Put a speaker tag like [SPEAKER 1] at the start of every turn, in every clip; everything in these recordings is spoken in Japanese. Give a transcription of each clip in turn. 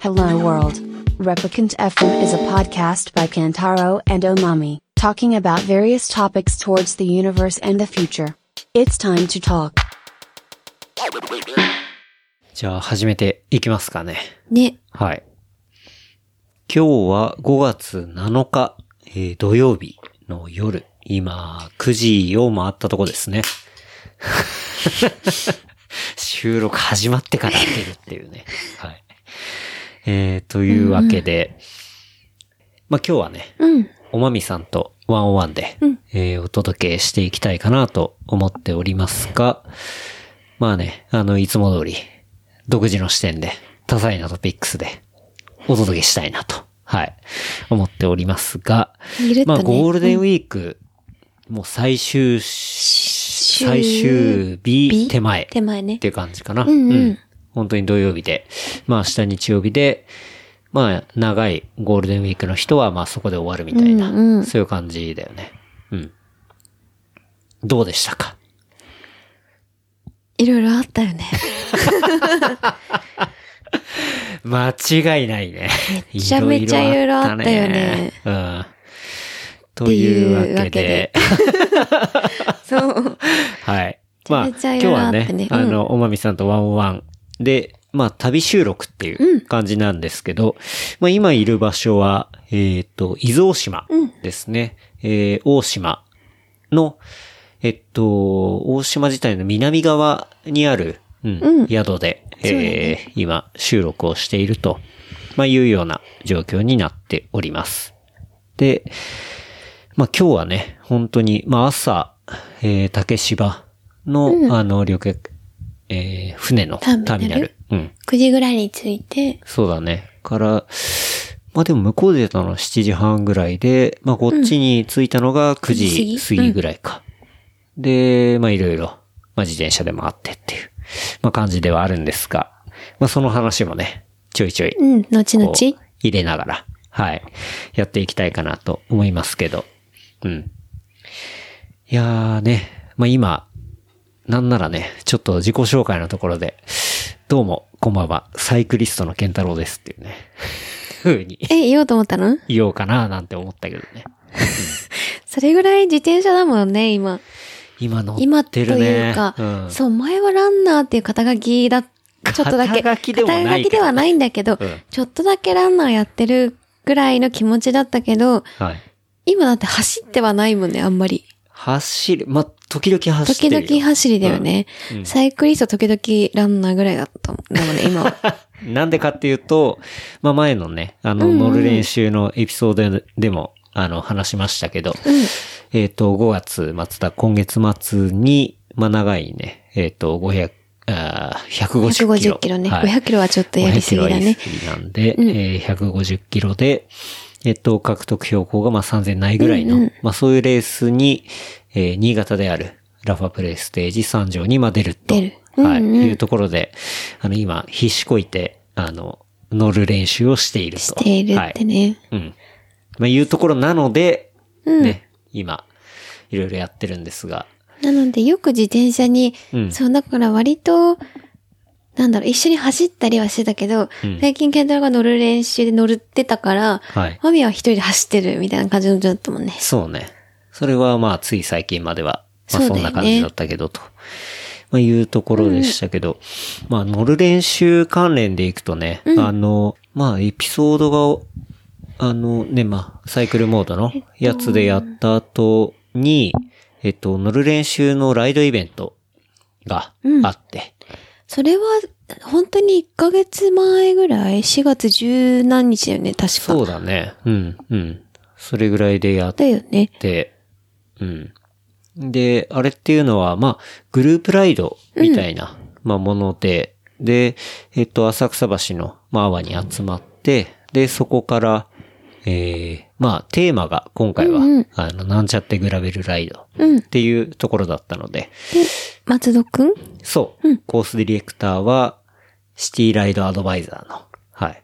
[SPEAKER 1] Hello World. Replicant FM is a podcast by Kantaro and Omami, talking about various topics towards the universe and the future. It's time to talk.
[SPEAKER 2] じゃあ始めていきますかね。
[SPEAKER 3] ね。
[SPEAKER 2] はい。今日は5月7日、えー土曜日の夜、今9時を回ったとこですね。収録始まってから開けるっていうね。はい。えー、というわけで、まあ今日はね、
[SPEAKER 3] うん。
[SPEAKER 2] おまみさんとワンオンワンで、えーお届けしていきたいかなと思っておりますが、まあね、あの、いつも通り、独自の視点で、多彩なトピックスで、お届けしたいなと、はい、思っておりますが、
[SPEAKER 3] ゆるっと
[SPEAKER 2] ま
[SPEAKER 3] ね。
[SPEAKER 2] あ、ゴールデンウィーク、もう最終し、
[SPEAKER 3] 週
[SPEAKER 2] 最終日手前。
[SPEAKER 3] 手前ね
[SPEAKER 2] って。いう感じかな。
[SPEAKER 3] んうん
[SPEAKER 2] 本当に土曜日で、まあ明日日曜日で、まあ長いゴールデンウィークの人はまあそこで終わるみたいな、
[SPEAKER 3] うんうん
[SPEAKER 2] そういう感じだよね。うん。どうでしたか
[SPEAKER 3] いろいろあったよね。
[SPEAKER 2] 間違いないね。
[SPEAKER 3] めちゃめちゃいろいろあったよね
[SPEAKER 2] いろいろあったね。うん。というわけで、
[SPEAKER 3] そう。
[SPEAKER 2] はい。まあ、
[SPEAKER 3] めちゃ
[SPEAKER 2] 今日
[SPEAKER 3] めちゃいろいろあ
[SPEAKER 2] は
[SPEAKER 3] ったね
[SPEAKER 2] ね、
[SPEAKER 3] うん
[SPEAKER 2] あの、おまみさんとワンオンワンで、まあ、旅収録っていう感じなんですけど、まあ、今いる場所は、えっ、と、伊豆大島ですね。えー大島の、えっと、大島自体の南側にある、うん、宿で、えー今、収録をしていると、まあ、いうような状況になっております。で、まあ今日はね、本当に、まあ朝、えー、竹芝の、あの、旅客、えー、船のタ
[SPEAKER 3] タ
[SPEAKER 2] ー
[SPEAKER 3] ー
[SPEAKER 2] ミ
[SPEAKER 3] ミ
[SPEAKER 2] ナ
[SPEAKER 3] ナ
[SPEAKER 2] ル
[SPEAKER 3] ル
[SPEAKER 2] うん。
[SPEAKER 3] 9時ぐらいに着いて、
[SPEAKER 2] そうだね。から、まあでも向こうで出たのは7時半ぐらいで、まあこっちに着いたのが9時
[SPEAKER 3] 9時
[SPEAKER 2] 過ぎぐらいか。で、まあいろいろ、まあ自転車で回ってっていう、まあ感じではあるんですが、まあその話もね、ちょいちょい、
[SPEAKER 3] うん、後々。
[SPEAKER 2] こう入れながら、はい、やっていきたいかなと思いますけど。うん。いやーね、まあ今、なんならね、ちょっと自己紹介のところで、どうも、こんばんは、サイクリストの健太郎ですっていうね、 風に
[SPEAKER 3] え、言おうと思ったの
[SPEAKER 2] 言おうかななんて思ったけどね。
[SPEAKER 3] それぐらい自転車だもんね、今。
[SPEAKER 2] 今乗
[SPEAKER 3] 今
[SPEAKER 2] っ
[SPEAKER 3] と
[SPEAKER 2] てるね。
[SPEAKER 3] いうか、
[SPEAKER 2] うん、
[SPEAKER 3] そう、前はランナーっていう肩書きだ、ちょっとだけ。
[SPEAKER 2] 肩書きでもないけど
[SPEAKER 3] 肩書きではないんだけど、
[SPEAKER 2] うん
[SPEAKER 3] ちょっとだけランナーやってるぐらいの気持ちだったけど、
[SPEAKER 2] はい。
[SPEAKER 3] 今だって走ってはないもんね、あんまり。
[SPEAKER 2] 走る、まあ、時々走って
[SPEAKER 3] 時
[SPEAKER 2] るよ。
[SPEAKER 3] 々走りだよね。サイクリスト時々ランナーぐらいだったもんね、でもね今は。
[SPEAKER 2] なんでかっていうと、まあ前のね、あの、乗る練習のエピソードでも、あの、話しましたけど、えっと、5月末だ、今月末に、まあ長いね、えっ、と、500、あー150キロ。
[SPEAKER 3] 150キロね。
[SPEAKER 2] はい
[SPEAKER 3] 500キロはちょっとやりすぎ
[SPEAKER 2] 500
[SPEAKER 3] だ
[SPEAKER 2] キロはやり
[SPEAKER 3] ね。
[SPEAKER 2] すぎなんで、えー150キロで、えっと、獲得標高がまあ3000ないぐらいの、まあそういうレースに、えー新潟であるラファプレイステージ3条にまあ出ると。
[SPEAKER 3] 出る
[SPEAKER 2] はい。いうところで、あの、今、必死こいて、あの、乗る練習をしていると。
[SPEAKER 3] しているって
[SPEAKER 2] はい。
[SPEAKER 3] ね。
[SPEAKER 2] うん。まあいうところなので、ね、今、いろいろやってるんですが、
[SPEAKER 3] なのでよく自転車に、
[SPEAKER 2] うん
[SPEAKER 3] そう、だから割と、なんだろう、一緒に走ったりはしてたけど、最近ケンタロウが乗る練習で乗ってたから、
[SPEAKER 2] はい
[SPEAKER 3] マミは一人で走ってるみたいな感じのだったもんね。
[SPEAKER 2] そうね。それはまあつい最近までは、まあ
[SPEAKER 3] そう
[SPEAKER 2] そ
[SPEAKER 3] だ
[SPEAKER 2] ん
[SPEAKER 3] よね
[SPEAKER 2] な感じだったけどと。まあいうところでしたけど、まあ乗る練習関連でいくとね、あの、まあエピソードが、あのね、まあサイクルモードのやつでやった後に、えっと、乗る練習のライドイベントがあって、
[SPEAKER 3] それは、本当に1ヶ月前ぐらい ?4 月十何日だよね、確か。
[SPEAKER 2] そうだね。うん、うん。それぐらいでやっ
[SPEAKER 3] だよね。
[SPEAKER 2] で、うん。で、あれっていうのは、まあ、グループライドみたいな、まあ、もので、で、えっと、浅草橋の、まあ、泡に集まって、で、そこから、えー、まあ、テーマが今回は、あの、なんちゃってグラベルライドっていうところだったので、
[SPEAKER 3] 松戸くん
[SPEAKER 2] そう、コースディレクターは、シティライドアドバイザーの、はい。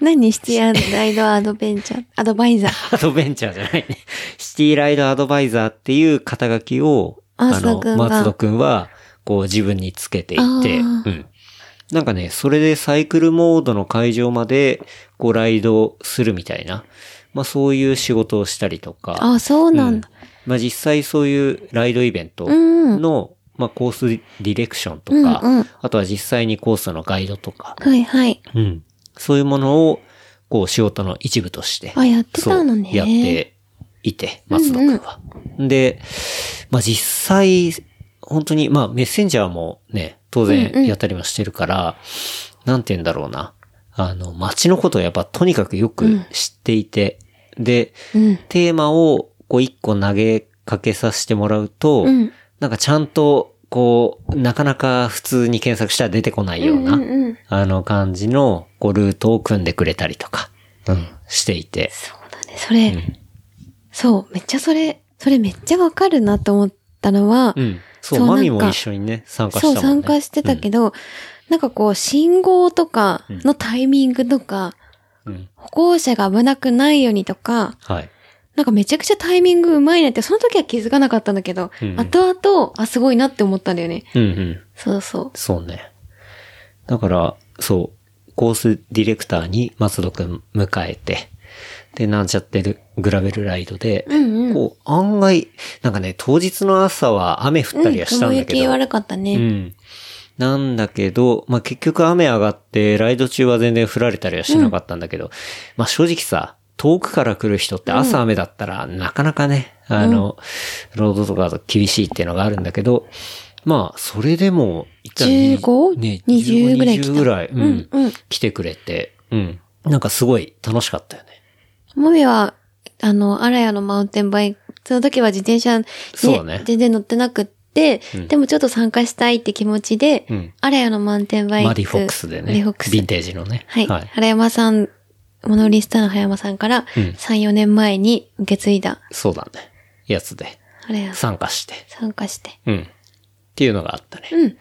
[SPEAKER 3] 何してやんライドアドベン チャー、アドバイザー。
[SPEAKER 2] アドベンチャーじゃないね。 シティライドアドバイザーっていう肩書きを、
[SPEAKER 3] 松戸君が
[SPEAKER 2] 松戸くんは、こう自分につけていて、
[SPEAKER 3] あ
[SPEAKER 2] う
[SPEAKER 3] ー
[SPEAKER 2] ん。なんかね、それでサイクルモードの会場まで、こう、ライドするみたいな、まあそういう仕事をしたりとか。
[SPEAKER 3] あ、そうなんだ。
[SPEAKER 2] うんまあ実際そういうライドイベントの、まあコースディレクションとか、
[SPEAKER 3] うんうん
[SPEAKER 2] あとは実際にコースのガイドとか、
[SPEAKER 3] はいはい。
[SPEAKER 2] うん、そういうものを、こう仕事の一部として、
[SPEAKER 3] あ、やってたのね。
[SPEAKER 2] そうやっていて、松戸君は。で、まあ実際、本当に、まあメッセンジャーもね、当
[SPEAKER 3] うんうん
[SPEAKER 2] 然やったりもしてるから、なんて言うんだろうな。あの、街のことをやっぱとにかくよく知っていて、で、
[SPEAKER 3] うん。
[SPEAKER 2] テーマをこう一個投げかけさせてもらうと、
[SPEAKER 3] うん
[SPEAKER 2] なんかちゃんと、こう、なかなか普通に検索したら出てこないような、
[SPEAKER 3] うんうんうん
[SPEAKER 2] あの感じの、こう、ルートを組んでくれたりとか、うん、していて。
[SPEAKER 3] そうだね。それ、
[SPEAKER 2] ん
[SPEAKER 3] そう、めっちゃそれ、それめっちゃわかるなと思ったのは、
[SPEAKER 2] うん。そう、
[SPEAKER 3] そう
[SPEAKER 2] マミ
[SPEAKER 3] なん
[SPEAKER 2] も
[SPEAKER 3] か
[SPEAKER 2] 一緒にね、参加した
[SPEAKER 3] そ
[SPEAKER 2] も
[SPEAKER 3] うん
[SPEAKER 2] ね。
[SPEAKER 3] 参加してたけど、なんかこう、信号とかのタイミングとか、
[SPEAKER 2] うん。うん
[SPEAKER 3] 歩行者が危なくないようにとか、
[SPEAKER 2] はい。
[SPEAKER 3] なんかめちゃくちゃタイミングうまいなって、その時は気づかなかったんだけど、
[SPEAKER 2] うんうん
[SPEAKER 3] 後々、あ、すごいなって思ったんだよね。
[SPEAKER 2] うんうん。
[SPEAKER 3] そうそう。
[SPEAKER 2] そうね。だから、そう、コースディレクターに松戸くん迎えて、で、なんちゃってるグラベルライドで、
[SPEAKER 3] うんうん。
[SPEAKER 2] こう、案外、なんかね、当日の朝は雨降ったりはしたんだけ
[SPEAKER 3] うん、雲行き
[SPEAKER 2] ど、
[SPEAKER 3] 悪かった
[SPEAKER 2] う
[SPEAKER 3] ね。
[SPEAKER 2] ん。なんだけど、まあ、結局雨上がって、ライド中は全然降られたりはしなかったんだけど、まあ、正直さ、遠くから来る人って朝雨だったら、なかなかね、あの、ロードとかだと厳しいっていうのがあるんだけど、まあ、それでも、いったらに
[SPEAKER 3] 15?
[SPEAKER 2] ね、
[SPEAKER 3] 20ぐらい来た
[SPEAKER 2] 20ぐらい、うん、
[SPEAKER 3] うんうん
[SPEAKER 2] 来てくれて、うん。なんかすごい楽しかったよね。
[SPEAKER 3] もみは、あの、アラヤのマウンテンバイク、その時は自転車に、
[SPEAKER 2] そうね
[SPEAKER 3] 全然乗ってなくって、
[SPEAKER 2] ん
[SPEAKER 3] でもちょっと参加したいって気持ちで、
[SPEAKER 2] うん
[SPEAKER 3] アラヤのマウンテンバイク。
[SPEAKER 2] マリフォックスで
[SPEAKER 3] マ
[SPEAKER 2] ね、
[SPEAKER 3] リ
[SPEAKER 2] ヴ
[SPEAKER 3] フォックス。
[SPEAKER 2] ィンテージのね。
[SPEAKER 3] はい。原山さん、モノリスターの原山さんから、
[SPEAKER 2] うん
[SPEAKER 3] 3、4年前に受け継いだ、
[SPEAKER 2] そうだね。やつで、
[SPEAKER 3] アラヤ
[SPEAKER 2] 参加して。
[SPEAKER 3] 参加して。
[SPEAKER 2] うん。っていうのがあったね。
[SPEAKER 3] うん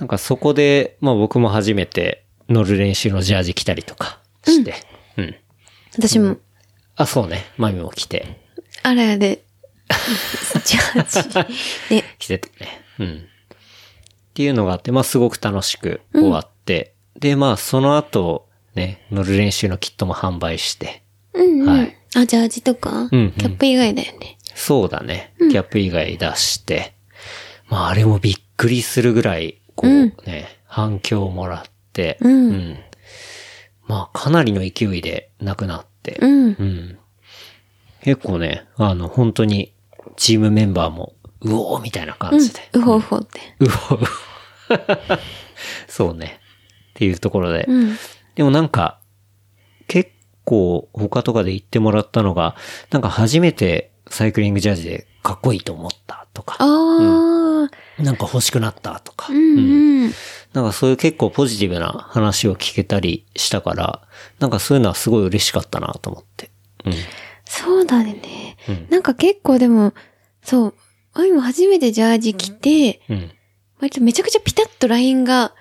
[SPEAKER 2] なんかそこで、まあ僕も初めて乗る練習のジャージ着たりとかして。うん。
[SPEAKER 3] 私も、
[SPEAKER 2] あ、そうね。マミも着て。
[SPEAKER 3] アラヤで、ジ ャージ。で、
[SPEAKER 2] 着てたね。うん。っていうのがあって、まあすごく楽しく終わって。で、まあその後、ね、乗る練習のキットも販売して。
[SPEAKER 3] うんうん。
[SPEAKER 2] はい
[SPEAKER 3] あ、ジャージとか、
[SPEAKER 2] うんうん
[SPEAKER 3] キャップ以外だよね。
[SPEAKER 2] そうだね。キャップ以外出して。まああれもびっくりするぐらい、こうね、反響をもらって。
[SPEAKER 3] うん
[SPEAKER 2] まあかなりの勢いでなくなって。
[SPEAKER 3] う
[SPEAKER 2] う
[SPEAKER 3] ん。
[SPEAKER 2] ん。結構ね、あの、本当に、チームメンバーも、うおーみたいな感じで。
[SPEAKER 3] うほうほうって。
[SPEAKER 2] うおーうおー そうね。っていうところで。
[SPEAKER 3] うん。
[SPEAKER 2] でもなんか、結構他とかで言ってもらったのが、なんか初めてサイクリングジャージでかっこいいと思ったと
[SPEAKER 3] ああ
[SPEAKER 2] か、、なんか欲しくなったとか、
[SPEAKER 3] うんうん。
[SPEAKER 2] なんかそういう結構ポジティブな話を聞けたりしたから、なんかそういうのはすごい嬉しかったなと思って。うん。
[SPEAKER 3] そうだね。なんか結構でも、そう、あいも初めてジャージ着て、
[SPEAKER 2] うん。
[SPEAKER 3] 割とめちゃくちゃピタッとラインが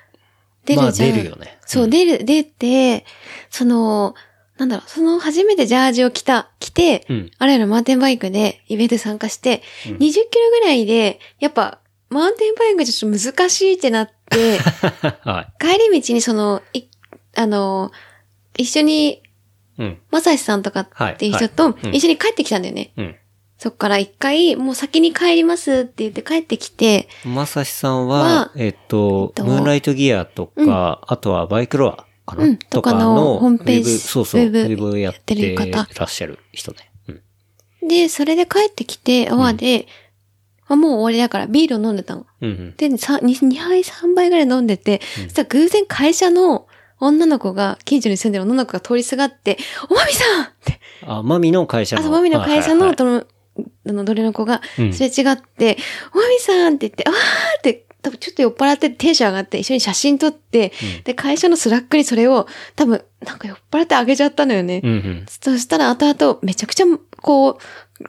[SPEAKER 3] 出
[SPEAKER 2] まあ
[SPEAKER 3] るじゃん。
[SPEAKER 2] 出るよね。
[SPEAKER 3] そう、出る、出て、その、なんだろう、その初めてジャージを着た、着て、
[SPEAKER 2] うん
[SPEAKER 3] あれのマウンテンバイクでイベント参加して、20キロぐらいで、やっぱ、マウンテンバイクがちょっと難しいってなって、
[SPEAKER 2] は
[SPEAKER 3] 帰り道にその、い、あの、一緒に
[SPEAKER 2] い。うん。
[SPEAKER 3] まさしさんとかっていう人と
[SPEAKER 2] いはいうん
[SPEAKER 3] 一緒に帰ってきたんだよね。
[SPEAKER 2] うん。
[SPEAKER 3] そっから一回、もう先に帰りますって言って帰ってきて、
[SPEAKER 2] まさしさん
[SPEAKER 3] は
[SPEAKER 2] は、えっと、
[SPEAKER 3] えっと
[SPEAKER 2] ムーンライトギアと
[SPEAKER 3] うん
[SPEAKER 2] か、あとはバイクロアか
[SPEAKER 3] う
[SPEAKER 2] なん
[SPEAKER 3] とかのホームページ
[SPEAKER 2] ウェブそうそう、
[SPEAKER 3] ウ
[SPEAKER 2] ウ
[SPEAKER 3] ェブ
[SPEAKER 2] ェブをやって
[SPEAKER 3] やってる
[SPEAKER 2] ら
[SPEAKER 3] 方
[SPEAKER 2] っしゃる人ね。うん。
[SPEAKER 3] で、それで帰ってきて、泡で、あもう終わりだからビールを飲んでたの。
[SPEAKER 2] うんうん。
[SPEAKER 3] で、2, 2杯3杯ぐらい飲んでて、そしたら偶然会社の女の子が、近所に住んでる女の子が通りすがって、おまみさんって、
[SPEAKER 2] あ、マミの会社の。
[SPEAKER 3] あそう、まみの会社の、
[SPEAKER 2] はいはい
[SPEAKER 3] どの、あの、奴隷の子が、す
[SPEAKER 2] う
[SPEAKER 3] れ
[SPEAKER 2] ん
[SPEAKER 3] 違って、おまみさんって言って、あーって、多分ちょっと酔っ払ってテンション上がって、一緒に写真撮って、で、会社のスラックにそれを、多分、なんか酔っ払ってあげちゃったのよ
[SPEAKER 2] は
[SPEAKER 3] ね。
[SPEAKER 2] いうん
[SPEAKER 3] そしたら後々めちゃくちゃこう、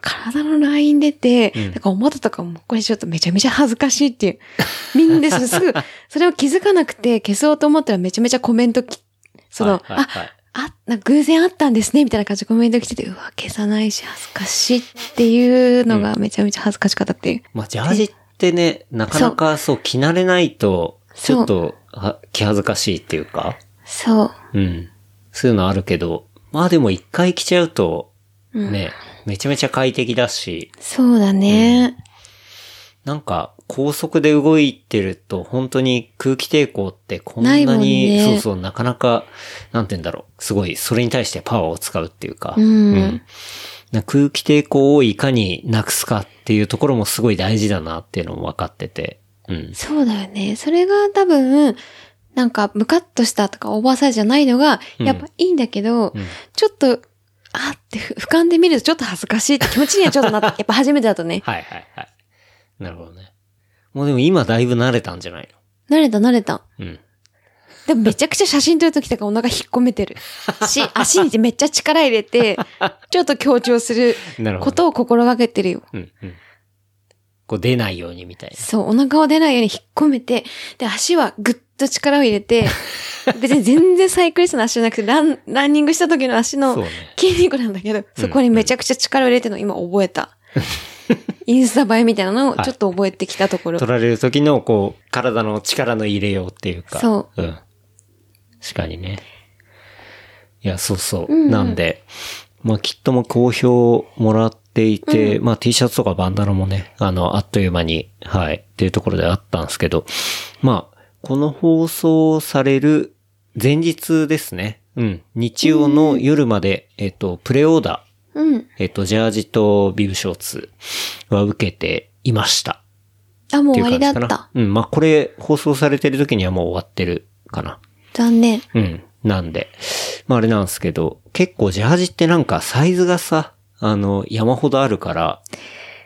[SPEAKER 3] 体のライン出て、
[SPEAKER 2] うん
[SPEAKER 3] なんかお股とかもこれちょっとめちゃめちゃ恥ずかしいっていう。 みんなでそれすぐ、それを気づかなくて消そうと思ったらめちゃめちゃコメントき、その、
[SPEAKER 2] はいはいはい
[SPEAKER 3] あ、あ、なんか偶然あったんですねみたいな感じでコメント来てて、うわ、消さないし恥ずかしいっていうのがめちゃめちゃ恥ずかしかったっていう。
[SPEAKER 2] まあ、ジャージってね、なかなかそう、着慣れないと、ちょっと、は気恥ずかしいっていうか、
[SPEAKER 3] そう。
[SPEAKER 2] うん。そういうのあるけど、まあでも一回来ちゃうと、ね、めちゃめちゃ快適だし、
[SPEAKER 3] そうだね。
[SPEAKER 2] なんか高速で動いてると本当に空気抵抗ってこんな
[SPEAKER 3] ないもん
[SPEAKER 2] に、
[SPEAKER 3] ね
[SPEAKER 2] そうそう、なかなか、なんて言うんだろう、すごい、それに対してパワーを使うっていうか、
[SPEAKER 3] うん
[SPEAKER 2] な空気抵抗をいかになくすかっていうところもすごい大事だなっていうのも分かってて、うん。
[SPEAKER 3] そうだよね。それが多分、なんか、ムカッとしたとか、オーバーサイズじゃないのが、
[SPEAKER 2] うん
[SPEAKER 3] やっぱいいんだけど、ちょっと、あって、ふ俯瞰で見るとちょっと恥ずかしいって気持ちにはちょっと なった。やっぱ初めてだとね。
[SPEAKER 2] はいはいはい。なるほどね。もうでも今だいぶ慣れたんじゃない
[SPEAKER 3] 慣れた慣れた。
[SPEAKER 2] のうん。
[SPEAKER 3] でもめちゃくちゃ写真撮るときとかお腹引っ込めてる。 し、足にめっちゃ力入れて、ちょっと強調する
[SPEAKER 2] なるほ
[SPEAKER 3] こ
[SPEAKER 2] ど。
[SPEAKER 3] とを心がけてるよ。
[SPEAKER 2] うんうん。こう出ないようにみたい
[SPEAKER 3] そう、お腹を出ないように引っ込めて、で、足はぐっと力を入 れて、別に全然サイクリストの足じゃなくて、ラン、ランニングした時の足
[SPEAKER 2] な。
[SPEAKER 3] の
[SPEAKER 2] そうね。
[SPEAKER 3] 筋肉なんだけど、そこにめちゃくちゃ力を入れてるの今覚えた。インスタ映えみたいなのをちょっと覚えてきたところ。
[SPEAKER 2] 取られる時のこう、体の力の入れようっていうか。。
[SPEAKER 3] そう
[SPEAKER 2] うん。確かにね。いや、そうそう。
[SPEAKER 3] うんうん
[SPEAKER 2] なんで、まあきっとも好評もらっていて、まあ T シャツとかバンダナもね、あの、あっという間に、はい、っていうところであったんですけど、まあ、この放送される前日ですね。うん。日曜の夜まで、えっと、プレオーダー、
[SPEAKER 3] うん。
[SPEAKER 2] えっと、ジャージとビブショーツは受けていました。
[SPEAKER 3] あ、もう
[SPEAKER 2] って
[SPEAKER 3] 終
[SPEAKER 2] いう感じ
[SPEAKER 3] わりだっ
[SPEAKER 2] かな
[SPEAKER 3] た。。
[SPEAKER 2] うん、まあ、これ、放送されてる時にはもう終わってるかな。
[SPEAKER 3] 残念。
[SPEAKER 2] うん、なんで。まあ、あれなんですけど、結構ジャージってなんかサイズがさ、あの、山ほどあるから、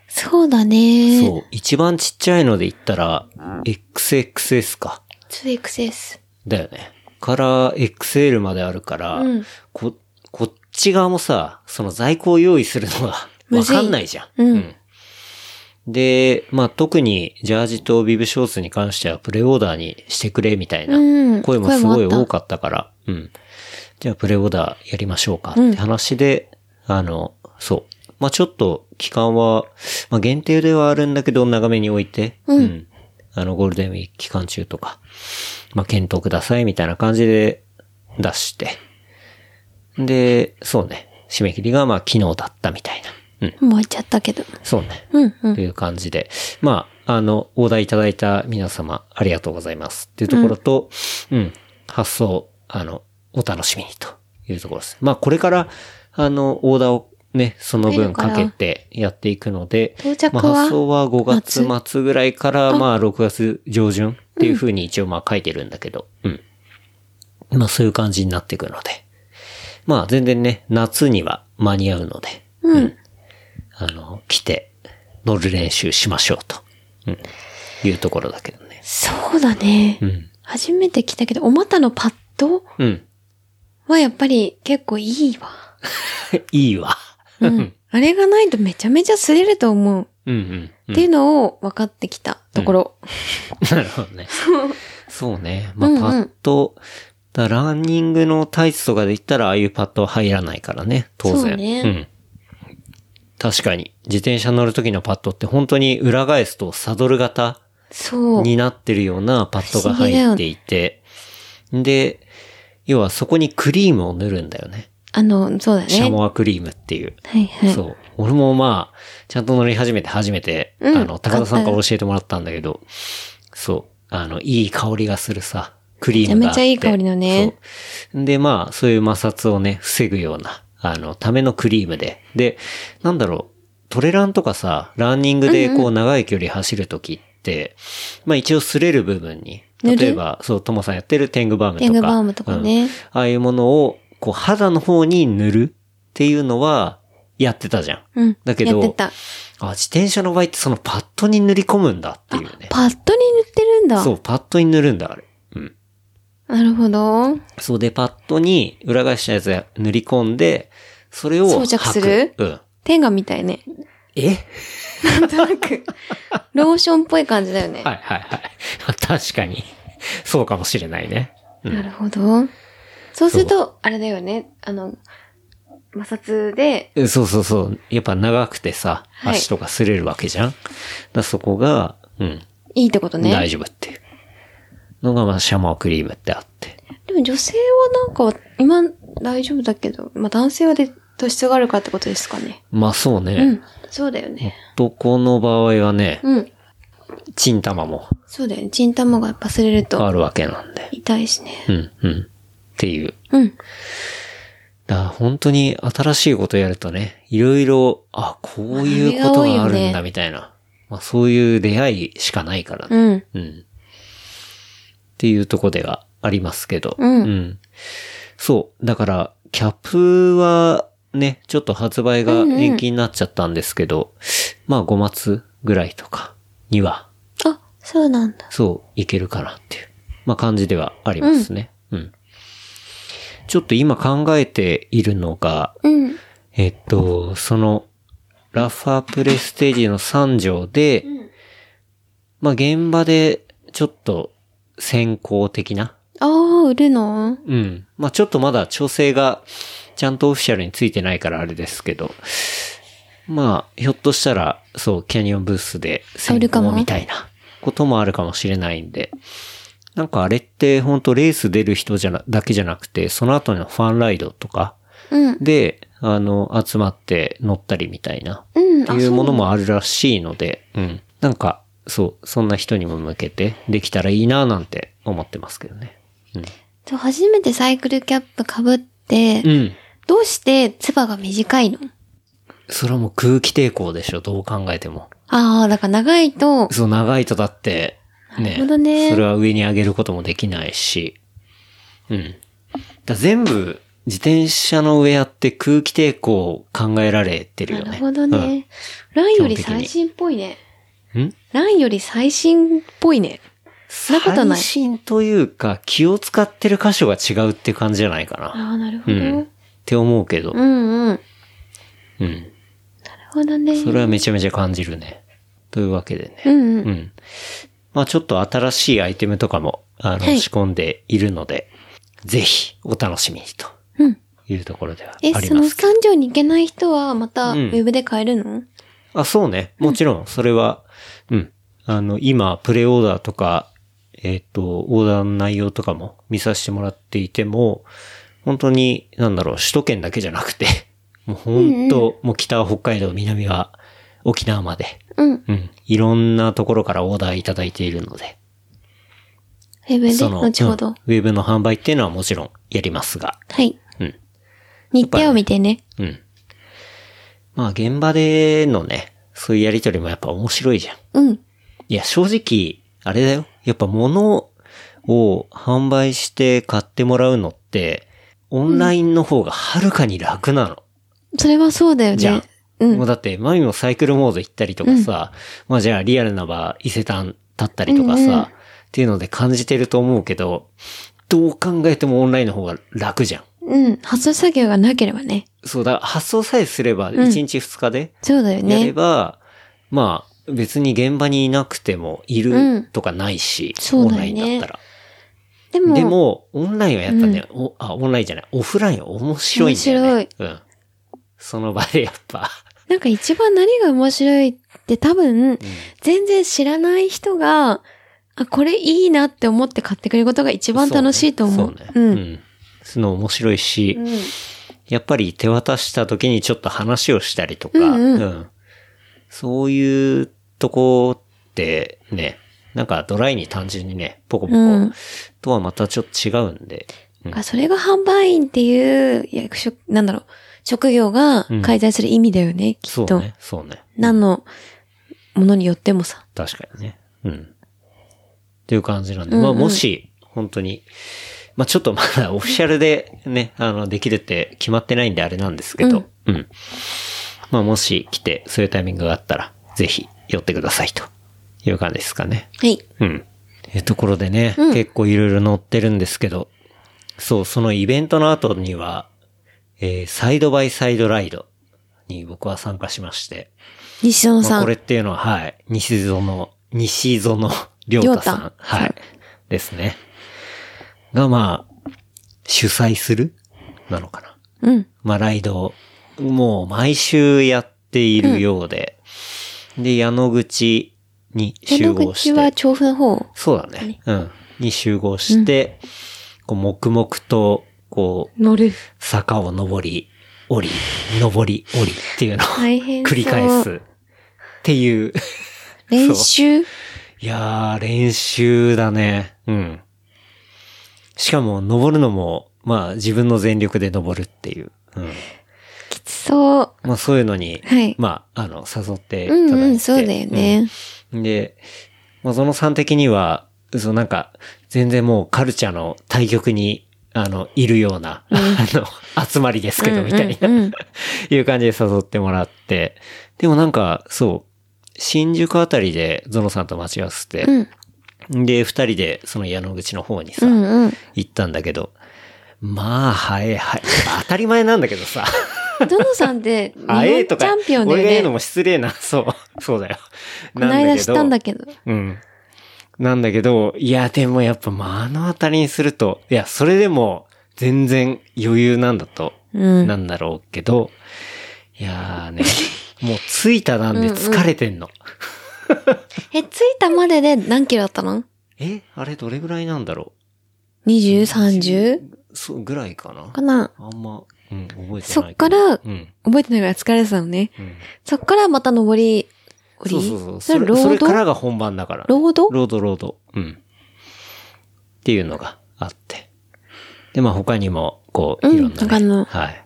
[SPEAKER 3] そうだね。
[SPEAKER 2] そう、一番ちっちゃいので言ったら、XXS か。
[SPEAKER 3] 2XS。
[SPEAKER 2] だよね。から XL まであるから、
[SPEAKER 3] うん
[SPEAKER 2] こ、こっち側もさ、その在庫を用意するのが
[SPEAKER 3] む
[SPEAKER 2] わ
[SPEAKER 3] ずい
[SPEAKER 2] かんないじゃん。
[SPEAKER 3] うん
[SPEAKER 2] で、まあ特にジャージとビブショーツに関してはプレオーダーにしてくれみたい
[SPEAKER 3] うん
[SPEAKER 2] な声もすごい
[SPEAKER 3] 声もあった
[SPEAKER 2] 多かったから、うん。じゃあプレオーダーやりましょうかって話で、あの、そう。まあちょっと期間は、まあ限定ではあるんだけど長めに置いて、うんあのゴールデンウィーク期間中とか、まあ、検討くださいみたいな感じで出して。で、そうね。締め切りがまあ昨日だったみたいな。うん。
[SPEAKER 3] もう終わっちゃったけど。
[SPEAKER 2] そうね。
[SPEAKER 3] うんうん。
[SPEAKER 2] という感じで。まあ、あの、オーダーいただいた皆様、ありがとうございます。っていうところと、うん、発送、あの、お楽しみにというところです。まあ、これから、あの、オーダーをね、その分かけてやっていくので、
[SPEAKER 3] 到着
[SPEAKER 2] ま
[SPEAKER 3] は
[SPEAKER 2] あ、発送は5月末ぐらいから、まあ、6月上旬っていうふうに一応まあ書いてるんだけど、うん。まあ、そういう感じになっていくので。まあ、全然ね、夏には間に合うので、
[SPEAKER 3] うん。
[SPEAKER 2] あの、来て、乗る練習しましょうと。うん。いうところだけどね。
[SPEAKER 3] そうだね。
[SPEAKER 2] うん。
[SPEAKER 3] 初めて来たけど、お股のパッド
[SPEAKER 2] うん。
[SPEAKER 3] はやっぱり結構いいわ。
[SPEAKER 2] いいわ。
[SPEAKER 3] うん。あれがないとめちゃめちゃ擦れると思う。
[SPEAKER 2] うんうんう
[SPEAKER 3] っていうのを分かってきたところ。
[SPEAKER 2] ん。なるほどね。そうね。まあ、
[SPEAKER 3] うんうん
[SPEAKER 2] パッド、だランニングのタイツとかで言ったら、ああいうパッドは入らないからね。当
[SPEAKER 3] そう
[SPEAKER 2] 然。
[SPEAKER 3] ね
[SPEAKER 2] ん。確かに。自転車乗る時のパッドって本当に裏返すとサドル型
[SPEAKER 3] そう。
[SPEAKER 2] になってるようなパッドが
[SPEAKER 3] 不思議だよ
[SPEAKER 2] 入っていて。で、要はそこにクリームを塗るんだよね。
[SPEAKER 3] あの、そうだ
[SPEAKER 2] シャ
[SPEAKER 3] ね。
[SPEAKER 2] モアクリームっていう。
[SPEAKER 3] はいはい。
[SPEAKER 2] そう。俺もまあ、ちゃんと乗り始めて初めて、
[SPEAKER 3] うん
[SPEAKER 2] あの、高田さんから教えてもらったんだけど、そう。あの、いい香りがするさ、クリームがあって。
[SPEAKER 3] めちゃめちゃいい香りのね
[SPEAKER 2] そう。で、まあ、そういう摩擦をね、防ぐような、あの、ためのクリームで。で、なんだろう、トレランとかさ、ランニングでこう、長い距離走るときって、まあ一応擦れる部分に、
[SPEAKER 3] 塗る
[SPEAKER 2] 例えば、そう、ともさんやってるテングバームとか。
[SPEAKER 3] テングバームとかね
[SPEAKER 2] うんああいうものを、こう、肌の方に塗るっていうのは、やってたじゃん。
[SPEAKER 3] うん。
[SPEAKER 2] だけど
[SPEAKER 3] やってた。
[SPEAKER 2] あ、自転車の場合ってそのパッドに塗り込むんだっていうね。
[SPEAKER 3] パッドに塗ってるんだ。
[SPEAKER 2] そう、パッドに塗るんだ、あれ。うん。
[SPEAKER 3] なるほど。
[SPEAKER 2] そうで、パッドに裏返したやつや塗り込んで、それを
[SPEAKER 3] 装着
[SPEAKER 2] 履く
[SPEAKER 3] する
[SPEAKER 2] うん。
[SPEAKER 3] テンガみたいね。
[SPEAKER 2] え
[SPEAKER 3] なんとな く。ローションっぽい感じだよね。
[SPEAKER 2] はい はいはい。確かに。そうかもしれないね。
[SPEAKER 3] なるほど。そうすると、あれだよね。あの、摩擦で、
[SPEAKER 2] えそうそうそう。やっぱ長くてさ、
[SPEAKER 3] はい
[SPEAKER 2] 足とか擦れるわけじゃん。だからそこが、うん、
[SPEAKER 3] いいってことね。
[SPEAKER 2] 大丈夫っていう。のが、まあ、シャモアクリームってあって。
[SPEAKER 3] でも女性はなんか、今大丈夫だけど、まあ男性はで突出があるからってことですかね。
[SPEAKER 2] まあ、そう
[SPEAKER 3] う
[SPEAKER 2] ね。
[SPEAKER 3] ん。そうだよね。
[SPEAKER 2] 男の場合はね、
[SPEAKER 3] うん。
[SPEAKER 2] チンタマも
[SPEAKER 3] そうだよね。チンタマがやっぱ擦れると
[SPEAKER 2] あるわけなんで。
[SPEAKER 3] 痛いしね。
[SPEAKER 2] うん、うん。っていう。
[SPEAKER 3] うん。
[SPEAKER 2] だから本当に新しいことやるとね、いろいろ、あ、こういうことがあるんだみたいな。まあ、そういう出会いしかないからね。
[SPEAKER 3] うん。
[SPEAKER 2] うん。っていうとこではありますけど。
[SPEAKER 3] うん
[SPEAKER 2] そう。だから、キャップはね、ちょっと発売が延期になっちゃったんですけど、まあ5月ぐらいとかには、
[SPEAKER 3] あ、そうなんだ。
[SPEAKER 2] そう、いけるかなっていう、まあ感じではありますね。うん。ちょっと今考えているのが、
[SPEAKER 3] うん。
[SPEAKER 2] えっと、その、ラファプレステージの3条で、まあ現場でちょっと先行的な、
[SPEAKER 3] ああ、売るの
[SPEAKER 2] うん。まあちょっとまだ調整がちゃんとオフィシャルについてないからあれですけど、まあひょっとしたら、そう、キャニオンブースで
[SPEAKER 3] あ売
[SPEAKER 2] 先
[SPEAKER 3] るか
[SPEAKER 2] 行
[SPEAKER 3] も
[SPEAKER 2] みたいなこともあるかもしれないんで、なんかあれって本当レース出る人じゃな、だけじゃなくて、その後のファンライドとか、
[SPEAKER 3] うん。
[SPEAKER 2] で、あの、集まって乗ったりみたいな、
[SPEAKER 3] うん。
[SPEAKER 2] っていうものもあるらしいので、うん。なんか、そう、そんな人にも向けてできたらいいななんて思ってますけどね。
[SPEAKER 3] そう初めてサイクルキャップ被って、
[SPEAKER 2] うん。
[SPEAKER 3] どうしてツバが短いの
[SPEAKER 2] それはもう空気抵抗でしょ、どう考えても。
[SPEAKER 3] ああ、だから長いと、
[SPEAKER 2] そう、長いとだって、ね。
[SPEAKER 3] なるほどね
[SPEAKER 2] それは上に上げることもできないし。うん。だ全部、自転車のウェアって空気抵抗考えられてる
[SPEAKER 3] な
[SPEAKER 2] よね。
[SPEAKER 3] るほどね。ランより最新っぽいね。
[SPEAKER 2] うん。ん
[SPEAKER 3] ランより最新っぽいね。そんなことな
[SPEAKER 2] 最
[SPEAKER 3] い
[SPEAKER 2] 新というか、気を使ってる箇所が違うって感じじゃないかな。
[SPEAKER 3] ああ、なるほ
[SPEAKER 2] う
[SPEAKER 3] ど。
[SPEAKER 2] ん。って思うけど
[SPEAKER 3] う。んうん。なる
[SPEAKER 2] うん。
[SPEAKER 3] ほどね。
[SPEAKER 2] それはめちゃめちゃ感じるね。というわけでね。
[SPEAKER 3] うんうん。
[SPEAKER 2] うん。まあちょっと新しいアイテムとかも、あの、
[SPEAKER 3] はい
[SPEAKER 2] 仕込んでいるので、ぜひお楽しみにと
[SPEAKER 3] うん。
[SPEAKER 2] いうところではあり
[SPEAKER 3] え、
[SPEAKER 2] ます
[SPEAKER 3] そ
[SPEAKER 2] けど
[SPEAKER 3] の三条に行けない人はまたウ
[SPEAKER 2] うん
[SPEAKER 3] ェブで買えるの
[SPEAKER 2] あ、そうね。もちろん、それは、うん。あの、今、プレオーダーとか、えっ、と、オーダーの内容とかも見させてもらっていても、本当に、なんだろう、首都圏だけじゃなくて、 もう本当、もう北は北海道、南は沖縄まで、
[SPEAKER 3] うん。ウ
[SPEAKER 2] うん。いろんなところからオーダーいただいているので、
[SPEAKER 3] ェブで、
[SPEAKER 2] その、うんウ
[SPEAKER 3] 後ほど。
[SPEAKER 2] ェブの販売っていうのはもちろんやりますが、
[SPEAKER 3] はい。
[SPEAKER 2] うん。
[SPEAKER 3] 日程を見てね。
[SPEAKER 2] うん。まあ、現場でのね、そういうやりとりもやっぱ面白いじゃん。
[SPEAKER 3] うん。
[SPEAKER 2] いや、正直、あれだよ。やっぱ物を販売して買ってもらうのって、オンラインの方がはるかに楽なの。
[SPEAKER 3] それはそうだよ
[SPEAKER 2] じゃ
[SPEAKER 3] ね
[SPEAKER 2] ん。
[SPEAKER 3] うん
[SPEAKER 2] もう。だって、マミもサイクルモード行ったりとかさ、まあじゃあリアルな場、伊勢丹立ったりとかさ、
[SPEAKER 3] うんうん
[SPEAKER 2] っていうので感じてると思うけど、どう考えてもオンラインの方が楽じゃん。
[SPEAKER 3] うん。発送作業がなければね。
[SPEAKER 2] そうだ、発送さえすれば、1日2日で
[SPEAKER 3] そうだよ
[SPEAKER 2] やれ
[SPEAKER 3] ね。
[SPEAKER 2] ば、まあ、別に現場にいなくてもいうる
[SPEAKER 3] ん
[SPEAKER 2] とかないし、
[SPEAKER 3] そう
[SPEAKER 2] オン
[SPEAKER 3] だ
[SPEAKER 2] ラ
[SPEAKER 3] よ
[SPEAKER 2] イン
[SPEAKER 3] ね
[SPEAKER 2] だったら。
[SPEAKER 3] でも、
[SPEAKER 2] でも、オンラインはやっぱね、おあ、オンラインじゃない、オフラインは面白いんだよね。うん。その場でやっぱ、
[SPEAKER 3] なんか一番何が面白いって多分、全然知らない人が、あ、これいいなって思って買ってくれることが一番楽しいと思う。
[SPEAKER 2] そうね。
[SPEAKER 3] う。
[SPEAKER 2] そうんねその面白いし、
[SPEAKER 3] うん
[SPEAKER 2] やっぱり手渡した時にちょっと話をしたりとか、
[SPEAKER 3] うんうん
[SPEAKER 2] そういうとこってね、なんかドライに単純にね、ポコポコ
[SPEAKER 3] うん
[SPEAKER 2] とはまたちょっと違うんで、うん
[SPEAKER 3] あそれが販売員っていう役職、なんだろう、職業が
[SPEAKER 2] うん
[SPEAKER 3] 介在する意味だよね、き
[SPEAKER 2] そ
[SPEAKER 3] っ
[SPEAKER 2] う
[SPEAKER 3] と。
[SPEAKER 2] ね、そうね。
[SPEAKER 3] 何のものによってもさ。
[SPEAKER 2] 確かにね。うん。っていう感じなんで、
[SPEAKER 3] うんうん
[SPEAKER 2] まあもし、本当に、まあちょっとまだオフィシャルでね、あの、できるって決まってないんであれなんですけど、うん。まあもし来て、そういうタイミングがあったら、ぜひ寄ってくださいという感じですかね。
[SPEAKER 3] はい。
[SPEAKER 2] うん。えところでね、
[SPEAKER 3] うん
[SPEAKER 2] 結構いろいろ載ってるんですけど、そう、そのイベントの後には、えーサイドバイサイドライドに僕は参加しまして、
[SPEAKER 3] 西園
[SPEAKER 2] ま
[SPEAKER 3] さ
[SPEAKER 2] あ、
[SPEAKER 3] ん。
[SPEAKER 2] これっていうのは、はい。西園、西園良太さ
[SPEAKER 3] 良
[SPEAKER 2] ん
[SPEAKER 3] 太。
[SPEAKER 2] はい。ですね。が、まあ、主催するなのかな。
[SPEAKER 3] うん。
[SPEAKER 2] まあ、ライドを、もう毎週やっているようで、で、矢野口に集
[SPEAKER 3] 宿
[SPEAKER 2] 合して。
[SPEAKER 3] 口は調布の方。
[SPEAKER 2] そうだね。うん。に集合して、こう黙々と、こう、
[SPEAKER 3] 乗る。
[SPEAKER 2] 坂を登り、降り、登り、降りっていうのを
[SPEAKER 3] 大変そう
[SPEAKER 2] 繰り返す。っていう。
[SPEAKER 3] 練習
[SPEAKER 2] いやー、練習だね。うん。しかも、登るのも、まあ、自分の全力で登るっていう。うん。
[SPEAKER 3] きつそう。
[SPEAKER 2] まあ、そういうのに、
[SPEAKER 3] はい
[SPEAKER 2] まあ、あの、誘っていただいて。
[SPEAKER 3] うんうん、そうだよね。
[SPEAKER 2] うん。で、まあ、その3的には、そのなんか、全然もうカルチャーの対極に、あの、いるような、あの、集まりですけど、みたいな、
[SPEAKER 3] うんうんうん
[SPEAKER 2] いう感じで誘ってもらって、でもなんか、そう、新宿あたりでゾノさんと待ち合わせて、
[SPEAKER 3] うん。
[SPEAKER 2] で、二人でその矢野口の方にさ、
[SPEAKER 3] うんうん。
[SPEAKER 2] 行ったんだけど、まあ、早い早い。当たり前なんだけどさ。
[SPEAKER 3] どのさんって、 日本
[SPEAKER 2] あええと
[SPEAKER 3] チ
[SPEAKER 2] か
[SPEAKER 3] ャンピオ、ンだ
[SPEAKER 2] 俺が言う
[SPEAKER 3] よ
[SPEAKER 2] の
[SPEAKER 3] ね。
[SPEAKER 2] も失礼な、そう、そうだよ。
[SPEAKER 3] この間知ったんだ
[SPEAKER 2] け
[SPEAKER 3] けど。
[SPEAKER 2] ど。うん。なんだけど、いや、でもやっぱ、まあ、あのあたりにすると、いや、それでも、全然余裕なんだと、
[SPEAKER 3] うん
[SPEAKER 2] なんだろうけど、いやー ね、もう着いたなんで疲れてんの。
[SPEAKER 3] え、着いたまでで何キロだったの
[SPEAKER 2] え、あれどれぐらいなんだろ
[SPEAKER 3] ?20、30?
[SPEAKER 2] うそう、ぐらいかな
[SPEAKER 3] かな
[SPEAKER 2] あんま、うん、覚えてないけど。
[SPEAKER 3] そっから
[SPEAKER 2] うん。
[SPEAKER 3] 覚えてないぐらい疲れてたのね。
[SPEAKER 2] うん。
[SPEAKER 3] そっからまた登り、降り
[SPEAKER 2] そうそうそう。
[SPEAKER 3] そ
[SPEAKER 2] そ
[SPEAKER 3] れ
[SPEAKER 2] れそ
[SPEAKER 3] ロー
[SPEAKER 2] れ
[SPEAKER 3] ド
[SPEAKER 2] からが本番だから。
[SPEAKER 3] ロード
[SPEAKER 2] ロード、ロード。うん。っていうのがあって。で、まあ他にも、こう、
[SPEAKER 3] うん
[SPEAKER 2] いろんな、ね
[SPEAKER 3] 他の
[SPEAKER 2] はい。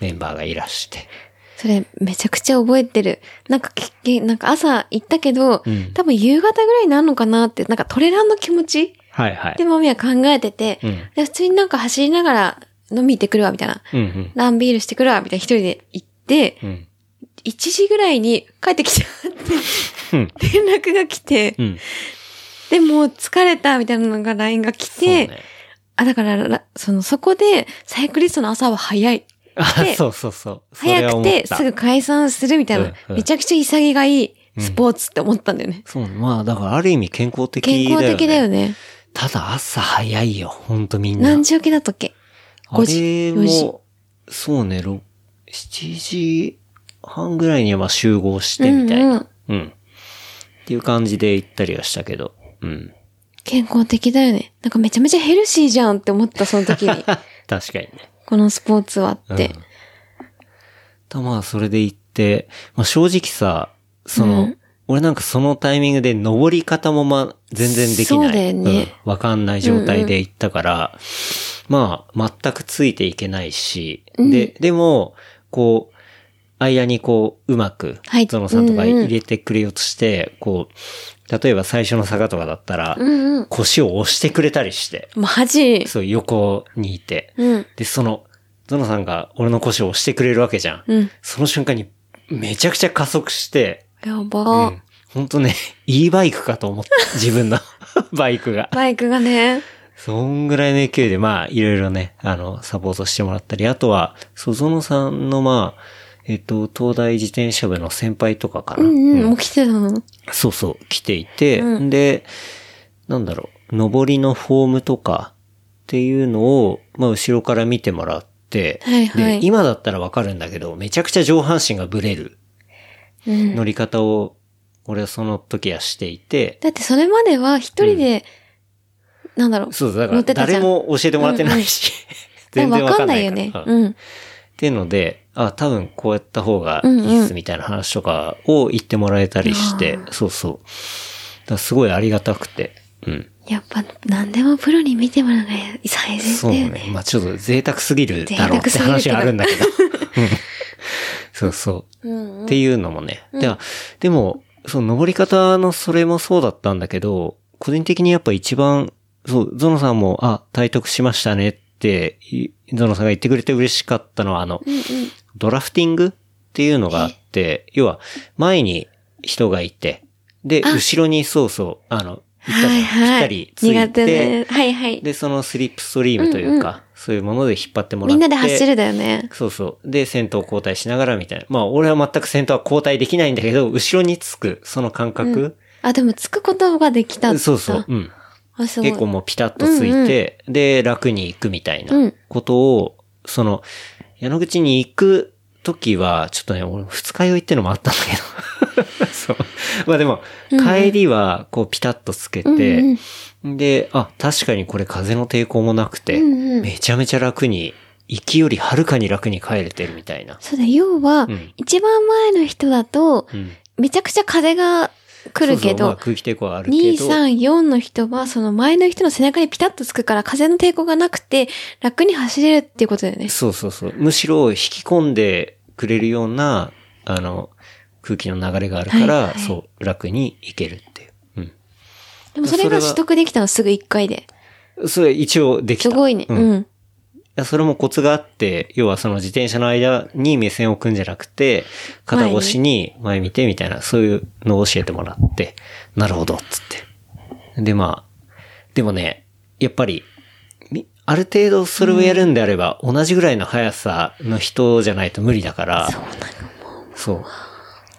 [SPEAKER 2] メンバーがいらして。
[SPEAKER 3] それめちゃくちゃ覚えてる。なんかきけ、なんか朝行ったけど、
[SPEAKER 2] うん
[SPEAKER 3] 多分夕方ぐらいになるのかなって、なんかトレランの気持ち
[SPEAKER 2] はいはい
[SPEAKER 3] で。マミは考えてて、
[SPEAKER 2] うん
[SPEAKER 3] で普通になんか走りながら飲み行ってくるわ、みたいな。
[SPEAKER 2] うんうん。
[SPEAKER 3] ランビールしてくるわ、みたいな一人で行って、
[SPEAKER 2] うん。
[SPEAKER 3] 1時ぐらいに帰ってきちゃ
[SPEAKER 2] うん。
[SPEAKER 3] って連絡が来て、
[SPEAKER 2] うん。
[SPEAKER 3] で、もう疲れたみたいなのが LINE が来
[SPEAKER 2] そう
[SPEAKER 3] て、
[SPEAKER 2] ね。
[SPEAKER 3] あ、だからら、その、そこで、サイクリストの朝は早い。
[SPEAKER 2] あ
[SPEAKER 3] で、
[SPEAKER 2] そうそうそう。それは
[SPEAKER 3] 早
[SPEAKER 2] 思
[SPEAKER 3] く、
[SPEAKER 2] ってた
[SPEAKER 3] すぐ解散するみたいな、
[SPEAKER 2] うんうん
[SPEAKER 3] めちゃくちゃ潔がいいスポーツって思ったんだよね。
[SPEAKER 2] そうね。まあだからある意味健康的だよね。
[SPEAKER 3] 健康的だよね。
[SPEAKER 2] ただ朝早いよ。ほんとみんな。
[SPEAKER 3] 何時起きだったっけ
[SPEAKER 2] あ
[SPEAKER 3] 5時
[SPEAKER 2] れ
[SPEAKER 3] 4時
[SPEAKER 2] も、そうね、ろ7時半ぐらいにはまあ集合してみたいな。
[SPEAKER 3] うんうん
[SPEAKER 2] うん。っていう感じで行ったりはしたけど。うん。
[SPEAKER 3] 健康的だよね。なんかめちゃめちゃヘルシーじゃんって思った、その時
[SPEAKER 2] 確
[SPEAKER 3] に。
[SPEAKER 2] かにね。
[SPEAKER 3] このスポーツはって。
[SPEAKER 2] うんたまあ、それで行って、まあ正直さ、その、
[SPEAKER 3] うん
[SPEAKER 2] 俺なんかそのタイミングで登り方もまあ、全然できない。
[SPEAKER 3] そうだよね
[SPEAKER 2] うんわかんない状態で行ったから、まあ、全くついていけないし、で、でも、こう、間にこう、うまく、
[SPEAKER 3] はい
[SPEAKER 2] ゾノさんとか
[SPEAKER 3] うんうん
[SPEAKER 2] 入れてくれようとして、こう、例えば最初の坂とかだったら、
[SPEAKER 3] うんうん。
[SPEAKER 2] 腰を押してくれたりして、
[SPEAKER 3] マジ。
[SPEAKER 2] そう、横にいて。
[SPEAKER 3] うん。
[SPEAKER 2] で、その、ゾノさんが俺の腰を押してくれるわけじゃん。
[SPEAKER 3] うん。
[SPEAKER 2] その瞬間にめちゃくちゃ加速して、
[SPEAKER 3] や
[SPEAKER 2] う
[SPEAKER 3] ば、
[SPEAKER 2] ん、ほんとね、 いいバイクかと思った。自分の バイクが。
[SPEAKER 3] バイクがね。
[SPEAKER 2] そんぐらいの勢いで、まあ、いろいろね、あの、サポートしてもらったり、あとは、そう、ゾノさんの、まあ、えっと、東大自転車部の先輩とかかな。
[SPEAKER 3] うんうん。
[SPEAKER 2] う
[SPEAKER 3] も
[SPEAKER 2] ん
[SPEAKER 3] う来てたの。
[SPEAKER 2] そうそう、来ていて、
[SPEAKER 3] う
[SPEAKER 2] で、なんだろう、上りのフォームとかっていうのを、まあ、後ろから見てもらって、
[SPEAKER 3] はいはい
[SPEAKER 2] で、今だったらわかるんだけど、めちゃくちゃ上半身がブレる
[SPEAKER 3] うん。
[SPEAKER 2] 乗り方を、俺はその時はしていて、
[SPEAKER 3] だってそれまでは一人で、なんだろう。
[SPEAKER 2] そう、だか
[SPEAKER 3] 乗
[SPEAKER 2] ら
[SPEAKER 3] ってたじ
[SPEAKER 2] 誰
[SPEAKER 3] ゃん
[SPEAKER 2] も教えてもらってないし、 全然わ
[SPEAKER 3] わ
[SPEAKER 2] か
[SPEAKER 3] か
[SPEAKER 2] ん
[SPEAKER 3] ん
[SPEAKER 2] な
[SPEAKER 3] ないい
[SPEAKER 2] から
[SPEAKER 3] よね。
[SPEAKER 2] うん
[SPEAKER 3] うん。
[SPEAKER 2] っていうので、あ、多分こうやった方がいいっすみたいな話とかを言ってもらえたりして、そうそう。だからすごいありがたくて、うん。
[SPEAKER 3] やっぱ、何でもプロに見てもらうのが最善
[SPEAKER 2] そう
[SPEAKER 3] だよ
[SPEAKER 2] ね
[SPEAKER 3] ね。。
[SPEAKER 2] まあちょっと贅沢すぎるだろうっ
[SPEAKER 3] 贅沢
[SPEAKER 2] て
[SPEAKER 3] すぎる
[SPEAKER 2] 話
[SPEAKER 3] けど
[SPEAKER 2] はあるんだ けど。うんそうそうう。
[SPEAKER 3] ん
[SPEAKER 2] っ
[SPEAKER 3] うん。
[SPEAKER 2] ていうのもね。ではでも、その登り方のそれもそうだったんだけど、個人的にやっぱ一番、そう、ゾノさんも、あ、体得しましたねって、いゾノさんが言ってくれて嬉しかったのは、あの、ドラフティングっていうのがあって、要は、前に人がいて、で、
[SPEAKER 3] あ
[SPEAKER 2] 後ろにそうそう、あの、ぴった
[SPEAKER 3] は
[SPEAKER 2] り
[SPEAKER 3] い
[SPEAKER 2] ぴっ
[SPEAKER 3] は
[SPEAKER 2] た
[SPEAKER 3] い
[SPEAKER 2] り。つ
[SPEAKER 3] 苦
[SPEAKER 2] い
[SPEAKER 3] 手
[SPEAKER 2] て、
[SPEAKER 3] ね。はいはい。
[SPEAKER 2] で、そのスリップストリームというか、そういうもので引っ張ってもら
[SPEAKER 3] み
[SPEAKER 2] って。
[SPEAKER 3] んなで走る。だよね。
[SPEAKER 2] そうそう。で、先頭交代しながらみたいな。まあ、俺は全く先頭は交代できないんだけど、後ろにつく、その感覚。
[SPEAKER 3] あ、でもつくことができたんだ
[SPEAKER 2] そうそう。。うん。
[SPEAKER 3] あ、すごい。
[SPEAKER 2] 結構もうピタッとついて、で、楽に行くみたいな
[SPEAKER 3] うん
[SPEAKER 2] ことを、その、矢野口に行く時は、ちょっとね、俺二日酔いってのもあったんだけど。 そう。まあでも、帰りはこうピタッとつけて、で、あ、確かにこれ風の抵抗もなくて、
[SPEAKER 3] うんうん
[SPEAKER 2] めちゃめちゃ楽に、行きよりはるかに楽に帰れてるみたいな。
[SPEAKER 3] そうだ、要は、
[SPEAKER 2] ん
[SPEAKER 3] 一番前の人だと、
[SPEAKER 2] うん。
[SPEAKER 3] めちゃくちゃ風が来るけ
[SPEAKER 2] そうそうまあ
[SPEAKER 3] ど、
[SPEAKER 2] 空気抵抗はあるけど。
[SPEAKER 3] 2、3、4の人は、その前の人の背中にピタッとつくから、風の抵抗がなくて、楽に走れるっていうことだよね。
[SPEAKER 2] そうそうそう。むしろ引き込んでくれるような、あの、空気の流れがあるから、
[SPEAKER 3] はいはい
[SPEAKER 2] そう、楽に行けるっていう。
[SPEAKER 3] でもそれ
[SPEAKER 2] それ
[SPEAKER 3] が
[SPEAKER 2] は
[SPEAKER 3] 取得できたのすぐ1回で。
[SPEAKER 2] うん。それ一応でき
[SPEAKER 3] す
[SPEAKER 2] た。
[SPEAKER 3] ごいね。
[SPEAKER 2] う。
[SPEAKER 3] うんん。
[SPEAKER 2] いやそれもコツがあって、要はその自転車の間に目線を置くんじゃなくて、肩越しに前見てみたいな、そういうのを教えてもらって、なるほど、つって。で、まあ、でもね、やっぱり、みある程度それをやるんであれば、同じぐらいの速さの人じゃないと無理だから、そ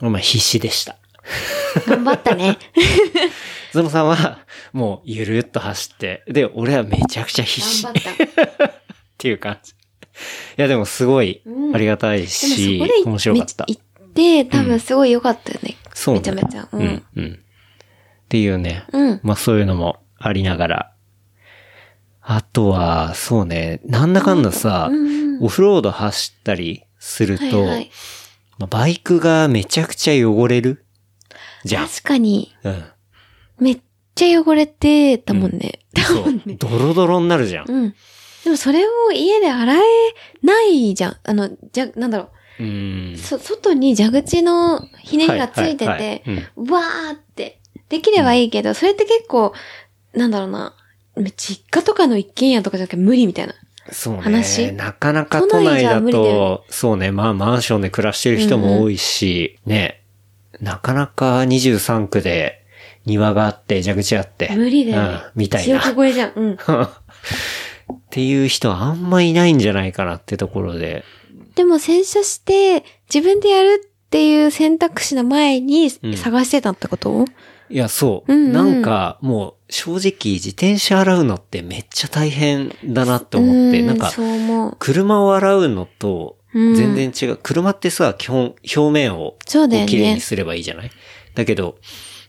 [SPEAKER 2] う。まあ必死でした。
[SPEAKER 3] 頑張ったね。
[SPEAKER 2] ゾノさんは、もうゆるっと走って、で、俺はめちゃくちゃ必死っ
[SPEAKER 3] 頑張った。
[SPEAKER 2] ていう感じ。いや、でもすごいありがたい
[SPEAKER 3] でも そ
[SPEAKER 2] し、
[SPEAKER 3] こでい
[SPEAKER 2] 面白かった
[SPEAKER 3] み。行って、多分すごい良かったよね。
[SPEAKER 2] そうね
[SPEAKER 3] めちゃめちゃ。う
[SPEAKER 2] うんん。、うん。っていうね。
[SPEAKER 3] うん
[SPEAKER 2] まあそういうのもありながら。あとは、そうね、なんだかんださ、オフロード走ったりする
[SPEAKER 3] は
[SPEAKER 2] と、
[SPEAKER 3] いはい。
[SPEAKER 2] まあバイクがめちゃくちゃ汚れるじゃん。
[SPEAKER 3] 確かに、
[SPEAKER 2] うん。
[SPEAKER 3] めっちゃ汚れてたもんね。
[SPEAKER 2] そう。ドロドロになるじゃん。
[SPEAKER 3] うん。でもそれを家で洗えないじゃん。あの、じゃ、なんだろ
[SPEAKER 2] うん
[SPEAKER 3] う。。そ、外に蛇口のひねりがついて
[SPEAKER 2] はいはい
[SPEAKER 3] て
[SPEAKER 2] はいう、
[SPEAKER 3] わーって、できればいいけど、それって結構、なんだろうな。実家とかの一軒家とかじゃなきゃ無理みたいな。
[SPEAKER 2] そうね。
[SPEAKER 3] 話
[SPEAKER 2] なかなか都
[SPEAKER 3] 都内
[SPEAKER 2] 内
[SPEAKER 3] じゃ
[SPEAKER 2] だ
[SPEAKER 3] 無理だよ
[SPEAKER 2] と、そうね、まあマンションで暮らしてる人も多いし、ね、なかなか23区で庭があって、蛇口あって。
[SPEAKER 3] 無理だよね
[SPEAKER 2] うん。みたいな。
[SPEAKER 3] 強気越えじゃん。 うん。
[SPEAKER 2] っていう人はあんまいないんじゃないかなってところで。
[SPEAKER 3] でも洗車して、自分でやるっていう選択肢の前に
[SPEAKER 2] うん
[SPEAKER 3] 探してたってこと、
[SPEAKER 2] いや、そう。
[SPEAKER 3] うんうん
[SPEAKER 2] なんか、もう、正直、自転車洗うのってめっちゃ大変だなって思って、
[SPEAKER 3] う
[SPEAKER 2] なんか、
[SPEAKER 3] そう思う。
[SPEAKER 2] 車を洗うのと、
[SPEAKER 3] うん
[SPEAKER 2] 全然違う。車ってさ、基本、表面を、
[SPEAKER 3] そうだよね
[SPEAKER 2] 綺麗にすればいいじゃないだけど、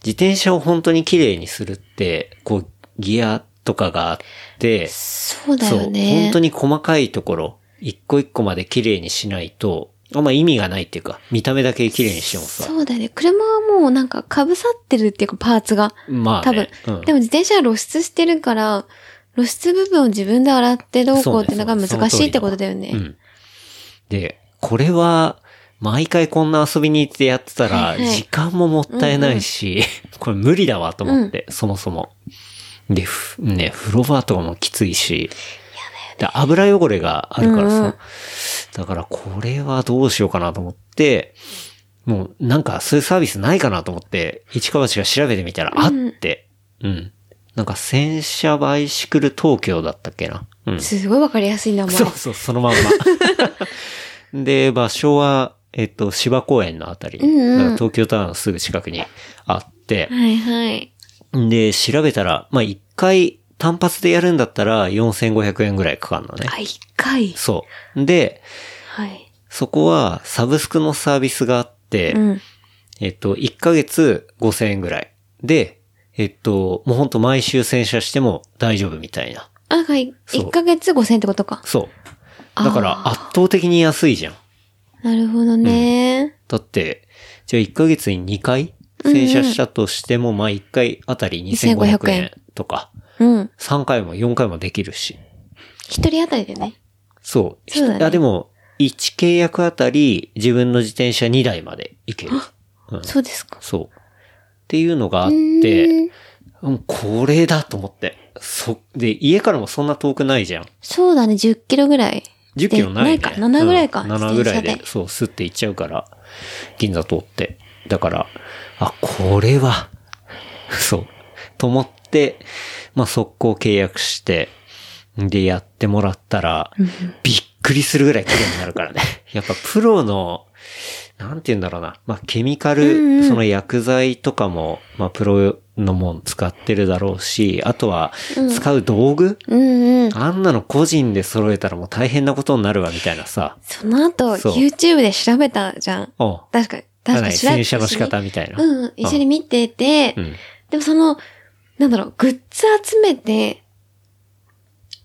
[SPEAKER 2] 自転車を本当に綺麗にするって、こう、ギアとかがあって、
[SPEAKER 3] そうだ
[SPEAKER 2] そう、
[SPEAKER 3] よね。
[SPEAKER 2] 本当に細かいところ、一個一個まで綺麗にしないと、あんま意味がないっていうか、見た目だけ綺麗にしてもさ、
[SPEAKER 3] そうだよね。車はもうなんかかぶさってるっていうかパーツが。
[SPEAKER 2] まあ
[SPEAKER 3] 多分
[SPEAKER 2] ね、。
[SPEAKER 3] でも自転車は露出してるから、露出部分を自分で洗ってどうこうってのが
[SPEAKER 2] そうねそう
[SPEAKER 3] 難しいってことだよね。
[SPEAKER 2] うん。で、これは、毎回こんな遊びに行ってやってたら、
[SPEAKER 3] はいはい
[SPEAKER 2] 時間ももったいないし、 これ無理だわと思って、そもそも。で、ふね、風呂場とかもきついし、で油汚れがあるからさ、
[SPEAKER 3] うんうん
[SPEAKER 2] だからこれはどうしようかなと思って、もうなんかそういうサービスないかなと思って、一か八か調べてみたら、あって、うん。なんか洗車バイシクル東京だったっけな。うん。
[SPEAKER 3] すごいわかりやすい名前。
[SPEAKER 2] そうそう、そのまんま。で、場所は、えっと、芝公園のあたり。
[SPEAKER 3] うんうん
[SPEAKER 2] だから東京タワーのすぐ近くにあって。
[SPEAKER 3] はいはい。
[SPEAKER 2] で、調べたら、まあ、一回単発でやるんだったら4500円ぐらいかかるのね。
[SPEAKER 3] あ、一回。
[SPEAKER 2] そう。で、
[SPEAKER 3] はい。
[SPEAKER 2] そこはサブスクのサービスがあって、
[SPEAKER 3] うん。
[SPEAKER 2] えっと、1ヶ月5000円ぐらい。で、えっと、もうほんと毎週洗車しても大丈夫みたいな。
[SPEAKER 3] あ、はい。
[SPEAKER 2] そう
[SPEAKER 3] 一ヶ月5000円ってことか。
[SPEAKER 2] そう。だから圧倒的に安いじゃん。
[SPEAKER 3] なるほどね。
[SPEAKER 2] だって、じゃあ1ヶ月に2回洗車したとしても、まあ1回あたり2500
[SPEAKER 3] 2500
[SPEAKER 2] 円
[SPEAKER 3] 円
[SPEAKER 2] とか、
[SPEAKER 3] うん。
[SPEAKER 2] 3回も4回もできるし。
[SPEAKER 3] 一、人当たりでね。
[SPEAKER 2] そう。
[SPEAKER 3] そうだね
[SPEAKER 2] あでも、1契約あたり自分の自転車2台までいける。うん
[SPEAKER 3] そうですか。
[SPEAKER 2] そう。っていうのがあって、うんこれだと思って。そ、で、家からもそんな遠くないじゃん。
[SPEAKER 3] そうだね、10キロぐらい。
[SPEAKER 2] 10キロない、ね。
[SPEAKER 3] でないか、7ぐらいか。
[SPEAKER 2] うん
[SPEAKER 3] 自
[SPEAKER 2] 7
[SPEAKER 3] 転
[SPEAKER 2] ぐら
[SPEAKER 3] 車
[SPEAKER 2] いで、そう、スって行っちゃうから、銀座通って。だから、あ、これは、 そう、と思って、まあ、速攻契約して、で、やってもらったら、びっくりするぐらい綺麗になるから ね。やっぱプロの、なんて言うんだろうな。まあ、ケミカル、
[SPEAKER 3] うんうん
[SPEAKER 2] その薬剤とかも、まあ、プロのもん使ってるだろうし、あとは、使う道具、
[SPEAKER 3] うんうん。
[SPEAKER 2] あんなの個人で揃えたらもう大変なことになるわ、みたいなさ。
[SPEAKER 3] その後、
[SPEAKER 2] そう
[SPEAKER 3] YouTube で調べたじゃん。
[SPEAKER 2] おう
[SPEAKER 3] 確かに。
[SPEAKER 2] か
[SPEAKER 3] 確か
[SPEAKER 2] に
[SPEAKER 3] に白
[SPEAKER 2] 洗
[SPEAKER 3] 石
[SPEAKER 2] 車の仕方みたいな。
[SPEAKER 3] うんうん、一緒に見てて、
[SPEAKER 2] うん。
[SPEAKER 3] でもその、なんだろう、グッズ集めて、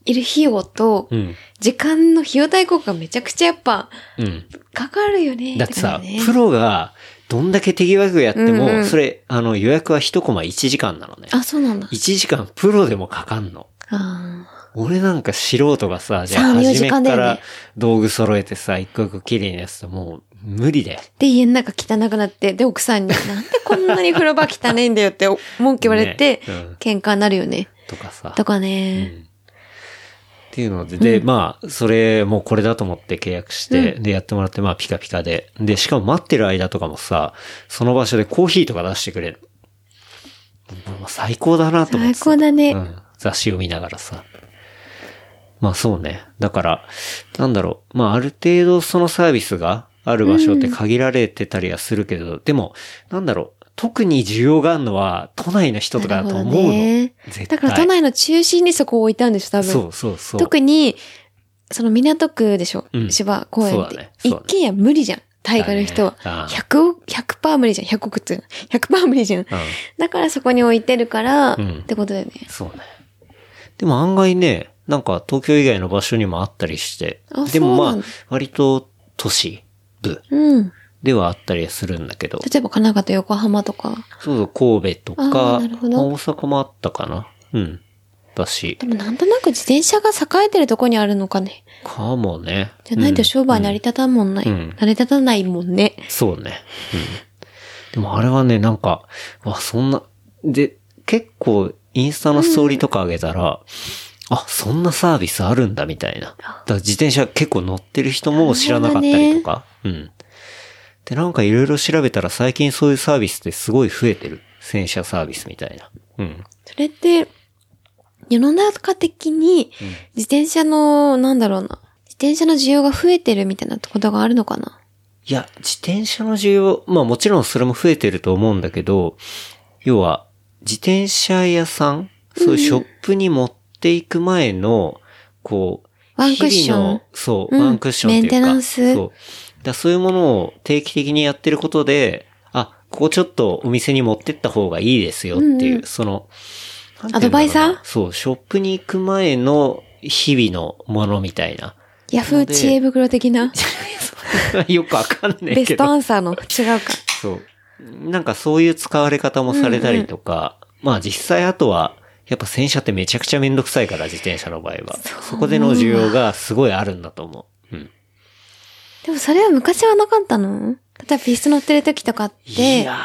[SPEAKER 3] いる費用と、
[SPEAKER 2] うん。
[SPEAKER 3] 時間の費用対効果がめちゃくちゃやっぱ、
[SPEAKER 2] うん。
[SPEAKER 3] かかるよね。
[SPEAKER 2] だってさ、
[SPEAKER 3] ね
[SPEAKER 2] プロがどんだけ手際よくやっても、
[SPEAKER 3] うんうん
[SPEAKER 2] それ、あの予約は1コマ1時間なのね。
[SPEAKER 3] あ、そうなんだ。
[SPEAKER 2] 1時間プロでもかかんの。
[SPEAKER 3] あ
[SPEAKER 2] 俺なんか素人がさ、じゃあ
[SPEAKER 3] 3-4
[SPEAKER 2] 初め
[SPEAKER 3] 時
[SPEAKER 2] か
[SPEAKER 3] 間だよね
[SPEAKER 2] ら道具揃えてさ、一個一個綺麗にやってたらもう無理だよ。
[SPEAKER 3] ーで、家の中汚くなって、で、奥 さんに、なんでこんなに風呂場汚いんだよってお文句言われて、
[SPEAKER 2] ねうん
[SPEAKER 3] 喧嘩になるよね。
[SPEAKER 2] とかさ。
[SPEAKER 3] とか
[SPEAKER 2] うん
[SPEAKER 3] ね。
[SPEAKER 2] っていうので、で、まあ、それ、もうこれだと思って契約して、で、やってもらって、まあ、ピカピカで。で、しかも待ってる間とかもさ、その場所でコーヒーとか出してくれる。もう最高だなと思ってさ。
[SPEAKER 3] 最高だね
[SPEAKER 2] うん。雑誌を見ながらさ。まあそうね。だから、なんだろう。まあある程度そのサービスがある場所って限られてたりはするけど、でも、なんだろう。特に需要があるのは都内の人とかだと思うの。絶対。
[SPEAKER 3] だから都内の中心にそこを置いたんでしょ、多分。
[SPEAKER 2] そうそうそう。
[SPEAKER 3] 特に、その港区でしょ、
[SPEAKER 2] うん
[SPEAKER 3] 芝公園っ
[SPEAKER 2] そうだ
[SPEAKER 3] て
[SPEAKER 2] ね。そうだ
[SPEAKER 3] 一
[SPEAKER 2] ね
[SPEAKER 3] 軒家無理じゃん。大概の人は。
[SPEAKER 2] だねああ
[SPEAKER 3] 100億、100%無理じゃん。100億っていうの100%無理じゃん。
[SPEAKER 2] うん、
[SPEAKER 3] だからそこに置いてるから、
[SPEAKER 2] うん
[SPEAKER 3] ってことだよね。
[SPEAKER 2] そうね。でも案外ね、なんか東京以外の場所にもあったりして
[SPEAKER 3] あ、
[SPEAKER 2] でも
[SPEAKER 3] そ
[SPEAKER 2] ま
[SPEAKER 3] う
[SPEAKER 2] あ
[SPEAKER 3] なんだ、
[SPEAKER 2] 割と都市部
[SPEAKER 3] うん。
[SPEAKER 2] で
[SPEAKER 3] 例
[SPEAKER 2] はあったりはするんだけど、
[SPEAKER 3] えば神奈川と横浜とか。
[SPEAKER 2] そうそう、神戸とか、ま
[SPEAKER 3] あ
[SPEAKER 2] あ
[SPEAKER 3] ーなるほど
[SPEAKER 2] 大阪もあったかな。うん。だし
[SPEAKER 3] で、もなんとなく自転車が栄えてるとこにあるのかね。
[SPEAKER 2] かもね。
[SPEAKER 3] じゃないと商売成り
[SPEAKER 2] り、
[SPEAKER 3] 立たんもんない。
[SPEAKER 2] うん
[SPEAKER 3] 成り立たないもんね。
[SPEAKER 2] うんそうね。うん。でもあれはね、なんか、わ、そんな、で、結構、インスタのストーリーとか上げたら、あ、そんなサービスあるんだみたいな。だから自転車結構乗ってる人も知らなかったりとか。うん。で、なんかいろいろ調べたら最近そういうサービスってすごい増えてる。洗車サービスみたいな。うん。
[SPEAKER 3] それって、世の中的に自転車の、なんだろうな。自転車の需要が増えてるみたいなことがあるのかな。
[SPEAKER 2] いや、自転車の需要、まあもちろんそれも増えてると思うんだけど、要は、自転車屋さん、そういうショップに持っていく前の、こう、
[SPEAKER 3] ワンクッシ
[SPEAKER 2] 日
[SPEAKER 3] ョン
[SPEAKER 2] 々のそう、
[SPEAKER 3] うん
[SPEAKER 2] ワンクッションっていうか、
[SPEAKER 3] メンテナンス
[SPEAKER 2] そう。だそういうものを定期的にやってることで、あ、ここちょっとお店に持ってった方がいいですよっていう、
[SPEAKER 3] うん
[SPEAKER 2] その、なんていうんだろうな
[SPEAKER 3] アドバイザー
[SPEAKER 2] そう、ショップに行く前の日々のものみたい な。
[SPEAKER 3] ヤフー知恵袋的な。
[SPEAKER 2] よくわかんねえ
[SPEAKER 3] ベ
[SPEAKER 2] け
[SPEAKER 3] ス
[SPEAKER 2] ど
[SPEAKER 3] ト。アンサーの。違うか。
[SPEAKER 2] そう。なんかそういう使われ方もされたりとか、まあ実際あとは、やっぱ洗車ってめちゃくちゃめんどくさいから、自転車の場合は。そこでの需要がすごいあるんだと思う。うん。
[SPEAKER 3] でもそれは昔はなかったの例えばピスト乗ってる時とかっ
[SPEAKER 2] い
[SPEAKER 3] て、
[SPEAKER 2] や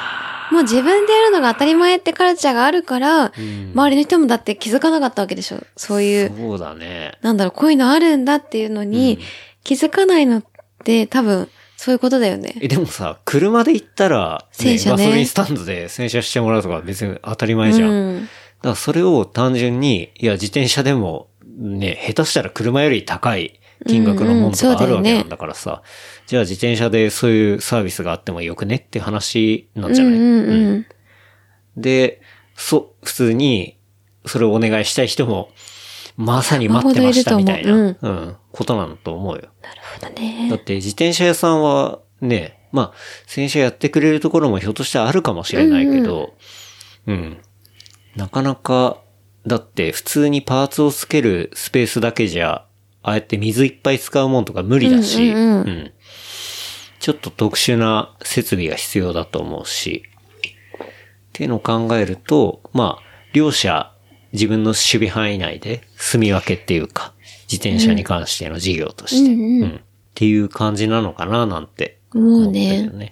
[SPEAKER 3] もう自分でやるのが当たり前ってカルチャーがあるから、
[SPEAKER 2] ん
[SPEAKER 3] 周りの人もだって気づかなかったわけでしょ。そうい
[SPEAKER 2] ー
[SPEAKER 3] う、
[SPEAKER 2] そうだね。
[SPEAKER 3] なんだろう、こういうのあるんだっていうのに、気づかないのって多分、そういうことだよね。
[SPEAKER 2] え、でもさ、車で行ったら、ね
[SPEAKER 3] 洗車
[SPEAKER 2] ガ
[SPEAKER 3] ね
[SPEAKER 2] ソリンスタンドで洗車してもらうとか別に当たり前じゃん。だ
[SPEAKER 3] うん。
[SPEAKER 2] からそれを単純に、いや、自転車でも、ね、下手したら車より高い金額のものと
[SPEAKER 3] うんうん
[SPEAKER 2] かあるわ
[SPEAKER 3] そうだ
[SPEAKER 2] け
[SPEAKER 3] よ
[SPEAKER 2] な
[SPEAKER 3] ね
[SPEAKER 2] んだからさ、じゃあ自転車でそういうサービスがあってもよくねって話なんじゃ
[SPEAKER 3] う
[SPEAKER 2] なんい、
[SPEAKER 3] うん
[SPEAKER 2] うん
[SPEAKER 3] うん。
[SPEAKER 2] で、そ、普通に、それをお願いしたい人も、まさに待ってましたみたいな、
[SPEAKER 3] まあ
[SPEAKER 2] う
[SPEAKER 3] ほどい
[SPEAKER 2] ん
[SPEAKER 3] る、
[SPEAKER 2] ことなんだと思うよ。
[SPEAKER 3] なるほど
[SPEAKER 2] だっ
[SPEAKER 3] ね。
[SPEAKER 2] て自転車屋さんはね、まあ、洗車やってくれるところもひょっとしたらあるかもしれないけど、うん、なかなか、だって普通にパーツをつけるスペースだけじゃ、ああやって水いっぱい使うもんとか無理だし、
[SPEAKER 3] うんうんうん
[SPEAKER 2] うんちょっと特殊な設備が必要だと思うし、っていうのを考えると、まあ、両者、自分の守備範囲内で、住み分けっていうか、自転車に関しての事業として、
[SPEAKER 3] うんうん
[SPEAKER 2] うんっていう感じなのかな、なんて
[SPEAKER 3] もう
[SPEAKER 2] 思った
[SPEAKER 3] ね
[SPEAKER 2] けど。ね。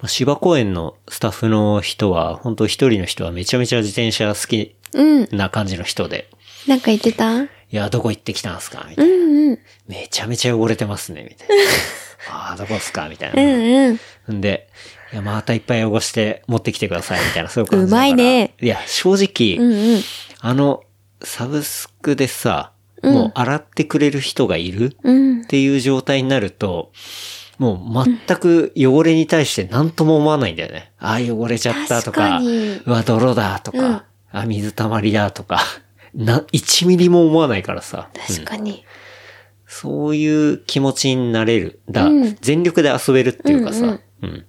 [SPEAKER 2] まあ芝公園のスタッフの人は、本当一人の人はめちゃめちゃ自転車好き
[SPEAKER 3] うん。
[SPEAKER 2] な感じの人で、
[SPEAKER 3] なんか言ってたうん
[SPEAKER 2] いや、どこ行ってきたんすかみた
[SPEAKER 3] う
[SPEAKER 2] いな。
[SPEAKER 3] ん。
[SPEAKER 2] めちゃめちゃ汚れてますね、みたいな。 ああ、どこっすかみたいな。
[SPEAKER 3] うんうん。
[SPEAKER 2] んで、いや、またいっぱい汚して持ってきてください、みたいな、そういう感じだから。
[SPEAKER 3] うまいね
[SPEAKER 2] いや、正直、
[SPEAKER 3] うんうん。
[SPEAKER 2] あの、サブスクでさ、もう洗ってくれる人がいる
[SPEAKER 3] うん
[SPEAKER 2] っ。ていう状態になると、もう全く汚れに対して何とも思わないんだよね。ああ、汚れちゃったとか、
[SPEAKER 3] 確かに
[SPEAKER 2] うわ、泥だとか、
[SPEAKER 3] うん
[SPEAKER 2] あ、水たまりだとか、 な、1ミリも思わないからさ。
[SPEAKER 3] 確かに。
[SPEAKER 2] そういう気持ちになれる。だ、
[SPEAKER 3] うん
[SPEAKER 2] 全力で遊べるっていうかさ、
[SPEAKER 3] うん
[SPEAKER 2] う
[SPEAKER 3] うんん
[SPEAKER 2] うん。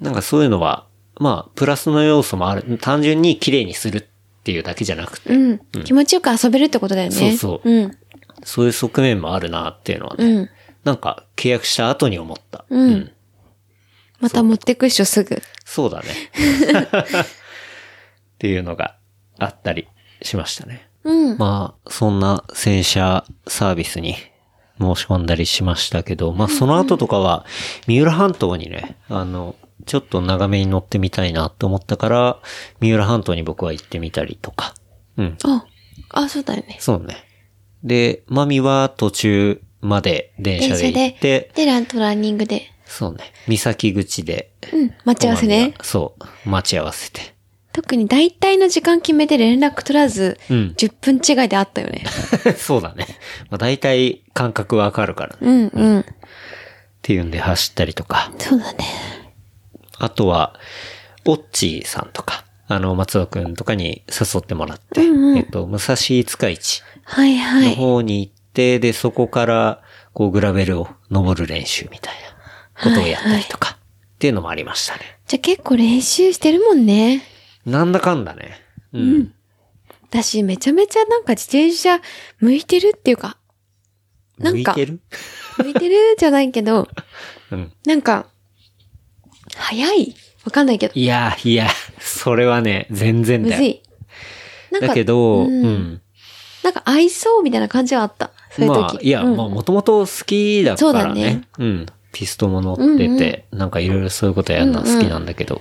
[SPEAKER 2] なんかそういうのは、まあ、プラスの要素もある。単純に綺麗にするっていうだけじゃなくて、
[SPEAKER 3] うん。気持ちよく遊べるってことだよね。
[SPEAKER 2] そうそう
[SPEAKER 3] うん。
[SPEAKER 2] そういう側面もあるなっていうのはね、
[SPEAKER 3] うん。
[SPEAKER 2] なんか契約した後に思った。
[SPEAKER 3] うんまた持ってくっしょ、すぐ。
[SPEAKER 2] そうだね。っていうのがあったりしましたね。
[SPEAKER 3] うん。
[SPEAKER 2] まあ、そんな洗車サービスに申し込んだりしましたけ ど、まあその後とかは、三浦半島にね、あの、ちょっと長めに乗ってみたいなと思ったから、三浦半島に僕は行ってみたりとか。うん。
[SPEAKER 3] あ、あ、そうだよね。
[SPEAKER 2] そうね。で、マミは途中まで電車で行って、
[SPEAKER 3] で、ランとランニングで。
[SPEAKER 2] そうね。三崎口で。
[SPEAKER 3] うん。待ち合わせ
[SPEAKER 2] おまみ
[SPEAKER 3] ね。
[SPEAKER 2] がそう。待ち合わせて。
[SPEAKER 3] 特に大体の時間決めて連絡取らず、
[SPEAKER 2] うん
[SPEAKER 3] 10分違いであったよね。
[SPEAKER 2] そうだね。まあ、大体感覚わかるからね。っ
[SPEAKER 3] うん、うん。
[SPEAKER 2] ていうんで走ったりとか。
[SPEAKER 3] そうだね。
[SPEAKER 2] あとは、オッチーさんとか、あの、松尾くんとかに誘ってもらって、えっと、武蔵塚市
[SPEAKER 3] はいは
[SPEAKER 2] の
[SPEAKER 3] い。
[SPEAKER 2] 方に行って、で、そこから、こう、グラベルを登る練習みたいなことをやったりとか、っていうのもありましたね。
[SPEAKER 3] じゃあ結構練習してるもんね。
[SPEAKER 2] なんだかんだね。うん。
[SPEAKER 3] 私めちゃめちゃなんか自転車向いてるっていう か、なんか
[SPEAKER 2] 向いてる
[SPEAKER 3] 向いてるじゃないけど、
[SPEAKER 2] うん。
[SPEAKER 3] なんか、早いわかんないけど、
[SPEAKER 2] いや、いや、それはね、全然
[SPEAKER 3] む
[SPEAKER 2] だよ。
[SPEAKER 3] ずい。なんか、
[SPEAKER 2] だけど、
[SPEAKER 3] うん
[SPEAKER 2] うん。
[SPEAKER 3] なんか合いそうみたいな感じはあった。そういう時。
[SPEAKER 2] まあ、いや、
[SPEAKER 3] うん
[SPEAKER 2] まあ、もともと好きだ
[SPEAKER 3] そう
[SPEAKER 2] か
[SPEAKER 3] だ
[SPEAKER 2] ら
[SPEAKER 3] ね
[SPEAKER 2] ね。うん。ピストも乗ってて、なんかいろいろそういうことやるのは好きなんだけど。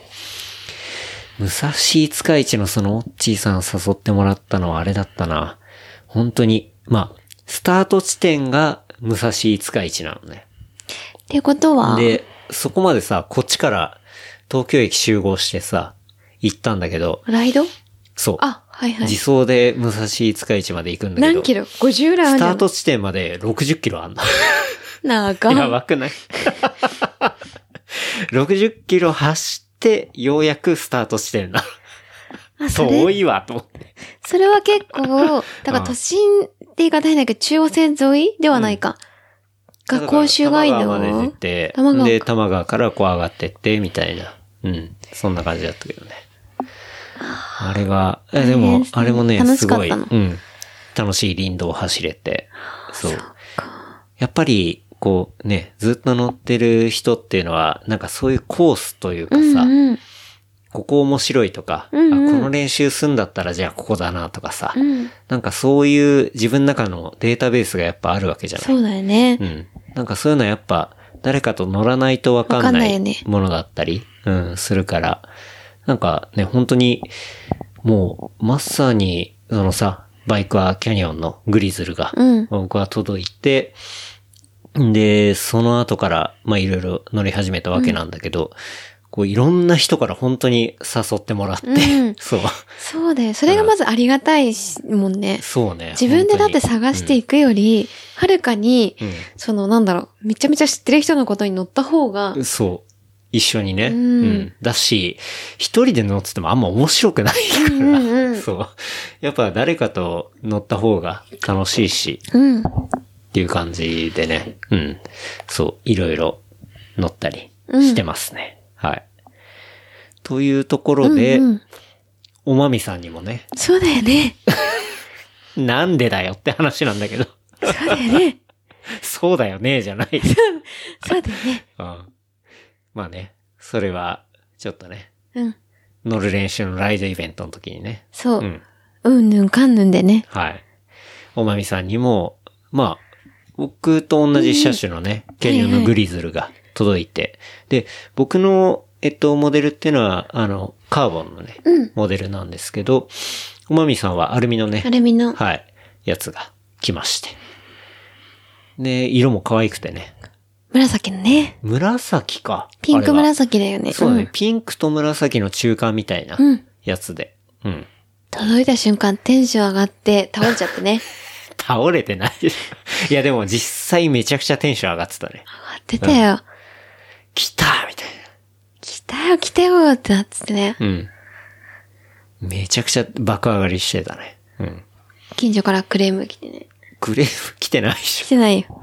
[SPEAKER 2] 武蔵塚市のそのオッチーさん誘ってもらったのはあれだったな。本当に、まあ、スタート地点が武蔵塚市なのね。
[SPEAKER 3] ってことは、
[SPEAKER 2] で、そこまでさ、こっちから東京駅集合してさ、行ったんだけど、
[SPEAKER 3] ライド
[SPEAKER 2] そう。
[SPEAKER 3] あ、はいはい
[SPEAKER 2] 自。走で武蔵塚市まで行くんだけど。
[SPEAKER 3] 何キロ ?50 ぐらいある
[SPEAKER 2] ス
[SPEAKER 3] んじ
[SPEAKER 2] タ
[SPEAKER 3] ゃな
[SPEAKER 2] ー
[SPEAKER 3] い
[SPEAKER 2] ト地点まで60キロあんの。
[SPEAKER 3] なあ
[SPEAKER 2] や
[SPEAKER 3] か
[SPEAKER 2] ばくない ?60 キロ走って、ようやくスタートしてんな。
[SPEAKER 3] あ、そ
[SPEAKER 2] 遠
[SPEAKER 3] れ、
[SPEAKER 2] いわ、と思って。
[SPEAKER 3] それは結構、だから都心って言い方変だけど、中央線沿いではないか。が甲州街
[SPEAKER 2] だ
[SPEAKER 3] 道
[SPEAKER 2] から多摩川まで出
[SPEAKER 3] を
[SPEAKER 2] て、
[SPEAKER 3] 多摩川か
[SPEAKER 2] で、多摩川からこう上がってって、みたいな。うん。そんな感じだったけどね。あれが、えで
[SPEAKER 3] 大変
[SPEAKER 2] も
[SPEAKER 3] で、すね
[SPEAKER 2] あれもね、
[SPEAKER 3] 楽し
[SPEAKER 2] す
[SPEAKER 3] かっ
[SPEAKER 2] ご
[SPEAKER 3] た
[SPEAKER 2] い、
[SPEAKER 3] の
[SPEAKER 2] うん。楽しい林道を走れて。そう。やっぱり、こうね、ずっと乗ってる人っていうのは、なんかそういうコースというかさ、
[SPEAKER 3] うんうん。
[SPEAKER 2] ここ面白いとか、
[SPEAKER 3] うんうん
[SPEAKER 2] あこの練習すんだったらじゃあここだなとかさ、
[SPEAKER 3] うん。
[SPEAKER 2] なんかそういう自分の中のデータベースがやっぱあるわけじゃない。
[SPEAKER 3] そうだよね。
[SPEAKER 2] うん。なんかそういうのはやっぱ誰かと乗らないとわか
[SPEAKER 3] わか
[SPEAKER 2] ん
[SPEAKER 3] ん
[SPEAKER 2] な
[SPEAKER 3] ないよ
[SPEAKER 2] い
[SPEAKER 3] ね
[SPEAKER 2] ものだったり、うん、するから、なんかね、本当に、もう、まさに、そのさ、バイクはキャニオンのグリズルが、
[SPEAKER 3] うん
[SPEAKER 2] 僕は届いて、で、その後から、まあ、いろいろ乗り始めたわけなんだけど、こう、いろんな人から本当に誘ってもらって、
[SPEAKER 3] うん
[SPEAKER 2] そう、
[SPEAKER 3] そうだよ。それがまずありがたいしもんね。
[SPEAKER 2] そうね。
[SPEAKER 3] 自分でだって
[SPEAKER 2] 本当に
[SPEAKER 3] 探していくより、はるかに、
[SPEAKER 2] うん
[SPEAKER 3] そのなんだろう、めちゃめちゃ知ってる人のことに乗った方が、
[SPEAKER 2] そう。一緒にね。
[SPEAKER 3] う
[SPEAKER 2] うんん。だし、一人で乗っててもあんま面白くないから。
[SPEAKER 3] うんうんうん
[SPEAKER 2] そう。やっぱ誰かと乗った方が楽しいし、
[SPEAKER 3] うん。
[SPEAKER 2] っていう感じでね。うん。そう。いろいろ乗ったりしてますね。はい。というところで、
[SPEAKER 3] うんうん
[SPEAKER 2] おまみさんにもね、
[SPEAKER 3] そうだよね。
[SPEAKER 2] なんでだよって話なんだけど、
[SPEAKER 3] そうだよね。
[SPEAKER 2] そうだよね、じゃない。
[SPEAKER 3] そうだよね。
[SPEAKER 2] うん。まあね、それは、ちょっとね、
[SPEAKER 3] うん。
[SPEAKER 2] 乗る練習のライドイベントの時にね、
[SPEAKER 3] そうう。
[SPEAKER 2] ん。
[SPEAKER 3] うんぬんかんぬんでね。
[SPEAKER 2] はい。おまみさんにも、まあ、僕と同じ車種のね、ケニオンのグリズルが届いて、で、僕の、えっと、モデルっていうのは、あの、カーボンのね、モデルなんですけど、おまみさんはアルミのね
[SPEAKER 3] ア、ルミの。
[SPEAKER 2] はい、やつが来まして。で、色も可愛くてね。
[SPEAKER 3] 紫のね。
[SPEAKER 2] 紫か。
[SPEAKER 3] ピンク
[SPEAKER 2] あれは
[SPEAKER 3] 紫だよね。
[SPEAKER 2] そうだね、
[SPEAKER 3] ん
[SPEAKER 2] ピンクと紫の中間みたいな
[SPEAKER 3] うん
[SPEAKER 2] やつで。うん。
[SPEAKER 3] 届いた瞬間テンション上がって倒れちゃってね。
[SPEAKER 2] 倒れてない。 いや、でも実際めちゃくちゃテンション上がってたね。
[SPEAKER 3] 上がってたよ。
[SPEAKER 2] 来たみたい
[SPEAKER 3] 来たよ来たよってなっててね。
[SPEAKER 2] な。うん。めちゃくちゃ爆上がりしてたね。うん。
[SPEAKER 3] 近所からクレーム来てね。
[SPEAKER 2] クレーム来てないでし
[SPEAKER 3] 来てないよ。
[SPEAKER 2] ょ。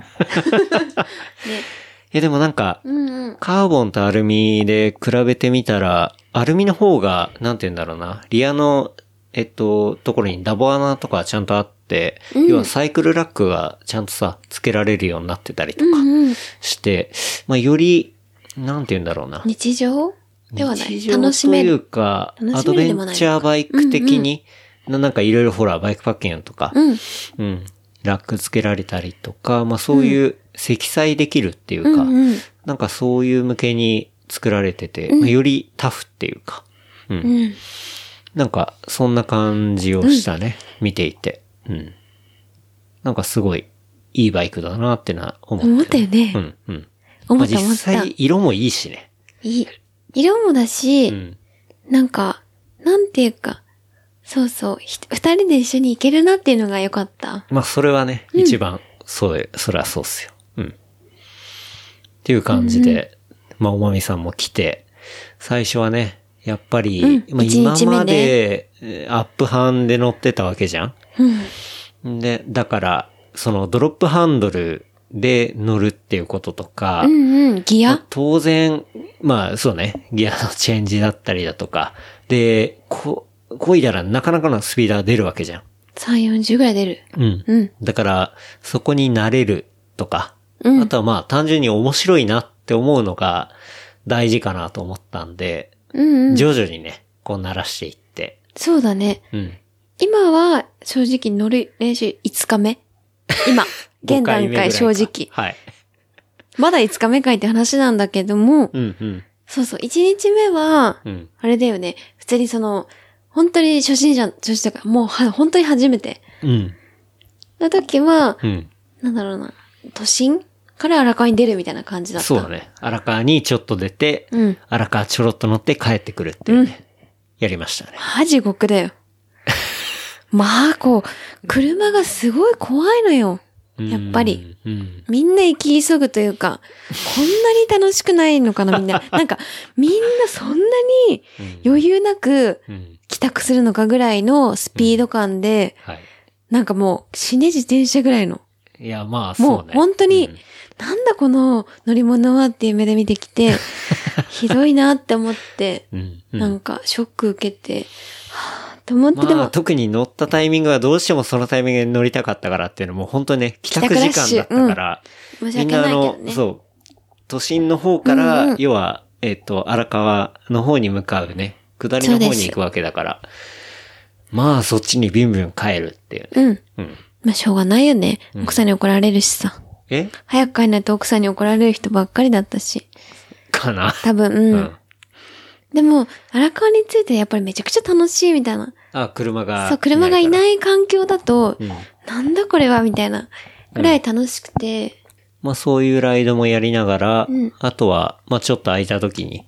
[SPEAKER 2] え、でもなんか、
[SPEAKER 3] うんうん。
[SPEAKER 2] カーボンとアルミで比べてみたら、アルミの方が、なんて言うんだろうな、リアの、えっと、ところにダボ穴とかちゃんとあって、要はサイクルラックがちゃんとさ、付けられるようになってたりとか
[SPEAKER 3] うんうん。
[SPEAKER 2] して、まあ、より、なんて言うんだろうな。
[SPEAKER 3] 日常ではない。
[SPEAKER 2] 日常
[SPEAKER 3] 楽しめ
[SPEAKER 2] とい
[SPEAKER 3] る。
[SPEAKER 2] うか、ア
[SPEAKER 3] 楽し
[SPEAKER 2] ド
[SPEAKER 3] める
[SPEAKER 2] ベ
[SPEAKER 3] で
[SPEAKER 2] ン
[SPEAKER 3] もないのか
[SPEAKER 2] チャーバイク的に、ななんかいろいろほら、バイクパッケンとか、
[SPEAKER 3] うん。
[SPEAKER 2] うん。ラック付けられたりとか、まあそういう積載できるっていうか、
[SPEAKER 3] うんうん
[SPEAKER 2] なんかそういう向けに作られてて、まあよりタフっていうか、うん。
[SPEAKER 3] うん。
[SPEAKER 2] なんかそんな感じをしたね、見ていて。うん。なんかすごいいいバイクだなってな思った、
[SPEAKER 3] 思ったよね
[SPEAKER 2] うん、うん。
[SPEAKER 3] 思
[SPEAKER 2] ま
[SPEAKER 3] った
[SPEAKER 2] あ
[SPEAKER 3] 思
[SPEAKER 2] 実
[SPEAKER 3] った。
[SPEAKER 2] 際色もいいしね。
[SPEAKER 3] いい。色もだし、
[SPEAKER 2] うん。
[SPEAKER 3] なんか、なんていうか、そうそう、ひ二人で一緒に行けるなっていうのが良かった。
[SPEAKER 2] まあそれはね、一番、そうよ、それはそうっすよ。うん。っていう感じで、まあおまみさんも来て、最初はね、やっぱり、
[SPEAKER 3] うん
[SPEAKER 2] まあ
[SPEAKER 3] 一日
[SPEAKER 2] 今
[SPEAKER 3] 目ね
[SPEAKER 2] まで、えーアップハンで乗ってたわけじゃ
[SPEAKER 3] うん。
[SPEAKER 2] んで、だから、そのドロップハンドルで乗るっていうこととか、
[SPEAKER 3] うんうん。ギ
[SPEAKER 2] ま
[SPEAKER 3] ア
[SPEAKER 2] あ当然、まあそうね、ギアのチェンジだったりだとか、で、こ、こいだらなかなかのスピードが出るわけじゃん。
[SPEAKER 3] 3、40ぐらい出る。
[SPEAKER 2] うん。
[SPEAKER 3] うん。
[SPEAKER 2] だから、そこに慣れるとか、
[SPEAKER 3] うん
[SPEAKER 2] あとはまあ単純に面白いなって思うのが大事かなと思ったんで、
[SPEAKER 3] うんうん。
[SPEAKER 2] 徐々にね、こう慣らしていって、
[SPEAKER 3] そうだね。
[SPEAKER 2] うん。
[SPEAKER 3] 今は、正直乗る練習5日目。 今。現
[SPEAKER 2] 5目
[SPEAKER 3] 段
[SPEAKER 2] ぐらい
[SPEAKER 3] 階
[SPEAKER 2] か
[SPEAKER 3] 正直。
[SPEAKER 2] はい。
[SPEAKER 3] まだ5日目かいって話なんだけども、
[SPEAKER 2] うんうん。
[SPEAKER 3] そうそう、1日目は、
[SPEAKER 2] うん。
[SPEAKER 3] あれだよね。普通にその、本当に初心者、初心者か、もうは、本当に初めて。
[SPEAKER 2] うん。
[SPEAKER 3] の時は、
[SPEAKER 2] うん。
[SPEAKER 3] なんだろうな、都心から荒川に出るみたいな感じだった。
[SPEAKER 2] そうだね。荒川にちょっと出て、
[SPEAKER 3] うん
[SPEAKER 2] 荒川ちょろっと乗って帰ってくるっていうね。やりましたね。
[SPEAKER 3] まあ地 獄だよ。まあ、こう、車がすごい怖いのよ。やっぱり。
[SPEAKER 2] うん。うん。
[SPEAKER 3] みんな行き急ぐというか、こんなに楽しくないのかな、み んな。なんか、みんなそんなに余裕なく
[SPEAKER 2] うん。
[SPEAKER 3] 帰宅するのかぐらいのスピード感で、
[SPEAKER 2] はい。
[SPEAKER 3] なんかもう、死ね自転車ぐらいの。
[SPEAKER 2] いや、まあ、そう
[SPEAKER 3] も
[SPEAKER 2] ね。
[SPEAKER 3] う本当に、
[SPEAKER 2] うん
[SPEAKER 3] なんだこの乗り物はっていう目で見てき て、ひどいなって思って、
[SPEAKER 2] うん。うん
[SPEAKER 3] なんかショック受けて、はぁって思って、で
[SPEAKER 2] まあ、
[SPEAKER 3] も、
[SPEAKER 2] 特に乗ったタイミングはどうしてもそのタイミングで乗りたかったからっていうのも本当にね、帰宅時間だったから、
[SPEAKER 3] 申し
[SPEAKER 2] みん
[SPEAKER 3] 訳
[SPEAKER 2] な
[SPEAKER 3] な
[SPEAKER 2] あ
[SPEAKER 3] いけど
[SPEAKER 2] の、
[SPEAKER 3] ね。う。
[SPEAKER 2] そう、都心の方から、
[SPEAKER 3] うんうん
[SPEAKER 2] 要は、えっ、と、荒川の方に向かうね、下りの方
[SPEAKER 3] そうで
[SPEAKER 2] に
[SPEAKER 3] す
[SPEAKER 2] 行くわけだから、まあそっちにビュンビュン帰るっていうね。
[SPEAKER 3] ん。
[SPEAKER 2] うん。
[SPEAKER 3] まあしょうがないよね。奥さんに怒られるしさ。
[SPEAKER 2] え
[SPEAKER 3] 早く帰んないと奥さんに怒られる人ばっかりだったし。
[SPEAKER 2] かな
[SPEAKER 3] 多分、うん。
[SPEAKER 2] うん。
[SPEAKER 3] でも、荒川についてやっぱりめちゃくちゃ楽しいみたいな。
[SPEAKER 2] あ、車が。
[SPEAKER 3] そう、車がい
[SPEAKER 2] いか
[SPEAKER 3] ない環境だと、
[SPEAKER 2] ら。うん。
[SPEAKER 3] なんだこれはみたいな。ぐらい楽しくて、
[SPEAKER 2] まあそういうライドもやりながら、
[SPEAKER 3] うん
[SPEAKER 2] あとは、まあちょっと空いた時に、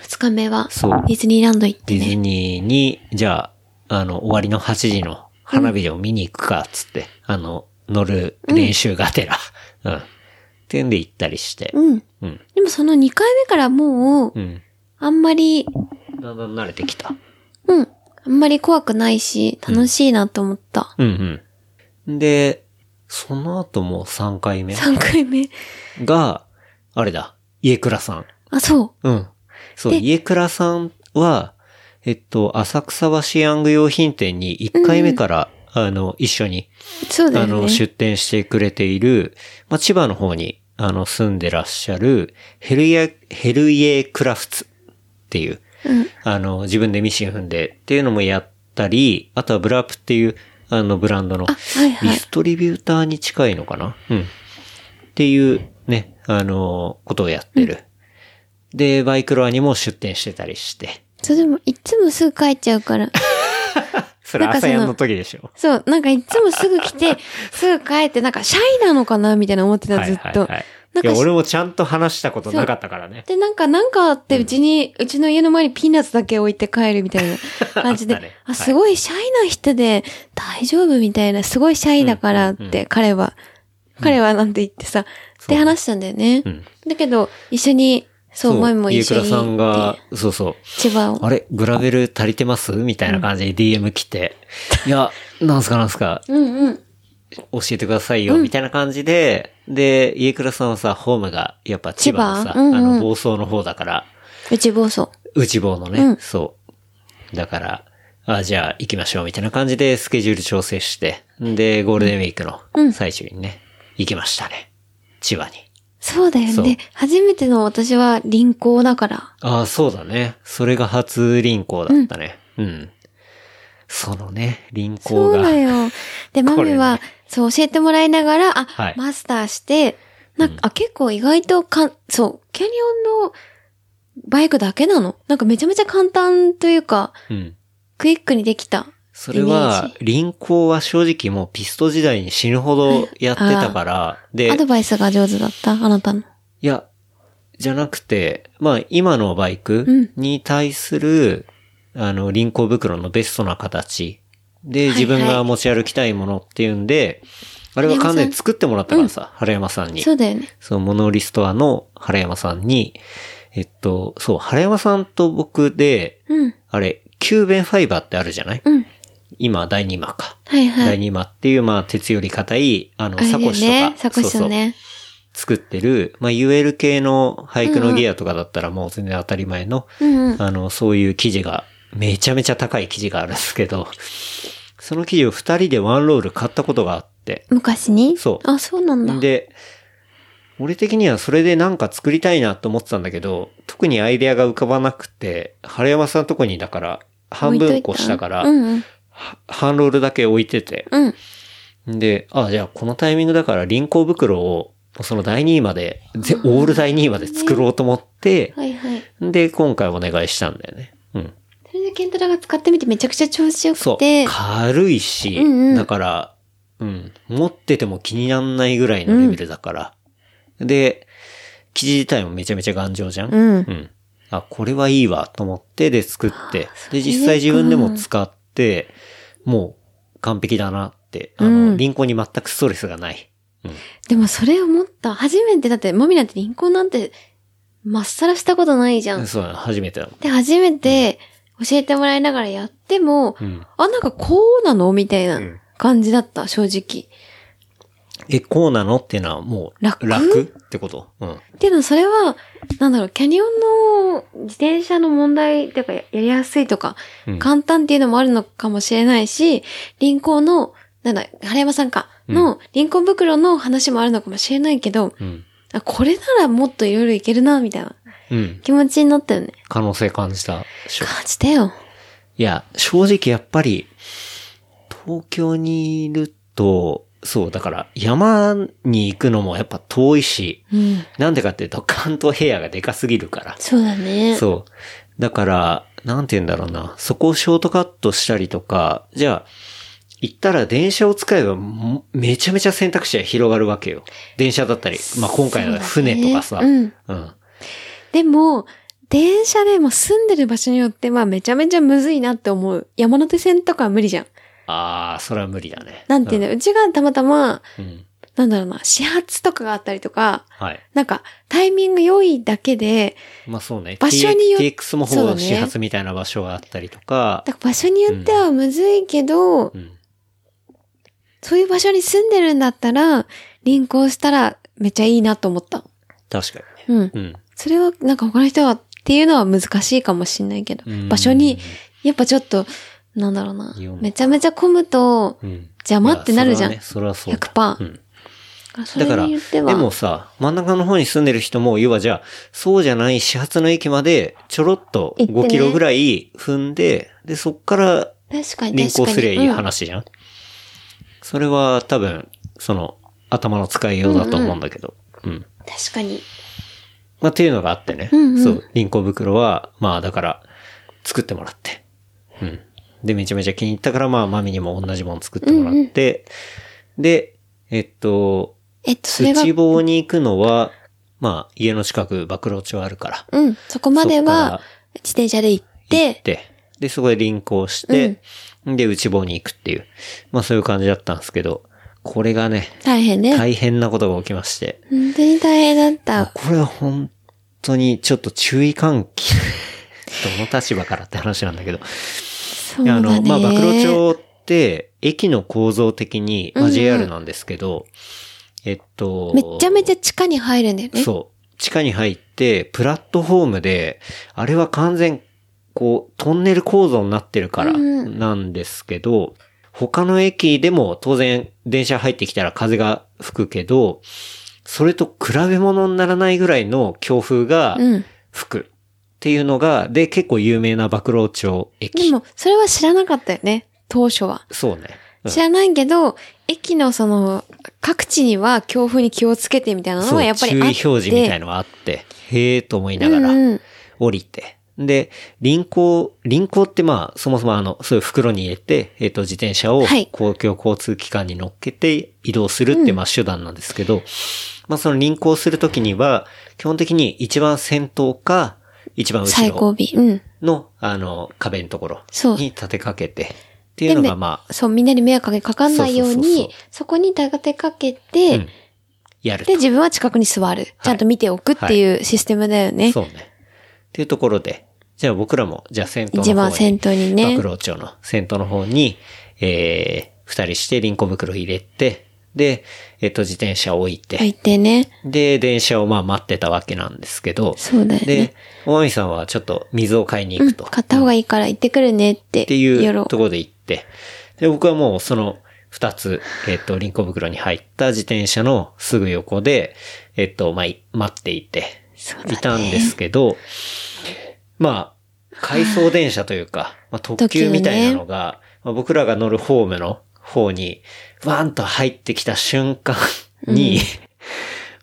[SPEAKER 3] 二日目は、デ
[SPEAKER 2] そう
[SPEAKER 3] ィズニーランド行っ
[SPEAKER 2] デ
[SPEAKER 3] て
[SPEAKER 2] ィズ
[SPEAKER 3] ね。
[SPEAKER 2] ニーに、じゃあ、あの、終わりの8時の花火を見に行くか、つって、あの、乗る練習がてら、うん。っていうんで行ったりして、
[SPEAKER 3] うん。
[SPEAKER 2] うん。
[SPEAKER 3] でもその2回目からもう
[SPEAKER 2] う、ん。
[SPEAKER 3] あんまり、
[SPEAKER 2] だんだん慣れてきた。
[SPEAKER 3] うん、あんまり怖くないし、楽しいなと思った。
[SPEAKER 2] うんうん。で、その後も3回目
[SPEAKER 3] 3回目。
[SPEAKER 2] が、あれだ、家倉さん。
[SPEAKER 3] あ、そ
[SPEAKER 2] うん。そう、家倉さんは、えっと、浅草橋ヤング用品店に1回目から、あの、一緒に
[SPEAKER 3] う。そうだ
[SPEAKER 2] あ
[SPEAKER 3] よ
[SPEAKER 2] の、
[SPEAKER 3] ね。
[SPEAKER 2] 出店してくれている、まあ、千葉の方に、あの、住んでらっしゃる、ヘルイエ、ヘルイエクラフツっていう、
[SPEAKER 3] うん
[SPEAKER 2] あの、自分でミシン踏んでっていうのもやったり、あとはブラップっていう、あの、ブランドの
[SPEAKER 3] あ、、はい
[SPEAKER 2] ディ
[SPEAKER 3] はい。
[SPEAKER 2] ストリビューターに近いのかなうん。っていう、ね、あの、ことをやってる。で、バイクロアにも出店してたりして。
[SPEAKER 3] そう、でも、いつもすぐ帰っちゃうから。
[SPEAKER 2] それ
[SPEAKER 3] なんか
[SPEAKER 2] 朝
[SPEAKER 3] その
[SPEAKER 2] やんの時でしょ。
[SPEAKER 3] そう、なんかいつもすぐ 来て、すぐ帰って、なんかシャイなのかなみたいな思ってた、
[SPEAKER 2] は
[SPEAKER 3] ず
[SPEAKER 2] い
[SPEAKER 3] っ
[SPEAKER 2] はい
[SPEAKER 3] と
[SPEAKER 2] はい。。
[SPEAKER 3] なん
[SPEAKER 2] いや、
[SPEAKER 3] かし
[SPEAKER 2] 俺もちゃんと話したことなかったからね。
[SPEAKER 3] で、なんか、なんかあって、うちに、うちの家の前にピーナッツだけ置いて帰るみたいな感じで、
[SPEAKER 2] あ
[SPEAKER 3] あ,、
[SPEAKER 2] ったね
[SPEAKER 3] すごいシャイな人で、大丈夫みたいな、すごいシャイだからって、彼は、彼はなんて言ってさ、って話したんだよね。
[SPEAKER 2] うん
[SPEAKER 3] だけど、一緒に、そう、萌えも一緒
[SPEAKER 2] 家倉さん
[SPEAKER 3] に行っ
[SPEAKER 2] が
[SPEAKER 3] て、、
[SPEAKER 2] そうそう。
[SPEAKER 3] 千葉を
[SPEAKER 2] あ。れグラベル 足りてますみたいな感じで DM 来て。いや、なんすかなんすか。
[SPEAKER 3] うんうん。
[SPEAKER 2] 教えてくださいよ、みたいな感じで、で、家倉さんはさ、ホームが、やっぱ千葉のさ、
[SPEAKER 3] 千葉うんうん
[SPEAKER 2] あの、房総の方だから、
[SPEAKER 3] うち暴走。
[SPEAKER 2] 内房のね、
[SPEAKER 3] うん
[SPEAKER 2] そう。だから、あ、じゃあ行きましょう、みたいな感じでスケジュール調整して、で、ゴールデンウィークの最中にね、行きましたね。千葉に。
[SPEAKER 3] そうだ
[SPEAKER 2] そ
[SPEAKER 3] よ
[SPEAKER 2] う
[SPEAKER 3] ね。初めての私は輪行だから。
[SPEAKER 2] ああ、そうだね。それが初輪行だったね。うん。そのね、輪
[SPEAKER 3] そ
[SPEAKER 2] 行
[SPEAKER 3] う
[SPEAKER 2] が。
[SPEAKER 3] だよ。で、マ
[SPEAKER 2] これね
[SPEAKER 3] ミは、そう教えてもらいながら、あ、
[SPEAKER 2] はい
[SPEAKER 3] マスターして、なんか、あ、結構意外とかん、そう、キャニオンのバイクだけなのなんかめちゃめちゃ簡単というか、
[SPEAKER 2] うん。
[SPEAKER 3] クイックにできた。
[SPEAKER 2] それは
[SPEAKER 3] イメー、
[SPEAKER 2] 輪行は正直もうピスト時代に死ぬほどやってたから、で、
[SPEAKER 3] アドバイスが上手だったあなたの。
[SPEAKER 2] いや、じゃなくて、まあ今のバイクに対する、あの、輪行袋のベストな形で
[SPEAKER 3] はい
[SPEAKER 2] 自分が持ち歩きたいものっていうんで、あれは完全に作ってもらったからさ、原山さんに。
[SPEAKER 3] そうだよね。
[SPEAKER 2] そのモノリストアの原山さんに、えっと、そう、原山さんと僕で、
[SPEAKER 3] うん。
[SPEAKER 2] あれ、キューベンファイバーってあるじゃない
[SPEAKER 3] うん。
[SPEAKER 2] 今、第2幕か。
[SPEAKER 3] はいは
[SPEAKER 2] 第
[SPEAKER 3] い。
[SPEAKER 2] 2幕っていう、まあ、鉄より硬い、あの、
[SPEAKER 3] あれだ
[SPEAKER 2] サコ
[SPEAKER 3] よ
[SPEAKER 2] ッシュとか
[SPEAKER 3] ね。。サコッシ
[SPEAKER 2] そうそ
[SPEAKER 3] ュ
[SPEAKER 2] う
[SPEAKER 3] ね。
[SPEAKER 2] 作ってる、まあ、UL 系の俳句のギアとかだったらもう全然当たり前の、
[SPEAKER 3] うんうん。
[SPEAKER 2] あの、そういう記事が、めちゃめちゃ高い記事があるんですけど、その記事を二人でワンロール買ったことがあって、
[SPEAKER 3] 昔に
[SPEAKER 2] そう
[SPEAKER 3] あ、そうなんだ。
[SPEAKER 2] で、俺的にはそれでなんか作りたいなと思ってたんだけど、特にアイデアが浮かばなくて、原山さんのとこにだから、半
[SPEAKER 3] 置
[SPEAKER 2] 分
[SPEAKER 3] いと
[SPEAKER 2] こ
[SPEAKER 3] い
[SPEAKER 2] したから、
[SPEAKER 3] うんうん。
[SPEAKER 2] は半ロールだけ置いてて、
[SPEAKER 3] うん。
[SPEAKER 2] で、あ、じゃあこのタイミングだから輪行袋を、その第2位まで、ぜオール第2位まで作ろうと思って、
[SPEAKER 3] はいはい。
[SPEAKER 2] で、今回お願いしたんだよね。うん。
[SPEAKER 3] それでケンタラが使ってみてめちゃくちゃ調子よ
[SPEAKER 2] そ
[SPEAKER 3] く
[SPEAKER 2] う
[SPEAKER 3] て。。
[SPEAKER 2] 軽いし、
[SPEAKER 3] うんうん
[SPEAKER 2] だから、うん。持ってても気になんないぐらいのレベルだから。で、生地自体もめちゃめちゃ頑丈じゃん。
[SPEAKER 3] うん。
[SPEAKER 2] うん。あ、これはいいわと思って、で作って、
[SPEAKER 3] そう
[SPEAKER 2] で、
[SPEAKER 3] いう
[SPEAKER 2] 実際自分でも使って、もう完璧だなって、あ
[SPEAKER 3] う
[SPEAKER 2] の、
[SPEAKER 3] ん
[SPEAKER 2] 輪行に全くストレスがない。
[SPEAKER 3] でもそれ思った。初めてだって、マミなんて輪行なんて、まっさらしたことないじゃん。
[SPEAKER 2] そうなの、初めてだもん。
[SPEAKER 3] で、初めて教えてもらいながらやっても、
[SPEAKER 2] うん。
[SPEAKER 3] あ、なんかこうなのみたいな感じだった、正直。
[SPEAKER 2] え、こうなのっていうのはもう、
[SPEAKER 3] 楽
[SPEAKER 2] ってことうん。
[SPEAKER 3] でもそれは、なんだろう、キャニオンの自転車の問題とかやりやすいとか、
[SPEAKER 2] うん
[SPEAKER 3] 簡単っていうのもあるのかもしれないし、輪行の、なんだ、原山さんか、の輪行袋の話もあるのかもしれないけど、
[SPEAKER 2] うん。
[SPEAKER 3] あこれならもっといろいろいけるな、みたいな
[SPEAKER 2] うん。
[SPEAKER 3] 気持ちになったよね。
[SPEAKER 2] 可能性感じたでしょ。
[SPEAKER 3] 感じたよ。
[SPEAKER 2] いや、正直やっぱり、東京にいると、そう、だから山に行くのもやっぱ遠いし、
[SPEAKER 3] うん。
[SPEAKER 2] なんでかっていうと関東平野がでかすぎるから。
[SPEAKER 3] そうだね。
[SPEAKER 2] そう。だから、なんて言うんだろうな。そこをショートカットしたりとか、じゃあ、行ったら電車を使えばもめちゃめちゃ選択肢が広がるわけよ。電車だったり、まあ今回は
[SPEAKER 3] そうだね
[SPEAKER 2] 船とかさ。
[SPEAKER 3] うん
[SPEAKER 2] うん。
[SPEAKER 3] でも、電車でも住んでる場所によってはめちゃめちゃむずいなって思う。山手線とかは無理じゃん。
[SPEAKER 2] あー、それは無理だね。
[SPEAKER 3] なんていうんだろう、うちがたまたま、
[SPEAKER 2] うん。
[SPEAKER 3] なんだろうな、始発とかがあったりとか、
[SPEAKER 2] はい。
[SPEAKER 3] なんか、タイミング良いだけで、
[SPEAKER 2] まあそうね。
[SPEAKER 3] 場所によ
[SPEAKER 2] TX もほ
[SPEAKER 3] そう
[SPEAKER 2] ぼ
[SPEAKER 3] だね
[SPEAKER 2] 始発みたいな場所があったりとか。
[SPEAKER 3] だから場所によってはむずいけど、
[SPEAKER 2] うん。
[SPEAKER 3] そういう場所に住んでるんだったら、輪行したらめっちゃいいなと思った。
[SPEAKER 2] 確かにね。
[SPEAKER 3] うん。
[SPEAKER 2] うん。
[SPEAKER 3] それは、なんか他の人はっていうのは難しいかもしんないけど
[SPEAKER 2] うん、
[SPEAKER 3] 場所に、やっぱちょっと、なんだろうな
[SPEAKER 2] 日本、
[SPEAKER 3] めちゃめちゃ混むと、
[SPEAKER 2] うん。
[SPEAKER 3] 邪魔ってなるじゃん。
[SPEAKER 2] いやそれはねそれはそうだ。
[SPEAKER 3] 100%
[SPEAKER 2] うん。
[SPEAKER 3] それ
[SPEAKER 2] だから、
[SPEAKER 3] に言って
[SPEAKER 2] で
[SPEAKER 3] は
[SPEAKER 2] もさ、真ん中の方に住んでる人も、要はじゃあ、そうじゃない始発の駅まで、ちょろっと
[SPEAKER 3] 行ってね
[SPEAKER 2] 5キロぐらい踏んで、で、そっから
[SPEAKER 3] 確かに
[SPEAKER 2] 輪
[SPEAKER 3] 確
[SPEAKER 2] 行
[SPEAKER 3] かに。
[SPEAKER 2] すりゃいい
[SPEAKER 3] うん
[SPEAKER 2] 話じゃん、それは多分、その、頭の使いようだと思うんだけど。うん、うん
[SPEAKER 3] 確かに。
[SPEAKER 2] まあ、っていうのがあってね。
[SPEAKER 3] うんうん
[SPEAKER 2] そう、輪行袋は、まあ、だから、作ってもらって。うん。で、めちゃめちゃ気に入ったから、まあ、マミにも同じもの作ってもらって、で、えっと、
[SPEAKER 3] えっと、それが、
[SPEAKER 2] 内房に行くのは、まあ、家の近く、曝露町あるから。
[SPEAKER 3] うん、そこまでは、自転車で行っ
[SPEAKER 2] で
[SPEAKER 3] て、
[SPEAKER 2] で、で、そこで輪行して、で、内房に行くっていう。まあ、そういう感じだったんですけど、これがね、
[SPEAKER 3] 大変ね。
[SPEAKER 2] 大変なことが起きまして。
[SPEAKER 3] 本当に大変だった。
[SPEAKER 2] これは本当にちょっと注意喚 起。どの立場からって話なんだけど。
[SPEAKER 3] そう
[SPEAKER 2] あ
[SPEAKER 3] だね。
[SPEAKER 2] の、まあ、曝露町って、駅の構造的に、ま
[SPEAKER 3] うん
[SPEAKER 2] あ、
[SPEAKER 3] うん
[SPEAKER 2] JR なんですけど、えっと、
[SPEAKER 3] めちゃめちゃ地下に入るんだよね。
[SPEAKER 2] そう。地下に入って、プラットフォームで、あれは完全、こう、トンネル構造になってるから、
[SPEAKER 3] うんうん
[SPEAKER 2] なんですけど、他の駅でも当然、電車入ってきたら風が吹くけど、それと比べ物にならないぐらいの強風が
[SPEAKER 3] うん。
[SPEAKER 2] 吹くっていうのが、で、結構有名な曝露町
[SPEAKER 3] で
[SPEAKER 2] 駅。
[SPEAKER 3] も、それは知らなかったよね。当初は。
[SPEAKER 2] そうね。うん
[SPEAKER 3] 知らないけど、駅のその、各地には強風に気をつけてみたいなの
[SPEAKER 2] そう
[SPEAKER 3] はやっぱりあ
[SPEAKER 2] 注
[SPEAKER 3] っ
[SPEAKER 2] 意
[SPEAKER 3] て。
[SPEAKER 2] 表示みたいのがあって、へえと思いながら、
[SPEAKER 3] うんうん
[SPEAKER 2] 降りて。で、輪行、輪行ってまあ、そもそもあの、そういう袋に入れて、えっ、と、自転車を
[SPEAKER 3] はい
[SPEAKER 2] 公共交通機関に乗っけて移動するってまあ手段なんですけど、まあその輪行するときには、基本的に一番先頭か、一番後
[SPEAKER 3] 最後
[SPEAKER 2] ろ
[SPEAKER 3] 尾。うん。
[SPEAKER 2] の、あの、壁のところ
[SPEAKER 3] そう
[SPEAKER 2] に立てかけて、っていうのがまあ、
[SPEAKER 3] そう、みんなに迷惑かけかかんないよう
[SPEAKER 2] そうそうそうそう
[SPEAKER 3] に、そこに立てかけて、
[SPEAKER 2] うんやると
[SPEAKER 3] で、。自分は近くに座る。ちゃんと見ておくっていうシステムだよね。
[SPEAKER 2] そうね。っていうところで、じゃあ僕らも、じゃあ先頭の方に。
[SPEAKER 3] 一番先頭にね
[SPEAKER 2] マク。ロ町の先頭の方に、えー、二人してリンコ袋入れて、で、えっと、自転車を置いて、
[SPEAKER 3] 入ってね。
[SPEAKER 2] で、電車をまあ待ってたわけなんですけど、
[SPEAKER 3] そうだよね
[SPEAKER 2] で、おまみさんはちょっと水を買いに行
[SPEAKER 3] うん。
[SPEAKER 2] くと。
[SPEAKER 3] 買った方がいいから行ってくるねって。
[SPEAKER 2] っていう
[SPEAKER 3] 夜を
[SPEAKER 2] ところで行って、で、僕はもうその二つ、えっ、と、リンコ袋に入った自転車のすぐ横で、えっ、と、まあ、い待っていて、
[SPEAKER 3] そう
[SPEAKER 2] い
[SPEAKER 3] だ
[SPEAKER 2] たんですけど、まあ、回送電車というか、まあ、特急みたいなのが、まあ僕らが乗るホームの方に、ワンと入ってきた瞬間に、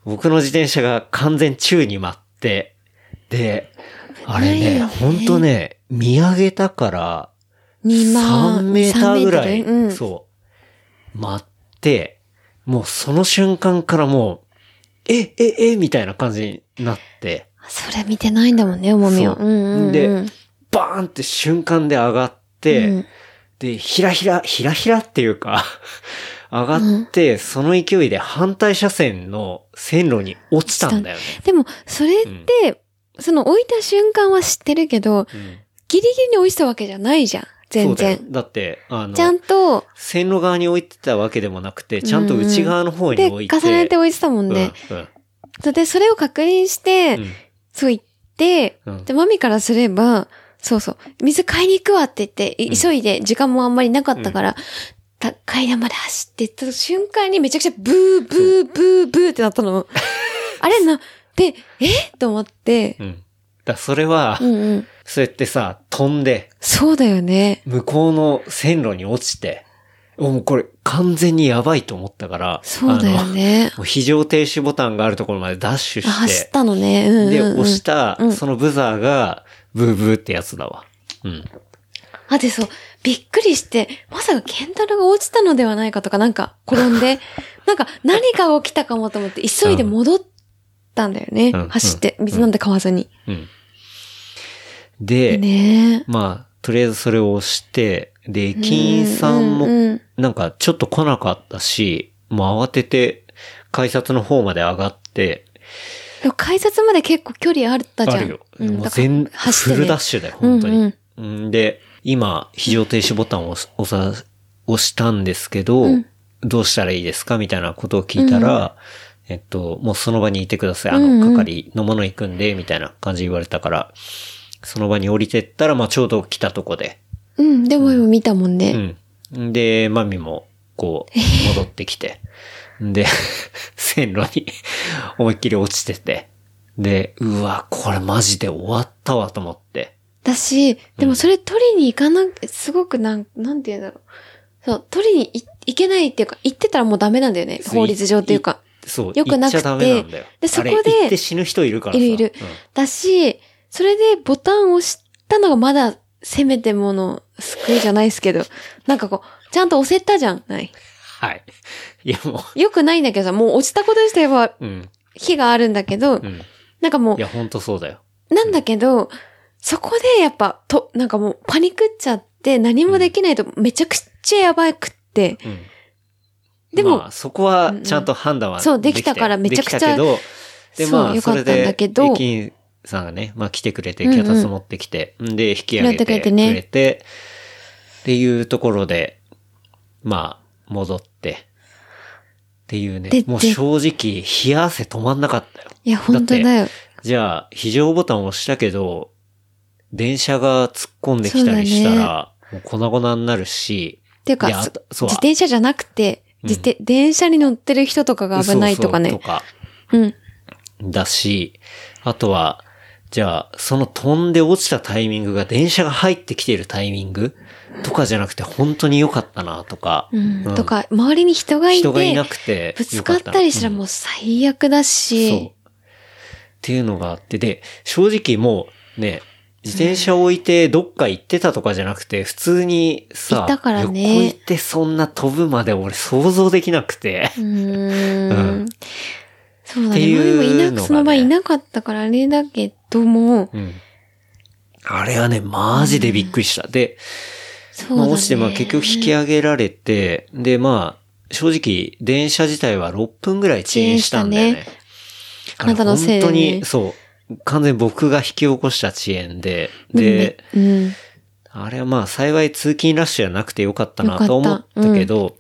[SPEAKER 2] 僕の自転車が完全宙に舞って、で、あれ
[SPEAKER 3] ない
[SPEAKER 2] ね、
[SPEAKER 3] よね
[SPEAKER 2] ほんとね、見上げたから、
[SPEAKER 3] 2万。
[SPEAKER 2] 3メーターぐらい、
[SPEAKER 3] 3メートルうん。
[SPEAKER 2] そう、待って、もうその瞬間からもう、え、え、え、みたいな感じになって、
[SPEAKER 3] それ見てないんだもんね、重みを。
[SPEAKER 2] そう
[SPEAKER 3] うんうんうん。
[SPEAKER 2] で、バーンって瞬間で上がって、
[SPEAKER 3] うん
[SPEAKER 2] で、ひらひら、ひらひらっていうか、 上がって、その勢いで反対車線の線路に落ちたんだよね。
[SPEAKER 3] でも、それって、その置いた瞬間は知ってるけど、
[SPEAKER 2] うん
[SPEAKER 3] ギリギリに落ちたわけじゃないじゃん。全
[SPEAKER 2] そうだよ
[SPEAKER 3] 然。
[SPEAKER 2] だって、あの
[SPEAKER 3] ち、ゃんと、
[SPEAKER 2] 線路側に置いてたわけでもなくて、ちゃんと内側の方に
[SPEAKER 3] で、
[SPEAKER 2] 置
[SPEAKER 3] 重
[SPEAKER 2] いて。
[SPEAKER 3] ねて置いてたもんね。
[SPEAKER 2] うん。うん
[SPEAKER 3] で、それを確認して、
[SPEAKER 2] うん
[SPEAKER 3] そう言って、
[SPEAKER 2] うん
[SPEAKER 3] で、マミからすれば、そうそう、水買いに行くわって言って、い
[SPEAKER 2] うん
[SPEAKER 3] 急いで、時間もあんまりなかったから、た階段まで走ってった瞬間にめちゃくちゃブー、ブー、ブー、ブーってなった の。あれな、で、えと思って
[SPEAKER 2] う、ん。だからそれは、
[SPEAKER 3] うんうん。
[SPEAKER 2] そうやってさ、飛んで、
[SPEAKER 3] そうだよね。
[SPEAKER 2] 向こうの線路に落ちて、もうこれ完全にやばいと思ったから、
[SPEAKER 3] そうだ
[SPEAKER 2] あ
[SPEAKER 3] よ
[SPEAKER 2] の
[SPEAKER 3] ね。
[SPEAKER 2] もう非常停止ボタンがあるところまでダッシュ
[SPEAKER 3] あ走
[SPEAKER 2] し、
[SPEAKER 3] ってたのね。うんうん、
[SPEAKER 2] で、
[SPEAKER 3] うん。
[SPEAKER 2] 押した
[SPEAKER 3] う、ん
[SPEAKER 2] そのブザーが、ブーブーってやつだわ。うん。
[SPEAKER 3] あ、で、そう、びっくりして、まさかケンタロウが落ちたのではないかとか、なんか、転 んで、なんか、何が起きたかもと思って、急いで戻ったんだよね。
[SPEAKER 2] うん
[SPEAKER 3] 走って、水なんて買わずに。
[SPEAKER 2] うん。で、
[SPEAKER 3] ねえ。
[SPEAKER 2] まあ、とりあえずそれを押して、で、駅員さん
[SPEAKER 3] う
[SPEAKER 2] も、
[SPEAKER 3] ん
[SPEAKER 2] なんかちょっと来なかったし、もう慌てて、改札の方まで上がって、
[SPEAKER 3] でも改札まで結構距離あったじゃん。
[SPEAKER 2] あるよ。
[SPEAKER 3] ん
[SPEAKER 2] もう
[SPEAKER 3] だから
[SPEAKER 2] 全、フルダッシュだよ、本当に。
[SPEAKER 3] うん
[SPEAKER 2] うんで、今、非常停止ボタンを押す押さ、押したんですけど、
[SPEAKER 3] うん
[SPEAKER 2] どうしたらいいですかみたいなことを聞いたら、えっと、もうその場にいてください。あ
[SPEAKER 3] うんう
[SPEAKER 2] の、
[SPEAKER 3] ん
[SPEAKER 2] 係のもの行くんで、みたいな感じ言われたから、その場に降りてったら、まあちょうど来たとこで。
[SPEAKER 3] うん、でも今見たもんね。
[SPEAKER 2] うん。で、マミも、こう、戻ってきて。で、 線路に 思いっきり落ちてて。で、うわ、これマジで終わったわと思って。
[SPEAKER 3] だし、でもそれ取りに行かな、すごくなん、なんて言うんだろう。そう、取りに行行けないっていうか、行ってたらもうダメなんだよね。 法律上っていうか。
[SPEAKER 2] そう。
[SPEAKER 3] よくなくて
[SPEAKER 2] 行っちゃダメなんだよ。
[SPEAKER 3] でそこで
[SPEAKER 2] あれ行って死ぬ人いるからさ。
[SPEAKER 3] いるいるだし、それでボタンを押したのがまだ、せめてもの救いじゃないですけど、なんかこう、ちゃんと押せたじゃん。ない。
[SPEAKER 2] はい。いやも
[SPEAKER 3] よくないんだけどさ、もう落ちたことにしては
[SPEAKER 2] う、うん、
[SPEAKER 3] 火があるんだけど
[SPEAKER 2] う、ん。
[SPEAKER 3] なんかも
[SPEAKER 2] いや、ほんとそうだよ。
[SPEAKER 3] う、なんだけど、そこでやっぱ、と、なんかもうパニックっちゃって何もできないとめちゃくちゃやばくって、
[SPEAKER 2] うん。
[SPEAKER 3] でも
[SPEAKER 2] まあ、そこは、ちゃんと判断は
[SPEAKER 3] うんそう
[SPEAKER 2] でき
[SPEAKER 3] できたからめちゃくち
[SPEAKER 2] で
[SPEAKER 3] ゃ
[SPEAKER 2] きたけど、で、ま
[SPEAKER 3] そう
[SPEAKER 2] あ、
[SPEAKER 3] よ
[SPEAKER 2] そ
[SPEAKER 3] かっ
[SPEAKER 2] れ
[SPEAKER 3] たんだ
[SPEAKER 2] で、
[SPEAKER 3] けど
[SPEAKER 2] 駅員さんがね、まあ来てくれて、脚立持ってきて、んで、引き上げて
[SPEAKER 3] やってくれ
[SPEAKER 2] く
[SPEAKER 3] てね
[SPEAKER 2] れて、っていうところで、まあ、戻って。っていうね
[SPEAKER 3] で。
[SPEAKER 2] もう
[SPEAKER 3] で
[SPEAKER 2] 正直、冷や汗止まんなかったよ。
[SPEAKER 3] いや、本当だよ。
[SPEAKER 2] じゃあ、非常ボタンを押したけど、電車が突っ込んできたりしたら、もう粉々になるし、
[SPEAKER 3] っていうか、
[SPEAKER 2] いや
[SPEAKER 3] そ
[SPEAKER 2] あとそう
[SPEAKER 3] 自転車じゃなくて、自転、電車に乗ってる人とかが危ないとかね。
[SPEAKER 2] そうそうとか、
[SPEAKER 3] うん。
[SPEAKER 2] だし、あとは、じゃあ、その飛んで落ちたタイミングが電車が入ってきてるタイミングとかじゃなくて本当に良かったなとか、
[SPEAKER 3] うん。
[SPEAKER 2] うん
[SPEAKER 3] とか、周りに人がいて、
[SPEAKER 2] 人がいなくて
[SPEAKER 3] ぶつかったりしたらもう最悪だ
[SPEAKER 2] そう。
[SPEAKER 3] し
[SPEAKER 2] っ、ていうのがあって、で、正直もうね、自転車置いてどっか行ってたとかじゃなくて、普通にさ、
[SPEAKER 3] いたからね
[SPEAKER 2] 横行ってそんな飛ぶまで俺想像できなくて。
[SPEAKER 3] うー
[SPEAKER 2] うん
[SPEAKER 3] ん。そうだ
[SPEAKER 2] って
[SPEAKER 3] ね。
[SPEAKER 2] いう
[SPEAKER 3] 前もい
[SPEAKER 2] のが
[SPEAKER 3] なく、
[SPEAKER 2] ね
[SPEAKER 3] その場いなかったからあれだけども、
[SPEAKER 2] うん。あれはね、マジでびっくりした。で、
[SPEAKER 3] そ
[SPEAKER 2] ま
[SPEAKER 3] うだ
[SPEAKER 2] あ
[SPEAKER 3] ね。
[SPEAKER 2] 落ちて、まあ結局引き上げられて、で、まあ、正直、電車自体は6分ぐらい遅延したんだよね。
[SPEAKER 3] 遅延あなたのせいで
[SPEAKER 2] 本当に、そう。完全に僕が引き起こした遅延で、で、
[SPEAKER 3] うん、うん。
[SPEAKER 2] あれはまあ幸い通勤ラッシュじゃなくてよかったなと思ったけど、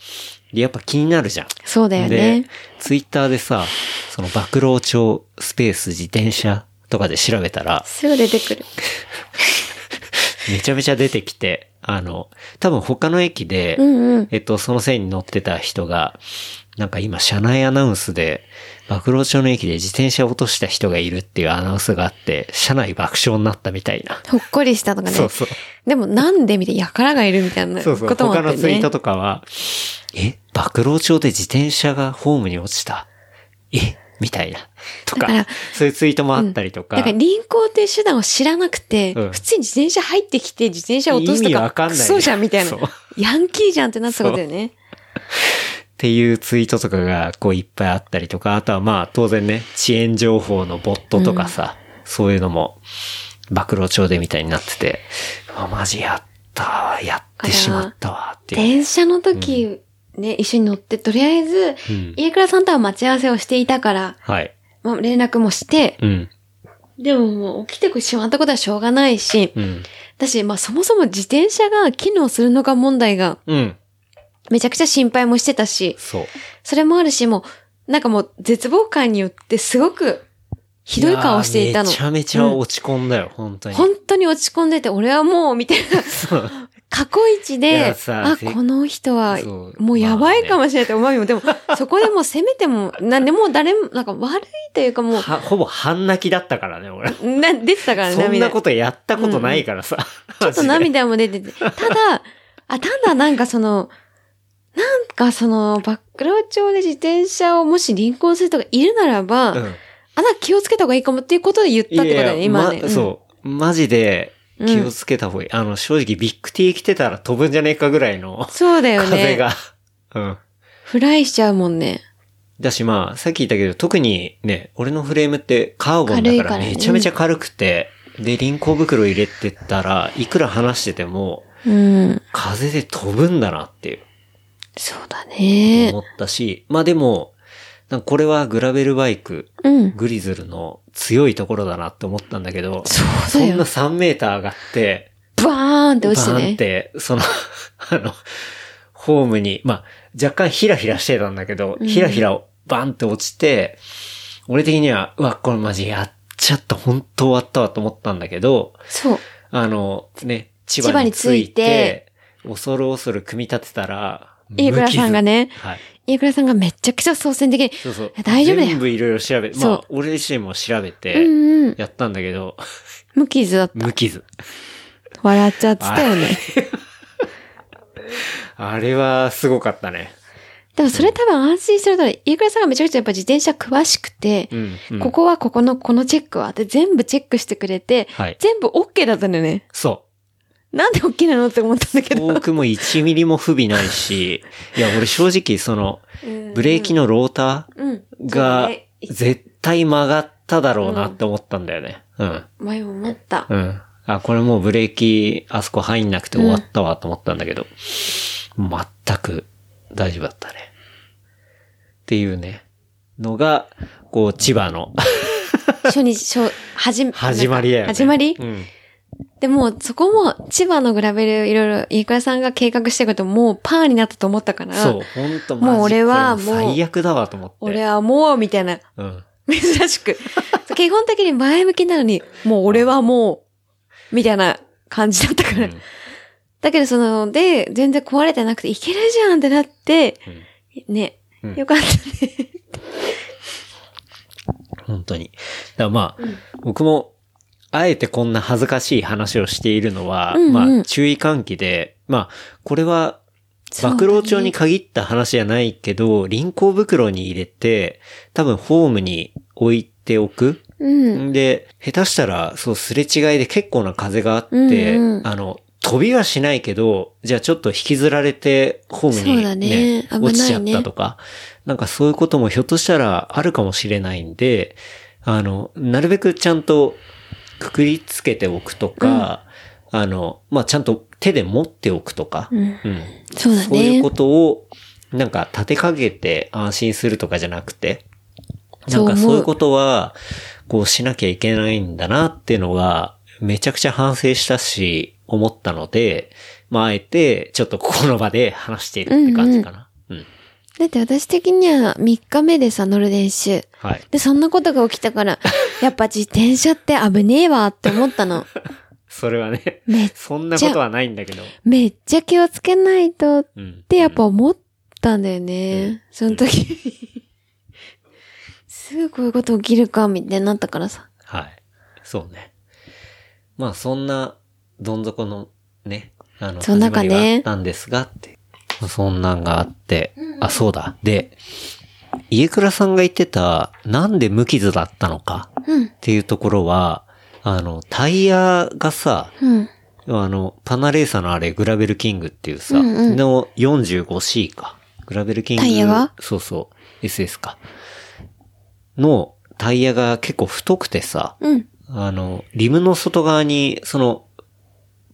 [SPEAKER 2] やっぱ気になるじゃん。
[SPEAKER 3] そうだよ
[SPEAKER 2] で
[SPEAKER 3] ね。、
[SPEAKER 2] ツイッターでさ、その暴露町スペース自転車とかで調べたら、
[SPEAKER 3] すぐ出てくる。
[SPEAKER 2] めちゃめちゃ出てきて、あの、多分他の駅で、
[SPEAKER 3] うんうん。
[SPEAKER 2] えっと、その線に乗ってた人が、なんか今、車内アナウンスで、爆露町の駅で自転車を落とした人がいるっていうアナウンスがあって、車内爆笑になったみたいな。
[SPEAKER 3] ほっこりしたとかね。
[SPEAKER 2] そうそう。
[SPEAKER 3] でもなんでみたいな、やからがいるみたいな
[SPEAKER 2] そ
[SPEAKER 3] こ
[SPEAKER 2] うそう。
[SPEAKER 3] ともあ
[SPEAKER 2] 他
[SPEAKER 3] った
[SPEAKER 2] の
[SPEAKER 3] よ
[SPEAKER 2] ツイー
[SPEAKER 3] ね
[SPEAKER 2] ト。とかは、え爆露町で自転車がホームに落ちたえみたいな。とか
[SPEAKER 3] だから
[SPEAKER 2] そういうツイートもあったりとか。
[SPEAKER 3] だから、輪行っていう手段を知らなくて、
[SPEAKER 2] うん
[SPEAKER 3] 普通に自転車入ってきて、自転車落とすと
[SPEAKER 2] 意味
[SPEAKER 3] か、
[SPEAKER 2] わかんない
[SPEAKER 3] ク
[SPEAKER 2] ね
[SPEAKER 3] ソじゃんみたいな
[SPEAKER 2] そう。
[SPEAKER 3] ヤンキーじゃんってなったことだよね。
[SPEAKER 2] っていうツイートとかがこういっぱいあったりとか、あとはまあ当然ね、遅延情報のボットとかさ、そういうのも、暴露帳でみたいになってて、あ、マジやったわ、やってしまったわっていう。
[SPEAKER 3] 電車の時、ね、一緒に乗って、とりあえず
[SPEAKER 2] うん、
[SPEAKER 3] 家倉さんとは待ち合わせをしていたから、
[SPEAKER 2] はい。
[SPEAKER 3] まあ、連絡もして、
[SPEAKER 2] うん。
[SPEAKER 3] でももう起きてしまったことはしょうがないし、
[SPEAKER 2] うん。
[SPEAKER 3] だし、まあそもそも自転車が機能するのか問題が、
[SPEAKER 2] うん。
[SPEAKER 3] めちゃくちゃ心配もしてたし、
[SPEAKER 2] そう。
[SPEAKER 3] それもあるし、もう、なんかもう絶望感によってすごく、ひどい顔をしていたの。
[SPEAKER 2] やーめちゃめちゃ
[SPEAKER 3] うん
[SPEAKER 2] 落ち込んだよ、本当に。
[SPEAKER 3] 本当に落ち込んでて、俺はもう、みたい な。
[SPEAKER 2] そう
[SPEAKER 3] 過去一
[SPEAKER 2] いや
[SPEAKER 3] で、
[SPEAKER 2] さ
[SPEAKER 3] あ、
[SPEAKER 2] せ
[SPEAKER 3] この人は
[SPEAKER 2] そ、う
[SPEAKER 3] もうやば
[SPEAKER 2] ま
[SPEAKER 3] い
[SPEAKER 2] あね
[SPEAKER 3] かもしれないって思うよ。でも、そこでもうせめても、なんでもう誰も、なんか悪いというか
[SPEAKER 2] は
[SPEAKER 3] も
[SPEAKER 2] ほぼ半泣きだったからね、俺。
[SPEAKER 3] う、な、出てたからね、
[SPEAKER 2] そん
[SPEAKER 3] 涙。
[SPEAKER 2] な
[SPEAKER 3] ちょ
[SPEAKER 2] ことやったことないからさ。
[SPEAKER 3] っと涙も出てて。ただ、あ、ただなんかその、なんかその、バックロー町で自転車をもし輪行する人がいるならば、
[SPEAKER 2] うん
[SPEAKER 3] あ、なんか気をつけた方がいいかもっていうことで言ったってことだよね、今ね。
[SPEAKER 2] まそう。マジで気をつけた方がいい。あの、正直ビッグ T 来てたら飛ぶんじゃねえかぐらいの
[SPEAKER 3] うん。そうだよね。
[SPEAKER 2] 風が。うん。
[SPEAKER 3] フライしちゃうもんね。
[SPEAKER 2] だしまあ、さっき言ったけど、特にね、俺のフレームってカーボンだ
[SPEAKER 3] 軽い
[SPEAKER 2] か
[SPEAKER 3] かららね
[SPEAKER 2] めちゃめちゃ軽くて、で、輪行袋入れてったら、いくら離してても、
[SPEAKER 3] うん。
[SPEAKER 2] 風で飛ぶんだなっていう。
[SPEAKER 3] そうだね。
[SPEAKER 2] 思ったし、まあでも、なんかこれはグラベルバイク、
[SPEAKER 3] うん。
[SPEAKER 2] グリズルの強いところだなって思ったんだけど、
[SPEAKER 3] そう
[SPEAKER 2] そ
[SPEAKER 3] だ
[SPEAKER 2] んな
[SPEAKER 3] よ。
[SPEAKER 2] 3メーター上がって、
[SPEAKER 3] バーンって落ちて
[SPEAKER 2] バーン
[SPEAKER 3] ね
[SPEAKER 2] っ。て、その、 あの、ホームに、まあ、若干ヒラヒラしてたんだけど、ヒラヒラバンって落ちて、俺的には、うわ、これマジやっちゃった、本当終わったわと思ったんだけど、
[SPEAKER 3] そう。
[SPEAKER 2] あの、ね、千
[SPEAKER 3] 千
[SPEAKER 2] 葉
[SPEAKER 3] 葉
[SPEAKER 2] に
[SPEAKER 3] に
[SPEAKER 2] つ
[SPEAKER 3] 着
[SPEAKER 2] い
[SPEAKER 3] い
[SPEAKER 2] て
[SPEAKER 3] て、
[SPEAKER 2] 恐る恐る組み立てたら、
[SPEAKER 3] 飯倉さんがね
[SPEAKER 2] 無傷はい。
[SPEAKER 3] イ倉さんがめちゃくちゃ総選的に、
[SPEAKER 2] そうそう。
[SPEAKER 3] 大丈夫だよ
[SPEAKER 2] 全部いろいろ調べ、ま
[SPEAKER 3] そ
[SPEAKER 2] あ
[SPEAKER 3] う、
[SPEAKER 2] 俺自身も調べ
[SPEAKER 3] う
[SPEAKER 2] て、
[SPEAKER 3] んうん。
[SPEAKER 2] やったんだけど、
[SPEAKER 3] 無傷だった。
[SPEAKER 2] 無傷。
[SPEAKER 3] 笑っちゃってたよね。
[SPEAKER 2] あれはすごかったね。
[SPEAKER 3] でもそれ多分安心してるだろう。イ倉さんがめちゃくちゃやっぱ自転車詳しくて
[SPEAKER 2] う、ん。うん
[SPEAKER 3] ここはここの、このチェックはって全部チェックしてくれて、
[SPEAKER 2] はい
[SPEAKER 3] 全部 OK だったんだよね。
[SPEAKER 2] そう。
[SPEAKER 3] なんで OK なのって思ったんだけど。
[SPEAKER 2] 僕も1ミリも不備ない し、いや、俺正直その、ブレーキのロータ
[SPEAKER 3] うん。
[SPEAKER 2] ーが
[SPEAKER 3] そうね
[SPEAKER 2] 絶対曲がっただろうなって思ったんだよね。うん。
[SPEAKER 3] 前も思った。
[SPEAKER 2] うん。あ、これもうブレーキ、あそこ入んなくて終わったわと思ったんだけど、全く大丈夫だったね。っていうね、のが、こ う、千葉の
[SPEAKER 3] 初日、初、始め、
[SPEAKER 2] 始まりだよね。
[SPEAKER 3] 始まり
[SPEAKER 2] うん。
[SPEAKER 3] でも、そこも、千葉のグラベル、いろいろ、飯倉さんが計画してること、もうパーになったと思ったから、
[SPEAKER 2] そう、ほんとマジ
[SPEAKER 3] もう俺はもう
[SPEAKER 2] これ最悪だわと思って。
[SPEAKER 3] 俺はもう、みたいな、
[SPEAKER 2] うん。
[SPEAKER 3] 珍しく。基本的に前向きなのに、もう俺はもう、みたいな感じだったから。
[SPEAKER 2] うん
[SPEAKER 3] だけど、その、で、全然壊れてなくて、いけるじゃんってなって、ね、
[SPEAKER 2] うん
[SPEAKER 3] よかったね。
[SPEAKER 2] 本当に。だからまあ、僕も、あえてこんな恥ずかしい話をしているのは、
[SPEAKER 3] うんうん
[SPEAKER 2] まあ、注意喚起で、まあ、これは、
[SPEAKER 3] そうだね
[SPEAKER 2] 爆露町に限った話じゃないけど、輪行袋に入れて、多分ホームに置いておく。
[SPEAKER 3] うん。
[SPEAKER 2] で、下手したら、そう、すれ違いで結構な風があって、
[SPEAKER 3] うんうん
[SPEAKER 2] あの、飛びはしないけど、じゃあちょっと引きずられて、ホーム
[SPEAKER 3] そう
[SPEAKER 2] に
[SPEAKER 3] だ
[SPEAKER 2] ね、
[SPEAKER 3] ね危ないね
[SPEAKER 2] 落ちちゃったとか、なんかそういうこともひょっとしたらあるかもしれないんで、あの、なるべくちゃんとくくりつけておくとか、あの、まあ、ちゃんと手で持っておくとか、
[SPEAKER 3] うん。
[SPEAKER 2] うん
[SPEAKER 3] そうだね。
[SPEAKER 2] そういうことを、なんか立てかけて安心するとかじゃなくて、なんか
[SPEAKER 3] そう思う
[SPEAKER 2] そういうことは、こうしなきゃいけないんだなっていうのが、めちゃくちゃ反省したし、思ったので、まあ、あえて、ちょっとここの場で話しているって感じかな。うん、
[SPEAKER 3] だって私的には3日目でさ、乗る練習。
[SPEAKER 2] はい。
[SPEAKER 3] で、そんなことが起きたから、やっぱ自転車って危ねえわって思ったの。
[SPEAKER 2] それはね、
[SPEAKER 3] めっ
[SPEAKER 2] そんなことはないんだけど。
[SPEAKER 3] めっちゃ気をつけないとっ
[SPEAKER 2] うん。
[SPEAKER 3] てやっぱ思ったんだよね。その時。 すぐこういうこと起きるか、みたいになったからさ。
[SPEAKER 2] はい。そうね。まあそんな、どん底のね、あの、
[SPEAKER 3] そんなかね
[SPEAKER 2] 始まりはあったんですがって。まあそんなんがあって、あ、そうだ。で、家倉さんが言ってた、なんで無傷だったのか
[SPEAKER 3] うん
[SPEAKER 2] っ。ていうところは、あの、タイヤがさ、
[SPEAKER 3] うん。
[SPEAKER 2] あの、パナレーサのあれ、グラベルキングっていうさ、
[SPEAKER 3] うんうん
[SPEAKER 2] の 45C か。グラベルキング。
[SPEAKER 3] タイヤが
[SPEAKER 2] そうそう。SS か。のタイヤが結構太くてさ、
[SPEAKER 3] うん。
[SPEAKER 2] あの、リムの外側に、その、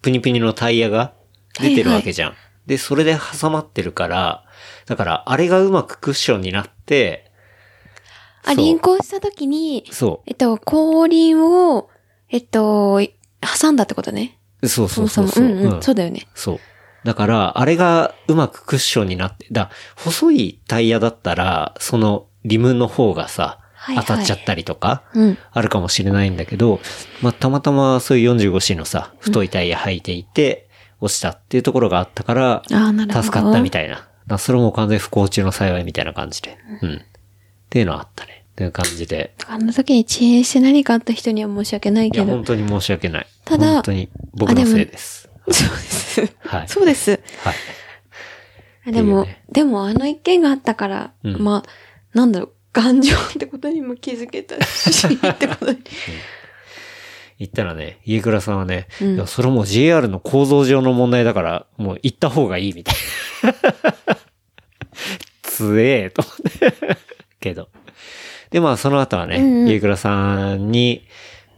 [SPEAKER 2] プニプニのタイヤが出てるわけじゃん。で、それで挟まってるから、だから、あれがうまくクッションになって、
[SPEAKER 3] あ、
[SPEAKER 2] そう
[SPEAKER 3] 輪行した時に、
[SPEAKER 2] そ
[SPEAKER 3] えっと、後輪を、えっと、挟んだってことね。
[SPEAKER 2] う。そう
[SPEAKER 3] そ
[SPEAKER 2] そう
[SPEAKER 3] も
[SPEAKER 2] そ
[SPEAKER 3] そうも。
[SPEAKER 2] そうう。
[SPEAKER 3] んうん。
[SPEAKER 2] ん
[SPEAKER 3] そうだよね。
[SPEAKER 2] そう。だから、あれがうまくクッションになって、だ、細いタイヤだったら、その、リムの方がさ、
[SPEAKER 3] はいはい
[SPEAKER 2] 当たっちゃったりとか、
[SPEAKER 3] うん。
[SPEAKER 2] あるかもしれないんだけど、まあ、たまたまそういう 45C のさ、太いタイヤ履いていて、落ちたっていうところがあったから、
[SPEAKER 3] ああ、なるほど。
[SPEAKER 2] 助かったみたいな。だからそれも完全不幸中の幸いみたいな感じで。うん。っていうのはあったね。っていう感じで。
[SPEAKER 3] あの時に遅延して何かあった人には申し訳ない
[SPEAKER 2] い
[SPEAKER 3] け
[SPEAKER 2] や、
[SPEAKER 3] ど
[SPEAKER 2] 本。当に申し訳ない。
[SPEAKER 3] ただ
[SPEAKER 2] 本当に僕のせいです。
[SPEAKER 3] そうです。
[SPEAKER 2] はい。
[SPEAKER 3] そうです。
[SPEAKER 2] はい。
[SPEAKER 3] でも、
[SPEAKER 2] っていうね
[SPEAKER 3] でもあの一件があったから、
[SPEAKER 2] うん
[SPEAKER 3] まあ、なんだろう、頑丈ってことにも気づけた し、ってことに。
[SPEAKER 2] 言ったらね、家倉さんはね、
[SPEAKER 3] うん
[SPEAKER 2] いやそれもう JR の構造上の問題だから、もう行った方がいいみたいな。 つえーと思って。けど。で、まあその後はね、
[SPEAKER 3] うんうん
[SPEAKER 2] 家倉さんに、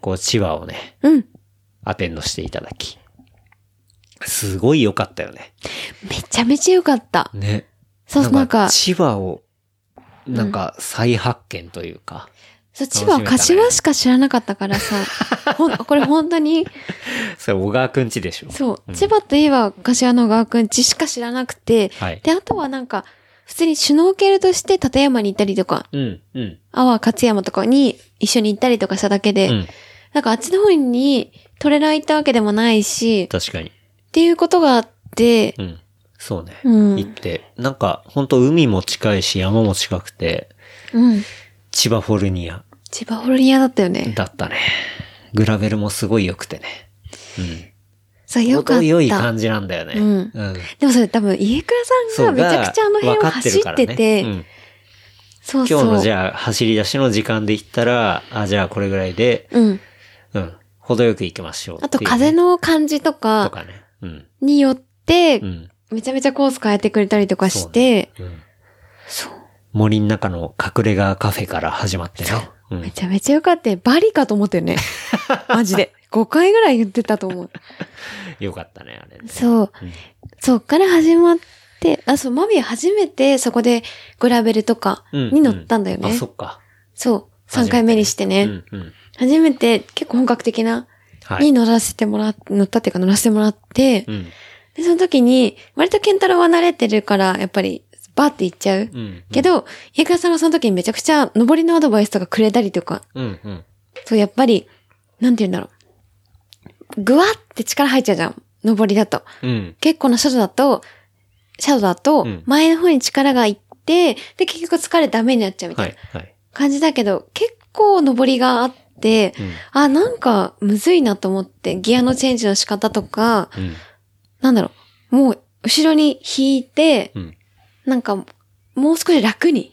[SPEAKER 2] こう、千葉をね、
[SPEAKER 3] うん。
[SPEAKER 2] アテンドしていただき。すごい良かったよね。
[SPEAKER 3] めちゃめちゃ良かった。
[SPEAKER 2] ね。
[SPEAKER 3] そう、なんか、
[SPEAKER 2] 千葉を、なんか再発見というか。
[SPEAKER 3] そう千葉は
[SPEAKER 2] 楽しめたね
[SPEAKER 3] 柏しか知らなかったからさ、ほんこれ本当に、
[SPEAKER 2] それ小川くんちでしょ。
[SPEAKER 3] そう、
[SPEAKER 2] うん
[SPEAKER 3] 千葉といえば柏の川くんちしか知らなくて、
[SPEAKER 2] はい。
[SPEAKER 3] で、あとはなんか、普通にシュノーケルとして立山に行ったりとか、
[SPEAKER 2] うん、うん、
[SPEAKER 3] 阿波勝山とかに一緒に行ったりとかしただけで、
[SPEAKER 2] うん。
[SPEAKER 3] なんかあっちの方にトレーラー行ったわけでもないし、
[SPEAKER 2] 確かに。
[SPEAKER 3] っていうことがあって
[SPEAKER 2] う、ん。そうね。
[SPEAKER 3] うん
[SPEAKER 2] 行って。なんか、本当海も近いし、山も近くて、
[SPEAKER 3] うん。
[SPEAKER 2] 千葉フォルニア
[SPEAKER 3] 千葉フォルニアだったよね。
[SPEAKER 2] だったね。グラベルもすごい良くてね。
[SPEAKER 3] そう、
[SPEAKER 2] うん。
[SPEAKER 3] よかっ
[SPEAKER 2] 程良い
[SPEAKER 3] た。
[SPEAKER 2] 感じなんだよね。
[SPEAKER 3] うん
[SPEAKER 2] うん。
[SPEAKER 3] でもそれ多分、家倉さんがめちゃくちゃあの辺を走ってて、
[SPEAKER 2] うん
[SPEAKER 3] そうそう。
[SPEAKER 2] 今日のじゃあ走り出しの時間で言ったら、あ、じゃあこれぐらいで、
[SPEAKER 3] うん。
[SPEAKER 2] うん、程よく行きましょう
[SPEAKER 3] あと
[SPEAKER 2] っていうね
[SPEAKER 3] 風の感じと
[SPEAKER 2] と
[SPEAKER 3] か
[SPEAKER 2] かね。うん。
[SPEAKER 3] によって
[SPEAKER 2] う、ん。
[SPEAKER 3] めちゃめちゃコース変えてくれたりとかして、
[SPEAKER 2] うん
[SPEAKER 3] そう,、
[SPEAKER 2] 森の中の隠れ家カフェから始まってね。う
[SPEAKER 3] め
[SPEAKER 2] ん。
[SPEAKER 3] ちゃめちゃよかったよ。バリかと 思ってるね。マジで。5回ぐらい言ってたと思う。
[SPEAKER 2] よかったね、あれね。
[SPEAKER 3] そう。
[SPEAKER 2] うん
[SPEAKER 3] そっから始まって、あ、そう、マミは初めてそこでグラベルとかに乗ったんだよね。
[SPEAKER 2] うんあ、そっか。
[SPEAKER 3] そう。
[SPEAKER 2] 初めてね
[SPEAKER 3] 3回目にしてね。
[SPEAKER 2] うん、うん。
[SPEAKER 3] 初めて結構本格的な
[SPEAKER 2] はい
[SPEAKER 3] に乗らせてもらっ、乗ったっていうか乗らせてもらって、
[SPEAKER 2] うん。
[SPEAKER 3] で、その時に、割とケンタロウは慣れてるから、やっぱり、バーって行っちゃう。
[SPEAKER 2] うん。
[SPEAKER 3] けど、家康さんはその時にめちゃくちゃ、登りのアドバイスとかくれたりとか、
[SPEAKER 2] うん、うん。
[SPEAKER 3] そう、やっぱり、なんて言うんだろう。ぐわって力入っちゃうじゃん。登りだと。
[SPEAKER 2] うん。
[SPEAKER 3] 結構なシャドウだと、シャドウだと
[SPEAKER 2] うん、
[SPEAKER 3] 前の方に力がいって、で、結局疲れダメになっちゃうみた
[SPEAKER 2] はい、
[SPEAKER 3] ない
[SPEAKER 2] はい。
[SPEAKER 3] 感じだけど、結構登りがあって、
[SPEAKER 2] うん
[SPEAKER 3] あ、なんか、むずいなと思って、ギアのチェンジの仕方とか、
[SPEAKER 2] うん。
[SPEAKER 3] なんだろう、もう、後ろに引いて、
[SPEAKER 2] うん。
[SPEAKER 3] なんか、もう少し楽に、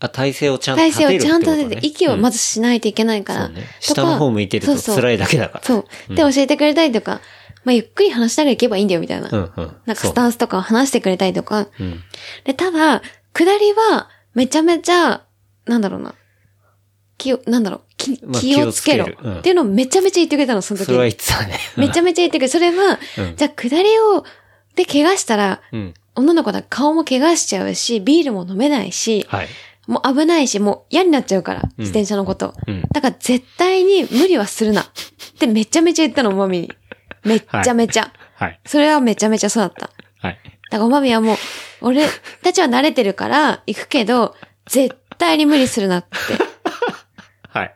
[SPEAKER 2] あ、体勢をちゃんと
[SPEAKER 3] 体
[SPEAKER 2] 立て
[SPEAKER 3] 勢
[SPEAKER 2] る
[SPEAKER 3] を
[SPEAKER 2] って
[SPEAKER 3] ち
[SPEAKER 2] こと
[SPEAKER 3] ゃ
[SPEAKER 2] ね。
[SPEAKER 3] んと立てて、息をま
[SPEAKER 2] ず
[SPEAKER 3] ずしないといけないから、
[SPEAKER 2] そうね。
[SPEAKER 3] とか
[SPEAKER 2] 下の方向いてると
[SPEAKER 3] そうそう
[SPEAKER 2] 辛いだけだから。
[SPEAKER 3] そう。
[SPEAKER 2] うん
[SPEAKER 3] で、教えてくれたりとか、まあ、ゆっくり話しながら行けばいいんだよ、みたいな。
[SPEAKER 2] うん、うん。
[SPEAKER 3] なんかスタンスとかを話してくれたりとか。
[SPEAKER 2] そう。うん。
[SPEAKER 3] で、ただ、下りは、めちゃめちゃ、なんだろうな。気を、なんだろう、気
[SPEAKER 2] まあ
[SPEAKER 3] 気をつけろ
[SPEAKER 2] 気をつけるうん。
[SPEAKER 3] っていうのをめちゃめちゃ言ってくれたの、その時
[SPEAKER 2] それは言ってたね。
[SPEAKER 3] めちゃめちゃ言ってくれそれは、
[SPEAKER 2] うん
[SPEAKER 3] じゃあ下りを、で、怪我したら、
[SPEAKER 2] うん。
[SPEAKER 3] 女の子だから顔も怪我しちゃうし、ビールも飲めないし、
[SPEAKER 2] はい。
[SPEAKER 3] もう危ないし、もう嫌になっちゃうから、
[SPEAKER 2] うん
[SPEAKER 3] 自転車のこと。
[SPEAKER 2] うん
[SPEAKER 3] だから絶対に無理はするな。ってめちゃめちゃ言ったの、おまみに。めっちゃめちゃ。
[SPEAKER 2] はい。
[SPEAKER 3] それはめちゃめちゃそうだった。だ
[SPEAKER 2] はい。
[SPEAKER 3] からおまみはもう、俺たちは慣れてるから行くけど、絶対に無理するなって。
[SPEAKER 2] はい。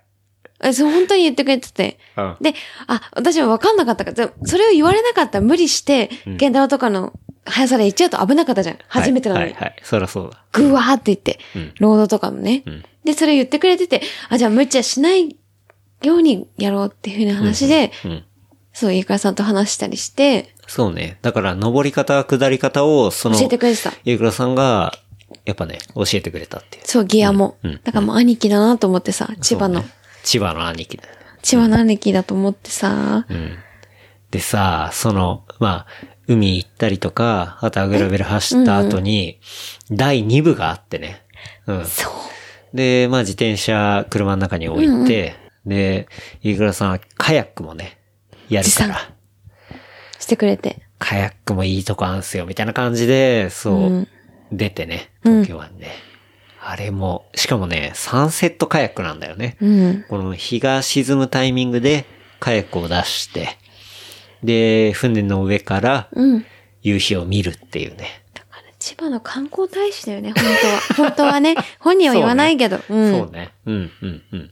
[SPEAKER 3] えそう本当に言ってく れてて。
[SPEAKER 2] うん。
[SPEAKER 3] で、あ、私も分かんなかったからでも、それを言われなかったら無理して、
[SPEAKER 2] うん
[SPEAKER 3] 現代とかの速さで行っちゃうと危なかったじゃん。初めてなの
[SPEAKER 2] はい、
[SPEAKER 3] に
[SPEAKER 2] は。いはい。そらそうだ。
[SPEAKER 3] ぐわーって言って、
[SPEAKER 2] うん
[SPEAKER 3] ロードとかもね。
[SPEAKER 2] うん
[SPEAKER 3] で、それ言ってくれてて、あ、じゃあ無茶しないようにやろうっていうふうな話で、
[SPEAKER 2] うん。
[SPEAKER 3] そう、ゆうかさんと話したりして、
[SPEAKER 2] そうね。だから、登り方、下り方を、その、
[SPEAKER 3] 教えてくれてた。
[SPEAKER 2] ゆうくらさんが、やっぱね、教えてくれたっていう。
[SPEAKER 3] そう、ギアも。
[SPEAKER 2] うんうん
[SPEAKER 3] だからもう兄貴だなと思ってさ、千葉
[SPEAKER 2] そ
[SPEAKER 3] の。
[SPEAKER 2] うね千葉の兄貴だよね。
[SPEAKER 3] 千葉の兄貴だと思ってさ、
[SPEAKER 2] うん。でさ、その、まあ、海行ったりとか、あとアグラベル走った後に、第2部があってね。うん。
[SPEAKER 3] そう。
[SPEAKER 2] で、まあ自転車、車の中に置いて、で、イグラさんはカヤックもね、やるか
[SPEAKER 3] 持
[SPEAKER 2] ら、
[SPEAKER 3] してくれて。
[SPEAKER 2] カヤックもいいとこあんすよ、みたいな感じで、そう、
[SPEAKER 3] うん
[SPEAKER 2] 出てね、東京湾で、あれも、しかもね、サンセットカヤックなんだよね。
[SPEAKER 3] うん。
[SPEAKER 2] この日が沈むタイミングで、カヤックを出して、で、船の上から
[SPEAKER 3] うん。
[SPEAKER 2] 夕日を見るっていうね。
[SPEAKER 3] あれ千葉の観光大使だよね、本当は。本当 はね、本人は言わないけど。う
[SPEAKER 2] そ
[SPEAKER 3] ん。
[SPEAKER 2] うね。うん、うん、うん。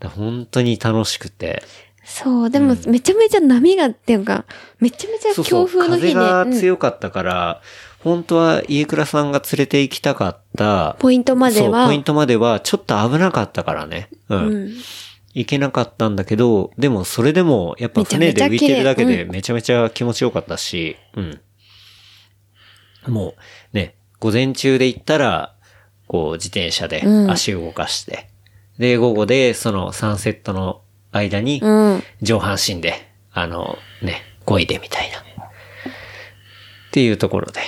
[SPEAKER 2] だ本当に楽しくて。
[SPEAKER 3] そう、でも、めちゃめちゃ波がっていうか、めちゃめち
[SPEAKER 2] そ
[SPEAKER 3] ゃ
[SPEAKER 2] うそ
[SPEAKER 3] 強
[SPEAKER 2] う
[SPEAKER 3] 風の日
[SPEAKER 2] 風
[SPEAKER 3] で、
[SPEAKER 2] が
[SPEAKER 3] うん
[SPEAKER 2] 強かったから、本当は家倉さんが連れて行きたかった、
[SPEAKER 3] ポイントまで
[SPEAKER 2] そう
[SPEAKER 3] は
[SPEAKER 2] ポイ、ントまではちょっと危なかったからね。うん。
[SPEAKER 3] うん
[SPEAKER 2] 行けなかったんだけど、でもそれでもやっぱ船で浮いてるだけでめちゃめちゃ気持ちよかったし、うん。もうね、午前中で行ったら、こう自転車で
[SPEAKER 3] うん
[SPEAKER 2] 足を動かして、で、午後でそのサンセットの間に
[SPEAKER 3] うん。
[SPEAKER 2] 上半身で、あの、ね、漕いでみたいな。っていうところで、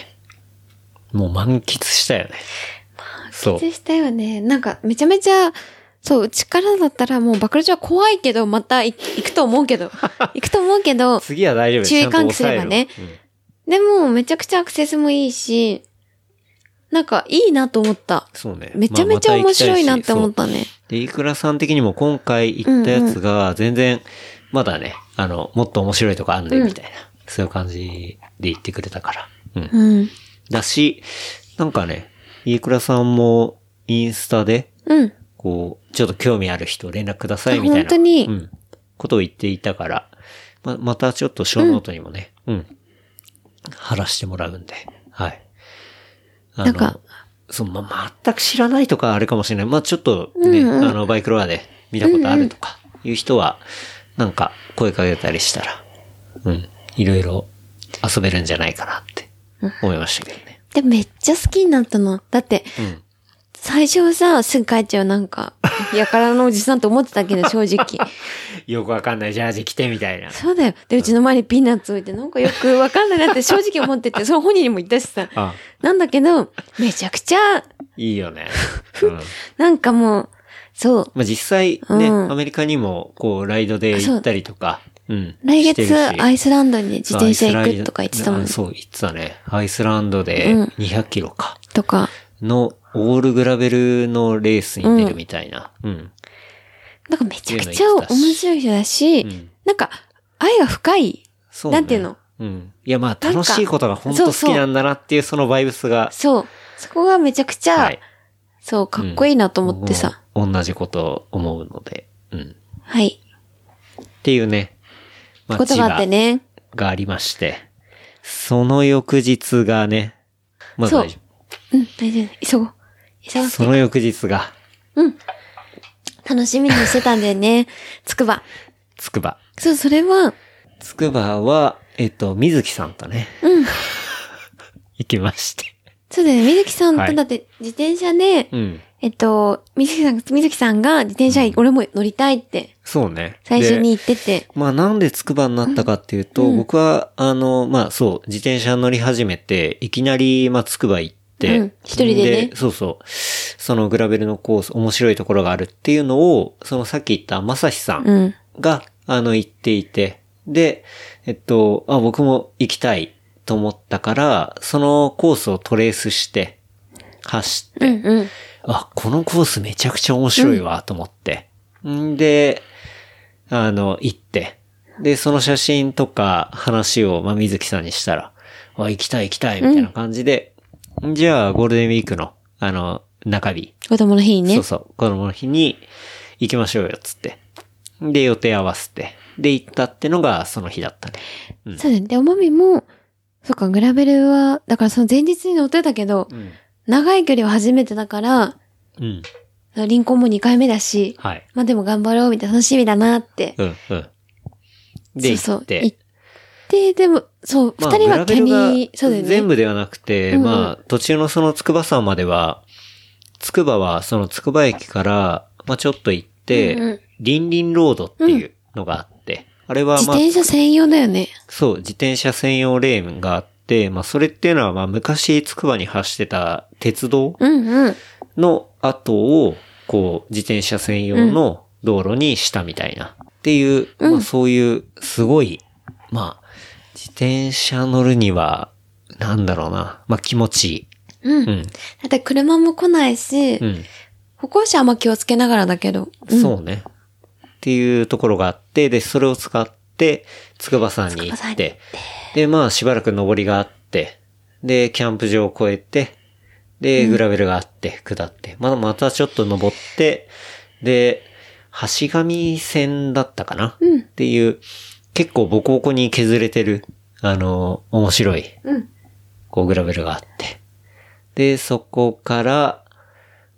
[SPEAKER 2] もう満喫したよね。そう
[SPEAKER 3] でしたよね。なんか、めちゃめちゃ、そう、うちからだったらもう、爆裂は怖いけど、またい行くと思う けど、行くと思うけど、
[SPEAKER 2] 次は大丈夫です
[SPEAKER 3] 注意喚起すればね。
[SPEAKER 2] ちゃんと抑えろうん
[SPEAKER 3] でも、めちゃくちゃアクセスもいいし、なんか、いいなと思った。
[SPEAKER 2] そうね。
[SPEAKER 3] めちゃめちゃ
[SPEAKER 2] まあまた行
[SPEAKER 3] 面
[SPEAKER 2] きた
[SPEAKER 3] 白いなっ
[SPEAKER 2] して
[SPEAKER 3] 思ったね。
[SPEAKER 2] で、イクラさん的にも今回行ったやつが全然、まだね、あの、もっと面白いとこあんねんみたいな、そういう感じで言ってくれたから。うん。
[SPEAKER 3] うん。
[SPEAKER 2] だし、なんかね、イクラさんもインスタで、
[SPEAKER 3] うん。
[SPEAKER 2] こう、ちょっと興味ある人連絡くださいみたいな。
[SPEAKER 3] あ本当に
[SPEAKER 2] うん。ことを言っていたから、ま、またちょっと小ノートにもね、うん。貼らしてもらうんで、はい。あ
[SPEAKER 3] なんか
[SPEAKER 2] そう、ま、全く知らないとかあれかもしれない。まあ、ちょっとね、あの、バイクロアで見たことあるとか、いう人は、なんか、声かけたりしたら、うん、いろいろ遊べるんじゃないかなって、思いましたけどね。
[SPEAKER 3] で、めっちゃ好きになったの。だって、
[SPEAKER 2] うん。
[SPEAKER 3] 最初さ、すぐ帰っちゃう、なんか、やからのおじさんと思ってたけど、正直。
[SPEAKER 2] よくわかんないジャージ着てみたいな。
[SPEAKER 3] そうだよ。で、うちの前にピーナッツ置いて、なんかよくわかんないなって正直思ってて、その本人にも言ったしさ。
[SPEAKER 2] あ、
[SPEAKER 3] なんだけど、めちゃくちゃ、
[SPEAKER 2] いいよ ね。うん
[SPEAKER 3] なんかもう、そう、
[SPEAKER 2] まあ、実際ね、
[SPEAKER 3] うん
[SPEAKER 2] アメリカにも、こう、ライドで行ったりとか、うん。
[SPEAKER 3] 来
[SPEAKER 2] して
[SPEAKER 3] 月
[SPEAKER 2] るし
[SPEAKER 3] アイスランドに自転車行くとか言ってたも
[SPEAKER 2] あ
[SPEAKER 3] ん。
[SPEAKER 2] そう、言ってたね。アイスランドで
[SPEAKER 3] うん
[SPEAKER 2] 200キロか。
[SPEAKER 3] とか。
[SPEAKER 2] の、オールグラベルのレースに出るみたいな。うん。
[SPEAKER 3] なんかめちゃくちゃ面白い人だし、
[SPEAKER 2] ん
[SPEAKER 3] なんか、愛が深い。
[SPEAKER 2] そう、
[SPEAKER 3] なんていうの
[SPEAKER 2] うん。いや、まあ、楽しいことが本当好きなんだなっていう、そのバイブスが。
[SPEAKER 3] そう。そこがめちゃくちゃ、
[SPEAKER 2] はい。
[SPEAKER 3] そう、かっこいいなと思ってさ。
[SPEAKER 2] もう。同じことを思うので。うん。
[SPEAKER 3] はい。
[SPEAKER 2] っていうね。ま
[SPEAKER 3] ことがあって。ね。
[SPEAKER 2] 千葉がありまして。その翌日がね。まず
[SPEAKER 3] そう
[SPEAKER 2] 大丈
[SPEAKER 3] うん、大丈夫。急ごう。急
[SPEAKER 2] 夫。
[SPEAKER 3] がなくて
[SPEAKER 2] その翌日が、
[SPEAKER 3] 楽しみにしてたんだ よね。つくば。
[SPEAKER 2] つくば。
[SPEAKER 3] そう、それは、
[SPEAKER 2] つくばは、えっと、みずきさんとね。行きまして。
[SPEAKER 3] そうだよね。みずきさん
[SPEAKER 2] は
[SPEAKER 3] と
[SPEAKER 2] い
[SPEAKER 3] だって自転車で、
[SPEAKER 2] うん。
[SPEAKER 3] えっと、みずきさん、みずきさんが自転車に俺も乗りたいって、
[SPEAKER 2] そうね。
[SPEAKER 3] 最初
[SPEAKER 2] で
[SPEAKER 3] に言ってて。
[SPEAKER 2] まあなんでつくばになったかっていうと、僕は、あの、まあそう、自転車乗り始めて、いきなり、まあつくば行って、
[SPEAKER 3] うん一人でね
[SPEAKER 2] そうそう。そのグラベルのコース、面白いところがあるっていうのを、そのさっき言ったまさしさ
[SPEAKER 3] うんん。
[SPEAKER 2] が、あの、行っていて、で、えっと、あ、僕も行きたいと思ったから、そのコースをトレースして、走って、
[SPEAKER 3] うんうん。
[SPEAKER 2] あ、このコースめちゃくちゃ面白いわ、と思って。んで、あの、行って。で、その写真とか話を、まあ、水木さんにしたら、あ、行きたい行きたい、みたいな感じで、じゃあ、ゴールデンウィークの、あの、中日、
[SPEAKER 3] 子供の日にね。
[SPEAKER 2] そうそう、子供の日に行きましょうよ、つって。で、予定合わせて。で、行ったってのが、その日だったね。
[SPEAKER 3] そうだよね。で、おまみも、そっか、グラベルは、だからその前日に乗ってたけど、
[SPEAKER 2] うん。
[SPEAKER 3] 長い距離は初めてだから、
[SPEAKER 2] うん。
[SPEAKER 3] 輪行も2回目だし、
[SPEAKER 2] はい。
[SPEAKER 3] まあでも頑張ろうみたいな楽しみだなって。
[SPEAKER 2] うん、うん。で、
[SPEAKER 3] そうそう
[SPEAKER 2] 行って。
[SPEAKER 3] 行って、でも、そう、二、
[SPEAKER 2] まあ
[SPEAKER 3] 人
[SPEAKER 2] グ
[SPEAKER 3] は
[SPEAKER 2] ラベ
[SPEAKER 3] キャ
[SPEAKER 2] ルが
[SPEAKER 3] ニー、そうだよね。
[SPEAKER 2] 全部ではなくて、
[SPEAKER 3] うんうん
[SPEAKER 2] まあ、途中のその筑波山までは、筑波は、その筑波駅から、まあちょっと行って、
[SPEAKER 3] うんうん
[SPEAKER 2] リンリンロードっていうのがあって、あれは
[SPEAKER 3] 自
[SPEAKER 2] まあ、
[SPEAKER 3] 転車専用だよね。
[SPEAKER 2] そう、自転車専用レーンがあって、まあそれっていうのは、まあ昔筑波に走ってた鉄道
[SPEAKER 3] うんうん。
[SPEAKER 2] の後を、こう、自転車専用の道路にしたみたいな。っていう、まあそういう、すごい、まあ、自転車乗るには、なんだろうな、まあ気持ちいい。
[SPEAKER 3] うん。
[SPEAKER 2] う
[SPEAKER 3] だ
[SPEAKER 2] ん。
[SPEAKER 3] って車も来ないし、
[SPEAKER 2] うん。
[SPEAKER 3] 歩行者はまあ気をつけながらだけど。うん、
[SPEAKER 2] そうね。っていうところがあって、で、それを使って、筑波山に行
[SPEAKER 3] 筑波
[SPEAKER 2] っ
[SPEAKER 3] 山に行
[SPEAKER 2] て、で、まあ、しばらく登りがあって、で、キャンプ場を越えて、で、グラベルがあって、下って、まだまたちょっと登って、で、橋上線だったかな、っていう、結構ボコボコに削れてる、あの、面白い、こう、グラベルがあって。で、そこから、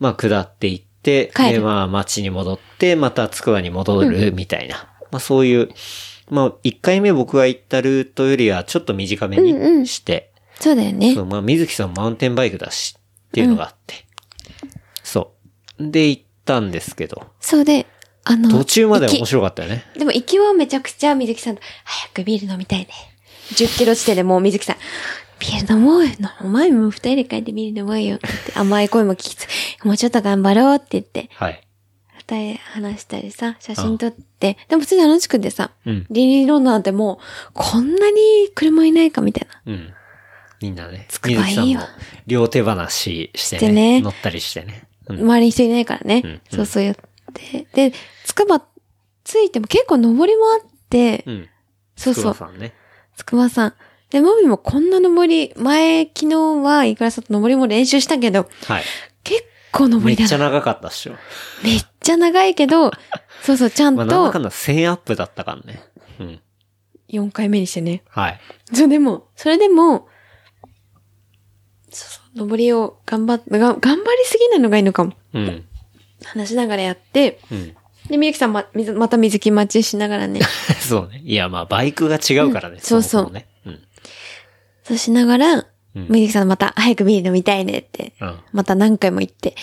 [SPEAKER 2] まあ、下っていって、
[SPEAKER 3] 帰る
[SPEAKER 2] で、まあ、町に戻って、またつくばに戻る、みたいな。まあ、そういう、まあ、1回目僕が行ったルートよりは、ちょっと短め
[SPEAKER 3] うんうん
[SPEAKER 2] にして、
[SPEAKER 3] そうだよね
[SPEAKER 2] そ。う、まあ、水木さんマウンテンバイクだし、っていうのがあって。そう。で、行ったんですけど、
[SPEAKER 3] そうで、あの、
[SPEAKER 2] 途中までは面
[SPEAKER 3] い。
[SPEAKER 2] 白かったよね。
[SPEAKER 3] でも行きはめちゃくちゃ水木さんと、早くビール飲みたいね。10キロ地点でもう水木さん、ビール飲もうよ。お前も二人で帰ってビール飲もうよ。って言って甘い声も聞きつつ、もうちょっと頑張ろうって言って、
[SPEAKER 2] はい。
[SPEAKER 3] 二人で話したりさ、写真撮って、でも普通に楽しくてさ、
[SPEAKER 2] うん。
[SPEAKER 3] リリーロンドなんてもう、こんなに車いないかみたいな。
[SPEAKER 2] うん。みんなね、つ
[SPEAKER 3] くばいいよ
[SPEAKER 2] さんも、両手話して
[SPEAKER 3] して
[SPEAKER 2] ね、
[SPEAKER 3] ね
[SPEAKER 2] 乗ったりしてね。うん。
[SPEAKER 3] 周りに人いないからね。
[SPEAKER 2] うん
[SPEAKER 3] そうそうやって。で、つくば、ついても結構登りもあって、
[SPEAKER 2] うん。
[SPEAKER 3] そうそう
[SPEAKER 2] 筑波、山ね。
[SPEAKER 3] つくばさん。で、もみもこんな登り、前、昨日は、いくらさんと登りも練習したけど、
[SPEAKER 2] はい。
[SPEAKER 3] 結構登
[SPEAKER 2] め
[SPEAKER 3] り
[SPEAKER 2] っ
[SPEAKER 3] だ
[SPEAKER 2] ちゃ
[SPEAKER 3] な。
[SPEAKER 2] 長かったっしょ。
[SPEAKER 3] めっちゃ長いけど、そうそう、ちゃん
[SPEAKER 2] まあ、なんだかん
[SPEAKER 3] と、
[SPEAKER 2] だ1000アップだったからね。うん。
[SPEAKER 3] 4回目にしてね。
[SPEAKER 2] はい。
[SPEAKER 3] そう、でも、それでも、そうそう、登りを頑張っが頑張りすぎないのがいいのかも。
[SPEAKER 2] うん。
[SPEAKER 3] 話しながらやって、
[SPEAKER 2] うん。
[SPEAKER 3] で、みゆきさんま、みずまた水木待ちしながらね、
[SPEAKER 2] そうね。いや、まあ、バイクが違うからね。
[SPEAKER 3] うんそうそう
[SPEAKER 2] ももね。うん。
[SPEAKER 3] そうしながら、
[SPEAKER 2] うん
[SPEAKER 3] みゆきさんまた早くビール飲みたいねって、
[SPEAKER 2] うん。
[SPEAKER 3] また何回も言って、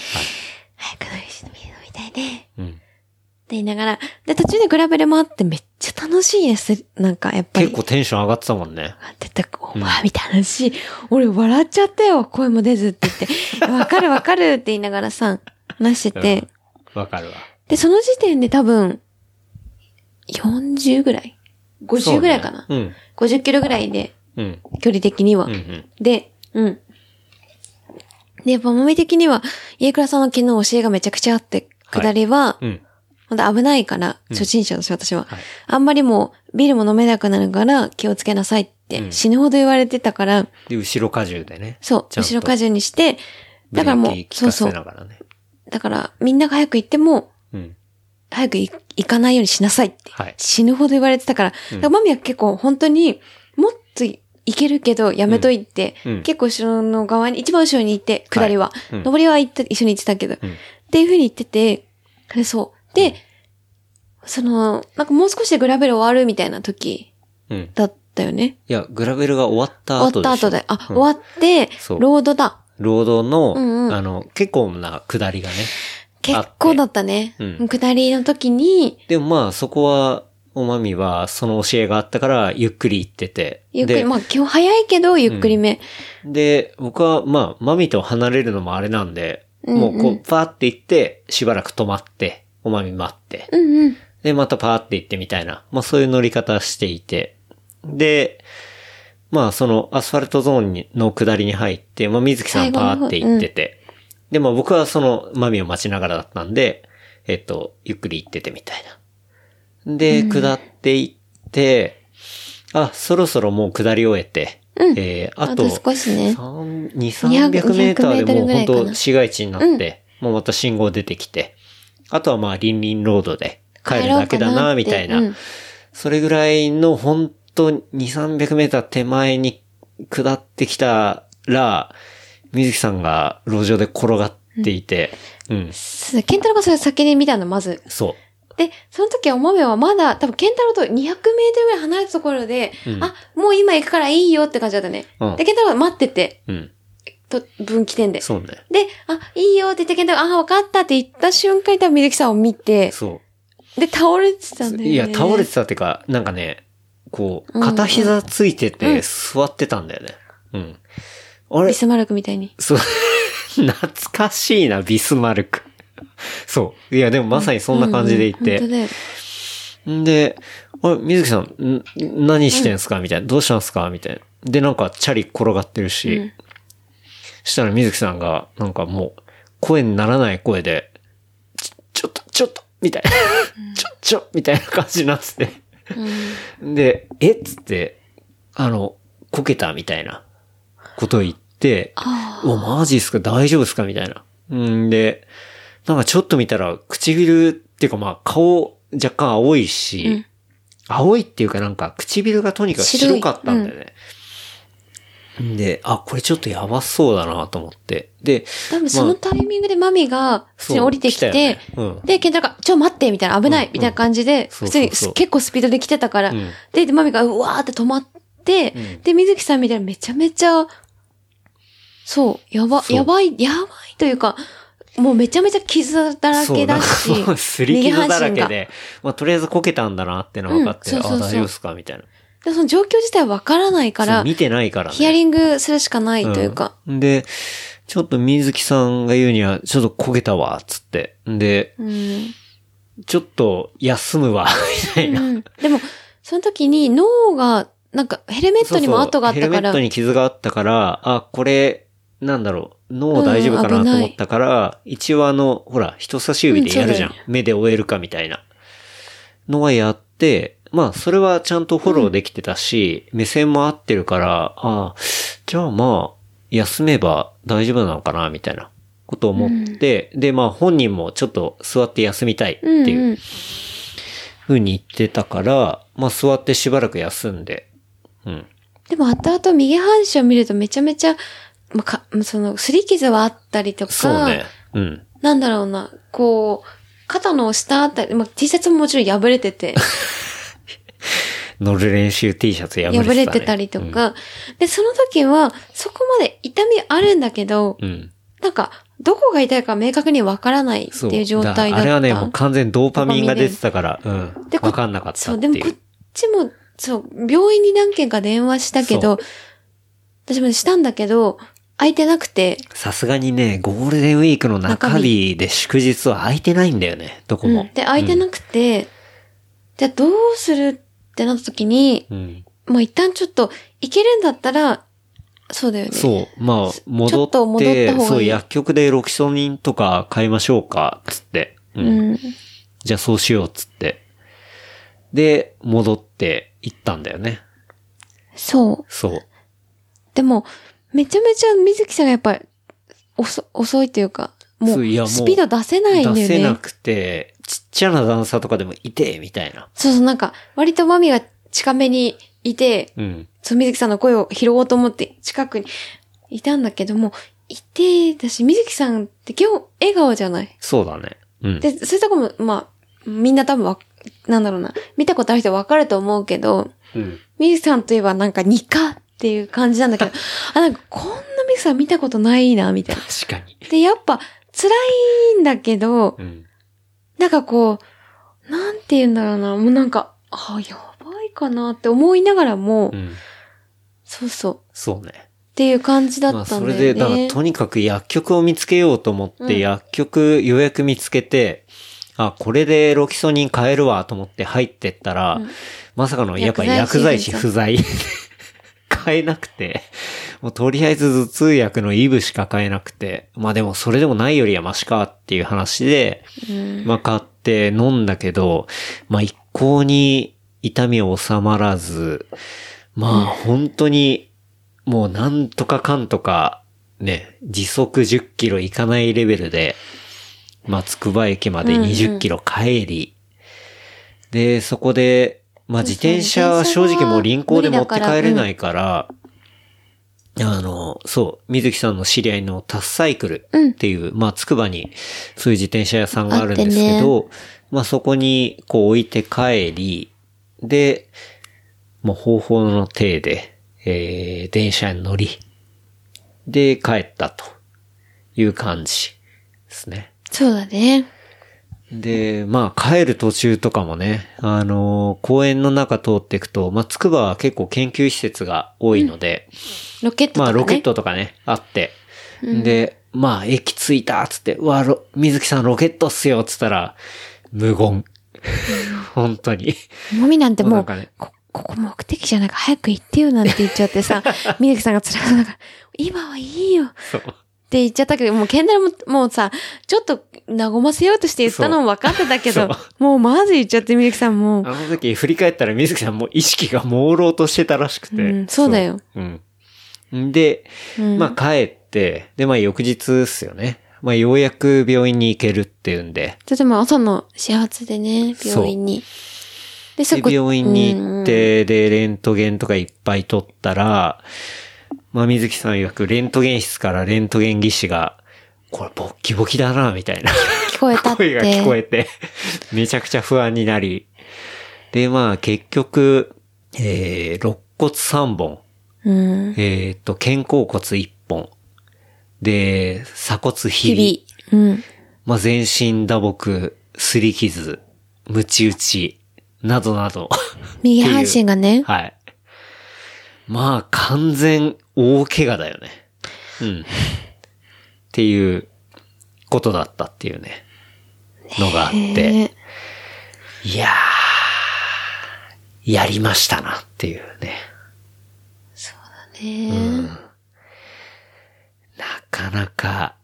[SPEAKER 3] 早く飲みビール飲みたいねって
[SPEAKER 2] うん。
[SPEAKER 3] 言いながら、で、途中でグラベルもあってめっちゃ楽しいです。なんか、やっぱり。
[SPEAKER 2] 結構テンション上がってたもんね。
[SPEAKER 3] ってた、お前みたいな話、俺笑っちゃったよ、声も出ずって 言って、わかるわかるって言いながらさ、話してて、
[SPEAKER 2] わかるわ。
[SPEAKER 3] で、その時点で多分、40ぐらい ?50 ぐらいかな、
[SPEAKER 2] そうね
[SPEAKER 3] ?50 キロぐらいで、
[SPEAKER 2] うん。うん。
[SPEAKER 3] 距離的には。
[SPEAKER 2] うん。うん。
[SPEAKER 3] で、うん。で、やっぱ、もみ的には、家倉さんの昨日教えがめちゃくちゃあって、
[SPEAKER 2] はい
[SPEAKER 3] 下りは、
[SPEAKER 2] うん。
[SPEAKER 3] 本当危ないから、初心者だし、私は、
[SPEAKER 2] はい
[SPEAKER 3] あんまりもう、ビールも飲めなくなるから、気をつけなさいって、
[SPEAKER 2] うん
[SPEAKER 3] 死ぬほど言われてたから、
[SPEAKER 2] で、後ろ荷重でね。
[SPEAKER 3] そう、
[SPEAKER 2] ちゃんと
[SPEAKER 3] 後ろ荷重にして、だからもう
[SPEAKER 2] ブレー、キ
[SPEAKER 3] そ
[SPEAKER 2] 効
[SPEAKER 3] う
[SPEAKER 2] かせ
[SPEAKER 3] そう。
[SPEAKER 2] ながらね。
[SPEAKER 3] だから、みんなが早く行っても、
[SPEAKER 2] うん。
[SPEAKER 3] 早くい行かないようにしなさいって、
[SPEAKER 2] はい
[SPEAKER 3] 死ぬほど言われてたから、
[SPEAKER 2] うん
[SPEAKER 3] だからマミは結構本当に、もっとい行けるけど、やめといて、
[SPEAKER 2] うんうん
[SPEAKER 3] 結構後ろの側に、一番後ろに行って、
[SPEAKER 2] はい
[SPEAKER 3] 下りは。
[SPEAKER 2] うん
[SPEAKER 3] 上りは行って一緒に行ってたけど、
[SPEAKER 2] うん
[SPEAKER 3] っていう風に言ってて、あれそう。で、その、なんかもう少しでグラベル終わるみたいな時
[SPEAKER 2] うん。
[SPEAKER 3] だったよね。
[SPEAKER 2] いや、グラベルが終わった後
[SPEAKER 3] 終わ
[SPEAKER 2] でし
[SPEAKER 3] っ
[SPEAKER 2] ょ
[SPEAKER 3] た後で。あ、
[SPEAKER 2] うん
[SPEAKER 3] 終わって
[SPEAKER 2] そ、う
[SPEAKER 3] ロードだ。
[SPEAKER 2] ロードの、
[SPEAKER 3] うんうん
[SPEAKER 2] あの、結構な下りがね。
[SPEAKER 3] 結構だったね。
[SPEAKER 2] うん
[SPEAKER 3] 下りの時に、
[SPEAKER 2] でもまあ、そこは、おまみは、その教えがあったから、ゆっくり行ってて。
[SPEAKER 3] ゆっくり、
[SPEAKER 2] で
[SPEAKER 3] まあ今日早いけど、ゆっくりめ。
[SPEAKER 2] で、僕は、まあ、マミと離れるのもあれなんで、もうこう、パーって行って、しばらく止まって、おまみ待って。
[SPEAKER 3] うんうん。
[SPEAKER 2] で、またパーって行ってみたいな。まあそういう乗り方していて。で、まあそのアスファルトゾーンにの下りに入って、まあ水木さんパーって行ってて。で、まあ僕はそのマミを待ちながらだったんで、えっと、ゆっくり行っててみたいな。で、下って行って、あ、そろそろもう下り終えて、えー、あ
[SPEAKER 3] あ
[SPEAKER 2] と、
[SPEAKER 3] と少しね。
[SPEAKER 2] 3 2、300メーターでもう本当市街地になって、もうまた信号出てきて、あとはまあ林林ロードで帰るだけだな、みたいな。
[SPEAKER 3] うん
[SPEAKER 2] それぐらいの本当に2、300メーター手前に下ってきたら、水木さんが路上で転がっていて、うん、
[SPEAKER 3] そうケンタロウがそれ先に見たの、まず。
[SPEAKER 2] そう。
[SPEAKER 3] で、その時はお豆はまだ、多分ケンタロウと200メートルぐらい離れたところで、
[SPEAKER 2] うん
[SPEAKER 3] あ、もう今行くからいいよって感じだったね。
[SPEAKER 2] うん
[SPEAKER 3] で、ケンタロウが待ってて、
[SPEAKER 2] うん、
[SPEAKER 3] と、分岐点で。
[SPEAKER 2] そうね。
[SPEAKER 3] で、あ、いいよって言ってケンタロウが、あ、わかったって言った瞬間に多分水木さんを見て、
[SPEAKER 2] そう。
[SPEAKER 3] で、倒れてたんだよね。
[SPEAKER 2] いや、倒れてたってか、なんかね、こう、片膝ついてて座ってたんだよね。うん。あれ
[SPEAKER 3] ビスマルクみたいに。
[SPEAKER 2] そう、 懐かしいな、ビスマルク。そう。いや、でもまさにそんな感じで言って。
[SPEAKER 3] うんうん本
[SPEAKER 2] んで、あれ、水木さん、ん何してんすかみたいな。どうしたんすかみたいな。で、なんか、チャリ転がってるし、したら水木さんが、なんかもう、声にならない声で、ちょ、ちょっと、ちょっと、みたいな。 ちょ、ちょ、みたいな感じになってて。
[SPEAKER 3] 当だよ。うん
[SPEAKER 2] で、えっつって、あの、こけたみたいなことを言って、
[SPEAKER 3] あ
[SPEAKER 2] お、マジっすか大丈夫っすかみたいな。うんで、なんかちょっと見たら、唇っていうかまあ顔若干青いし、
[SPEAKER 3] うん
[SPEAKER 2] 青いっていうかなんか唇がとにかく
[SPEAKER 3] 白い
[SPEAKER 2] 白かったんだよね。で、あ、これちょっとやばそうだなと思って。で、
[SPEAKER 3] 多分そのタイミングでマミが普通に降りてき
[SPEAKER 2] そう来たよ
[SPEAKER 3] て
[SPEAKER 2] ね、うん
[SPEAKER 3] で、ケンタロウが、ちょ、待ってみたいな、危
[SPEAKER 2] う
[SPEAKER 3] な
[SPEAKER 2] んう
[SPEAKER 3] い
[SPEAKER 2] ん
[SPEAKER 3] みたいな感じで、
[SPEAKER 2] そう
[SPEAKER 3] 普
[SPEAKER 2] そうそ
[SPEAKER 3] 通
[SPEAKER 2] う
[SPEAKER 3] にす結構スピードで来てたから
[SPEAKER 2] うん、
[SPEAKER 3] で、でマミが、うわーって止まって
[SPEAKER 2] うん、
[SPEAKER 3] で、水木さん見たらめちゃめちゃ、そう、やば、
[SPEAKER 2] そう
[SPEAKER 3] やばい、やばいというか、もうめちゃめちゃ傷だら
[SPEAKER 2] そう
[SPEAKER 3] け
[SPEAKER 2] なん
[SPEAKER 3] だ
[SPEAKER 2] か
[SPEAKER 3] し
[SPEAKER 2] もう、すり傷だら
[SPEAKER 3] 右
[SPEAKER 2] け
[SPEAKER 3] 半身が。
[SPEAKER 2] で、まあとりあえずこけたんだなってのは分かって、
[SPEAKER 3] うんそうそうそう
[SPEAKER 2] あ、大丈夫っすかみたいな。
[SPEAKER 3] でその状況自体はわからないか
[SPEAKER 2] そう
[SPEAKER 3] ら、
[SPEAKER 2] 見てないからね。
[SPEAKER 3] ヒアリングするしかないというか、
[SPEAKER 2] うんで、ちょっと水木さんが言うには、ちょっと焦げたわ、つって。で、
[SPEAKER 3] うん。
[SPEAKER 2] ちょっと休むわ、みたいな。
[SPEAKER 3] うんでも、その時に脳が、なんかヘルメットにも跡があっ
[SPEAKER 2] そうそうヘ
[SPEAKER 3] たか
[SPEAKER 2] ルメ
[SPEAKER 3] ら
[SPEAKER 2] ット、に傷があったから、あ、これ、なんだろう、脳大丈夫か
[SPEAKER 3] う
[SPEAKER 2] なんと
[SPEAKER 3] 危ない
[SPEAKER 2] 思ったから、一応あの、ほら、人差し指でやるじゃん。
[SPEAKER 3] うんそ
[SPEAKER 2] 目で終えるかみたいな。のはやって、まあ、それはちゃんとフォローできてたし、目線も合ってるから、ああ、じゃあまあ、休めば大丈夫なのかな、みたいなことを思って、で、まあ、本人もちょっと座って休みたいって
[SPEAKER 3] うん
[SPEAKER 2] いう
[SPEAKER 3] うん
[SPEAKER 2] ふうに言ってたから、まあ、座ってしばらく休んで、うん。
[SPEAKER 3] でも後々右半身を見るとめちゃめちゃ、まあ、かその、すり傷はあったりとか、
[SPEAKER 2] そうね。うん。
[SPEAKER 3] なんだろうな、こう、肩の下あたり、まあ、T シャツももちろん破れてて、
[SPEAKER 2] 乗る練習 T シャツ破れてた、
[SPEAKER 3] 破
[SPEAKER 2] ね。
[SPEAKER 3] れてたりとか、で、その時は、そこまで痛みあるんだけど、
[SPEAKER 2] うん。うん。
[SPEAKER 3] なんか、どこが痛いか明確にわからないっていう状態だった。
[SPEAKER 2] あれはね、もう完全にドーパミンが出てたから、う
[SPEAKER 3] で
[SPEAKER 2] ん。
[SPEAKER 3] こ
[SPEAKER 2] わかんなかった
[SPEAKER 3] そ
[SPEAKER 2] っ
[SPEAKER 3] う、
[SPEAKER 2] て
[SPEAKER 3] で
[SPEAKER 2] いう。
[SPEAKER 3] もこっちも、そう、病院に何件か電話したけど、私もしたんだけど、空いてなくて、
[SPEAKER 2] さすがにね、ゴールデンウィークの中
[SPEAKER 3] 中
[SPEAKER 2] 日で祝日は空いてないんだよね、どこ
[SPEAKER 3] う
[SPEAKER 2] も。
[SPEAKER 3] ん、で、空いてなくて、じゃあどうするってなった時に、
[SPEAKER 2] うん。
[SPEAKER 3] もう一旦ちょっと、行けるんだったら、そうだよね。
[SPEAKER 2] そう、まあ、
[SPEAKER 3] ち
[SPEAKER 2] 戻
[SPEAKER 3] ょ
[SPEAKER 2] っ
[SPEAKER 3] っと戻った
[SPEAKER 2] て、
[SPEAKER 3] 方がいい
[SPEAKER 2] そう、薬局でロキソニンとか買いましょうか、つって。う
[SPEAKER 3] うん。
[SPEAKER 2] じゃあそうしようっつって。で、戻って行ったんだよね。
[SPEAKER 3] そう。
[SPEAKER 2] そう。
[SPEAKER 3] でも、めちゃめちゃ水木さんがやっぱり、遅、遅いというか、も
[SPEAKER 2] そういやも
[SPEAKER 3] う、
[SPEAKER 2] う
[SPEAKER 3] スピード出せないんだよね。
[SPEAKER 2] 出せなくて、ちっちゃな段差とかでもいて、みたいな。
[SPEAKER 3] そうそう、なんか、割とマミが近めにいて、
[SPEAKER 2] うん。
[SPEAKER 3] そう、水木さんの声を拾おうと思って近くにいたんだけども、いて、だし、水木さんって基本笑顔じゃない
[SPEAKER 2] そうだね。うん。
[SPEAKER 3] で、そういうとこも、まあ、みんな多分わ、なんだろうな、見たことある人わかると思うけど、
[SPEAKER 2] うん。
[SPEAKER 3] 水木さんといえばなんかニカっていう感じなん だけど、あ、なんかこんな水木さん見たことないな、みたいな。
[SPEAKER 2] 確かに。
[SPEAKER 3] で、やっぱ辛いんだけど、
[SPEAKER 2] うん。
[SPEAKER 3] なんかこう、なんて言うんだろうな、もうなんか、あ、やばいかなって思いながらも、
[SPEAKER 2] うん。
[SPEAKER 3] そうそう、っ
[SPEAKER 2] そうね。
[SPEAKER 3] ていう感じだ
[SPEAKER 2] まあ、
[SPEAKER 3] った
[SPEAKER 2] そ
[SPEAKER 3] ん
[SPEAKER 2] れ
[SPEAKER 3] だ
[SPEAKER 2] で、
[SPEAKER 3] よ
[SPEAKER 2] だから、
[SPEAKER 3] ね。
[SPEAKER 2] とにかく薬局を見つけようと思って、
[SPEAKER 3] うん
[SPEAKER 2] 薬局ようやく見つけて、あ、これでロキソニン買えるわと思って入ってったら、まさかの、やっぱ薬
[SPEAKER 3] 薬
[SPEAKER 2] 剤
[SPEAKER 3] 剤
[SPEAKER 2] 師
[SPEAKER 3] 師
[SPEAKER 2] 不在。 買えなくて、もうとりあえず頭痛薬のイブしか買えなくて、まあでもそれでもないよりはマシかっていう話で、
[SPEAKER 3] うん
[SPEAKER 2] まあ買って飲んだけど、まあ一向に痛みは収まらず、まあ本当にもうなんとかかんとかね、時速10キロいかないレベルで、まあつくば駅まで20キロ帰り、で、そこで、まあ自転車は正直もう輪行で持って帰れないから、あの、そう、水木さんの知り合いのタスサイクルっていう、まあ、つくばに、そういう自転車屋さんがあるんですけど、まあ、そこに、こう置いて帰り、で、もう方法の体で、えー、電車に乗り、で、帰ったという感じですね。
[SPEAKER 3] そうだね。
[SPEAKER 2] で、まあ帰る途中とかもね、あのー公園の中通っていくと、まあつくばは結構研究施設が多いので、
[SPEAKER 3] ロケットと
[SPEAKER 2] ま
[SPEAKER 3] か、
[SPEAKER 2] あ
[SPEAKER 3] ね。
[SPEAKER 2] ロケットとかね、あって。で、まあ駅着いたっつって、うわ、ロ水木さんロケットっすよっつったら、無 言。本当に。
[SPEAKER 3] もみなんて
[SPEAKER 2] もう
[SPEAKER 3] も
[SPEAKER 2] な
[SPEAKER 3] う、
[SPEAKER 2] んかね
[SPEAKER 3] こ、ここ目的じゃないから早く行ってよなんて言っちゃっ てさ、みずきさんが辛くなから、今はいいよっ
[SPEAKER 2] そう。
[SPEAKER 3] て言っちゃったけど、もうケンダルも、もうさ、ちょっと和ませようとして言ったのも分かってたけど
[SPEAKER 2] そう、
[SPEAKER 3] もうまず言っちゃってみずきさんもう、
[SPEAKER 2] あの時振り返ったら水木さんもう意識が朦朧としてたらしくて。
[SPEAKER 3] うんそうだよ
[SPEAKER 2] そう。うん。で、
[SPEAKER 3] うん
[SPEAKER 2] まあ帰って、で、まあ翌日っすよね。まあようやく病院に行けるっていうんで、
[SPEAKER 3] とても朝の始発でね、病院に。で、そこ
[SPEAKER 2] で、病院に行っ、て、で、レントゲンとかいっぱい取ったら、まあ、水木さん曰く、レントゲン室からレントゲン技師が、これ、ボッキボキだな、みたいな。
[SPEAKER 3] うん聞こえたって。
[SPEAKER 2] 声が聞こえて、めちゃくちゃ不安になり。で、まあ、結局、えー、肋骨3本、
[SPEAKER 3] うん。
[SPEAKER 2] えーっと、肩甲骨1本、で、鎖骨ひび。
[SPEAKER 3] 日々。うん。
[SPEAKER 2] まあ、全身打撲、すり傷、ムチ打ち、などなど。
[SPEAKER 3] 右半身がね、
[SPEAKER 2] はい。まあ、完全大怪我だよね。うん。っていうことだったっていうね、のがあって。いやー、やりましたなっていうね。
[SPEAKER 3] ね
[SPEAKER 2] なかなか、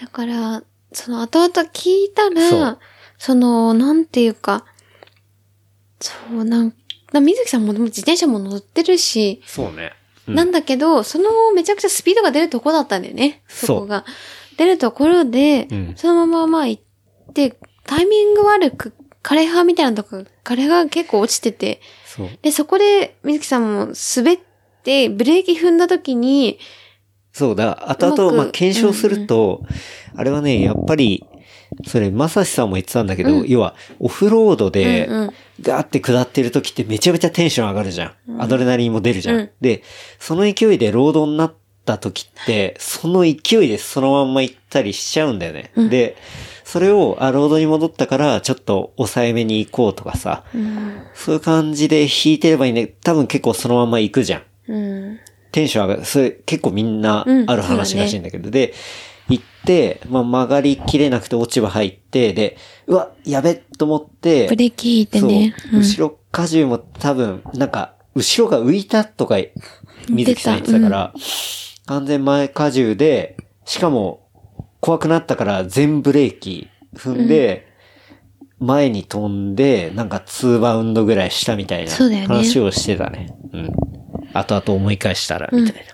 [SPEAKER 3] だから、その後々聞いたら、
[SPEAKER 2] そう
[SPEAKER 3] その、なんていうか、そう、なんか、水木さんもでも自転車も乗ってるし、
[SPEAKER 2] そうね。
[SPEAKER 3] なんだけど、そのめちゃくちゃスピードが出るとこだったんだよね。
[SPEAKER 2] そう
[SPEAKER 3] そこが。出るところで、
[SPEAKER 2] うん
[SPEAKER 3] そのまままあ行って、タイミング悪く、枯れ葉みたいなとこ、枯れ葉が結構落ちてて、
[SPEAKER 2] そう。
[SPEAKER 3] で、そこで水木さんも滑って、ブレーキ踏んだ時に、
[SPEAKER 2] そうだ、後々、
[SPEAKER 3] うま
[SPEAKER 2] ま
[SPEAKER 3] く
[SPEAKER 2] あ、検証すると、あれはね、やっぱり、それ、まさしさんも言ってたんだけど、要は、オフロードで
[SPEAKER 3] うんうん、
[SPEAKER 2] ガーって下ってる時ってめちゃめちゃテンション上がるじゃん。アドレナリンも出るじゃん。
[SPEAKER 3] うん
[SPEAKER 2] で、その勢いでロードになった時って、その勢いでそのまんま行ったりしちゃうんだよね。で、それを、あ、ロードに戻ったから、ちょっと抑えめに行こうとかさ、そういう感じで弾いてればいいね。多分結構そのまんま行くじゃん。
[SPEAKER 3] うん、
[SPEAKER 2] テンション上がる。それ結構みんな
[SPEAKER 3] うん
[SPEAKER 2] ある話らしいんだけど、で、行って、まあ、曲がりきれなくて落ち葉入って、で、うわ、やべっと思って、
[SPEAKER 3] ブレーキ引いてね。
[SPEAKER 2] そう、後ろ荷重も多分、なんか、後ろが浮いたとか、水木さん言ってたから、完全前荷重で、しかも、怖くなったから全ブレーキ踏んで、前に飛んで、なんか2バウンドぐらいしたみたいな
[SPEAKER 3] そうだよね
[SPEAKER 2] 話をしてたね。うん。後々思い返したら、みたいな、っ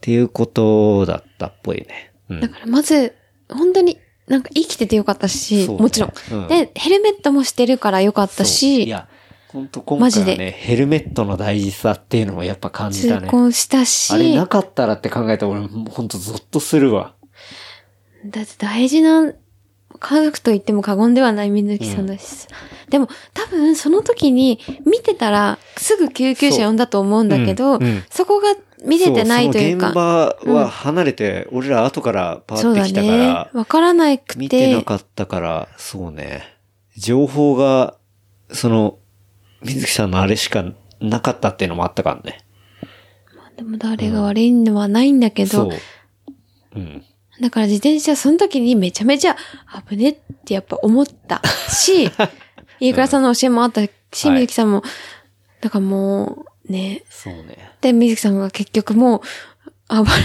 [SPEAKER 2] ていうことだったっぽいね。うん。
[SPEAKER 3] だからまず、本当に、なんか生きててよかったし、
[SPEAKER 2] そうね
[SPEAKER 3] もちろん、
[SPEAKER 2] うん
[SPEAKER 3] で、ヘルメットもしてるからよかった
[SPEAKER 2] そう
[SPEAKER 3] し、
[SPEAKER 2] いや、本当今
[SPEAKER 3] マ
[SPEAKER 2] 回
[SPEAKER 3] ジ
[SPEAKER 2] は
[SPEAKER 3] で
[SPEAKER 2] ね、ヘルメットの大事さっていうのもやっぱ感じ
[SPEAKER 3] 通
[SPEAKER 2] たね。
[SPEAKER 3] 婚したし、
[SPEAKER 2] あれなかったらって考えたら俺、ほんとゾッとするわ。
[SPEAKER 3] だって大事な、家族と言っても過言ではない水木さんだし、でも多分その時に見てたらすぐ救急車呼んだと思うんだけ
[SPEAKER 2] そう
[SPEAKER 3] ど、
[SPEAKER 2] うんうん
[SPEAKER 3] そこが見れてないという
[SPEAKER 2] そ
[SPEAKER 3] か、
[SPEAKER 2] その現場は離れて、俺ら後からパー
[SPEAKER 3] そ
[SPEAKER 2] っ
[SPEAKER 3] う
[SPEAKER 2] て
[SPEAKER 3] だ
[SPEAKER 2] きたか
[SPEAKER 3] ね
[SPEAKER 2] ら。、
[SPEAKER 3] わからなく
[SPEAKER 2] 見て
[SPEAKER 3] て
[SPEAKER 2] な、かったから、そうね。情報が、その、水木さんのあれしかなかったっていうのもあったからね。
[SPEAKER 3] でも誰が悪いのはないんだけど、
[SPEAKER 2] そう。うん。
[SPEAKER 3] だから自転車その時にめちゃめちゃ危ねってやっぱ思 ったし、飯倉さんの教えもあったし、
[SPEAKER 2] はい
[SPEAKER 3] 水木さんも、だからもうね、
[SPEAKER 2] そうね。
[SPEAKER 3] で、水木さんが結局もう、あ ばら、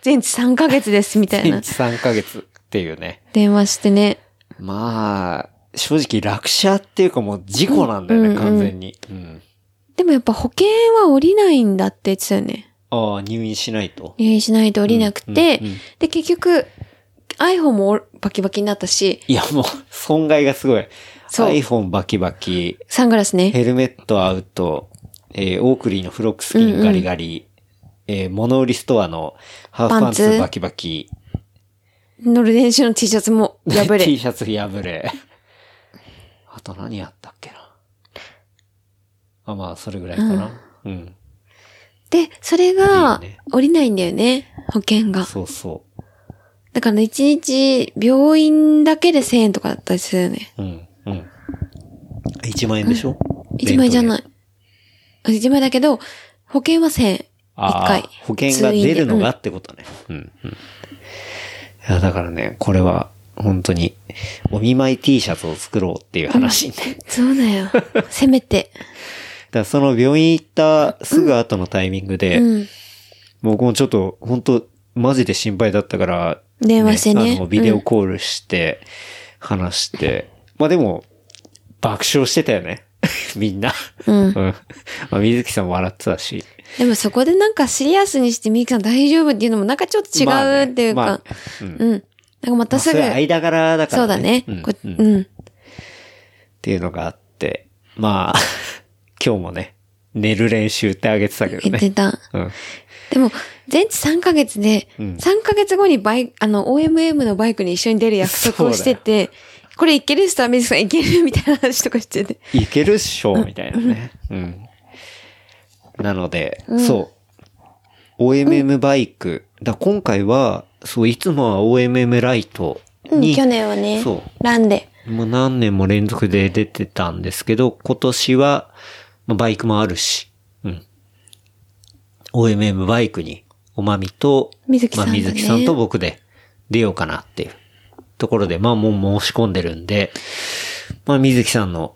[SPEAKER 3] 全治3ヶ月です、みたい
[SPEAKER 2] 1
[SPEAKER 3] な。
[SPEAKER 2] 日3ヶ月っていうね。
[SPEAKER 3] 電話してね。
[SPEAKER 2] まあ、正直落車っていうかもう事故なんだよね、
[SPEAKER 3] うん
[SPEAKER 2] 完全に。うん。
[SPEAKER 3] でもやっぱ保険は降りないんだって言ってたよね。
[SPEAKER 2] ああ、入院しないと。
[SPEAKER 3] 入院しないと降りなくて、
[SPEAKER 2] うんうんうん
[SPEAKER 3] で、結局、iPhone もバキバキになったし、
[SPEAKER 2] いやもう、損害がすごい。
[SPEAKER 3] そう
[SPEAKER 2] iPhone バキバキ、
[SPEAKER 3] サングラスね。
[SPEAKER 2] ヘルメットアウト、えーオークリーのフロックスキンガリガリ、えー物売りストアのハーフパン
[SPEAKER 3] パン
[SPEAKER 2] ツ
[SPEAKER 3] ツ
[SPEAKER 2] バキバキ、
[SPEAKER 3] 乗る練習の T シャツも破
[SPEAKER 2] T
[SPEAKER 3] れ。
[SPEAKER 2] シャツ破れ。あと何やったっけな。あ、まあ、それぐらいかな。うん。
[SPEAKER 3] で、それ
[SPEAKER 2] っ
[SPEAKER 3] が
[SPEAKER 2] ていうね
[SPEAKER 3] 降りないんだよね、保険が。
[SPEAKER 2] そうそ
[SPEAKER 3] だから1日病院だけで1000円とかだったりするよね。
[SPEAKER 2] う。うん。うん。1万円でしょ、一。
[SPEAKER 3] 1枚じゃないい。あ1枚だけど、保険は1000円。
[SPEAKER 2] あ
[SPEAKER 3] 1
[SPEAKER 2] あ
[SPEAKER 3] 回。、
[SPEAKER 2] 保険が出るのが
[SPEAKER 3] 通院で。
[SPEAKER 2] ってことね。うん、うん。いや、だからね、これは、本当に、お見舞い T シャツを作ろうっていう話ね。
[SPEAKER 3] うんそうだよ。せ めて。
[SPEAKER 2] だからその病院行ったすぐ後のタイミングで、
[SPEAKER 3] うん。
[SPEAKER 2] 僕もちょっと、本当マジで心配だったから、
[SPEAKER 3] 電話してね
[SPEAKER 2] あの、ビデオコールして、話して、まあでも、爆笑してたよね。 みんな。
[SPEAKER 3] うん
[SPEAKER 2] まあ、水木さんも笑ってたし。
[SPEAKER 3] でもそこでなんかシリアスにしてみゆきさん大丈夫っていうのもなんかちょっと違
[SPEAKER 2] まあね
[SPEAKER 3] うっていうか。
[SPEAKER 2] まあうん
[SPEAKER 3] うん。なんかまたすぐ、
[SPEAKER 2] まあそれは間柄だから、
[SPEAKER 3] そうだね。
[SPEAKER 2] ん
[SPEAKER 3] こ
[SPEAKER 2] う
[SPEAKER 3] うんん。
[SPEAKER 2] っていうのがあって、まあ、 今日もね、寝る練習ってあげてたけど
[SPEAKER 3] 言っ
[SPEAKER 2] ね
[SPEAKER 3] て。た。
[SPEAKER 2] うん。
[SPEAKER 3] でも、全治3ヶ月で、
[SPEAKER 2] うん
[SPEAKER 3] 3ヶ月後にバイク、あの、OMM のバイクに一緒に出る約束をしてて、これいける人はみずきさんいけるみたいな話とかしてて。
[SPEAKER 2] いけるっしょ、みたいなね。うん。なので、そう。OMM バイク。だ今回は、そう、いつもは OMM ライトに、
[SPEAKER 3] 年はね
[SPEAKER 2] そ
[SPEAKER 3] ランで。
[SPEAKER 2] う。もう何年も連続で出てたんですけど、今年は、まあバイクもあるし、うん。OMM バイクに、おまみと、
[SPEAKER 3] 水木さん
[SPEAKER 2] ま
[SPEAKER 3] だ
[SPEAKER 2] あ、
[SPEAKER 3] ね
[SPEAKER 2] 水木さんと僕で出ようかなっていうところで、まあもう申し込んでるんで、まあ水木さんの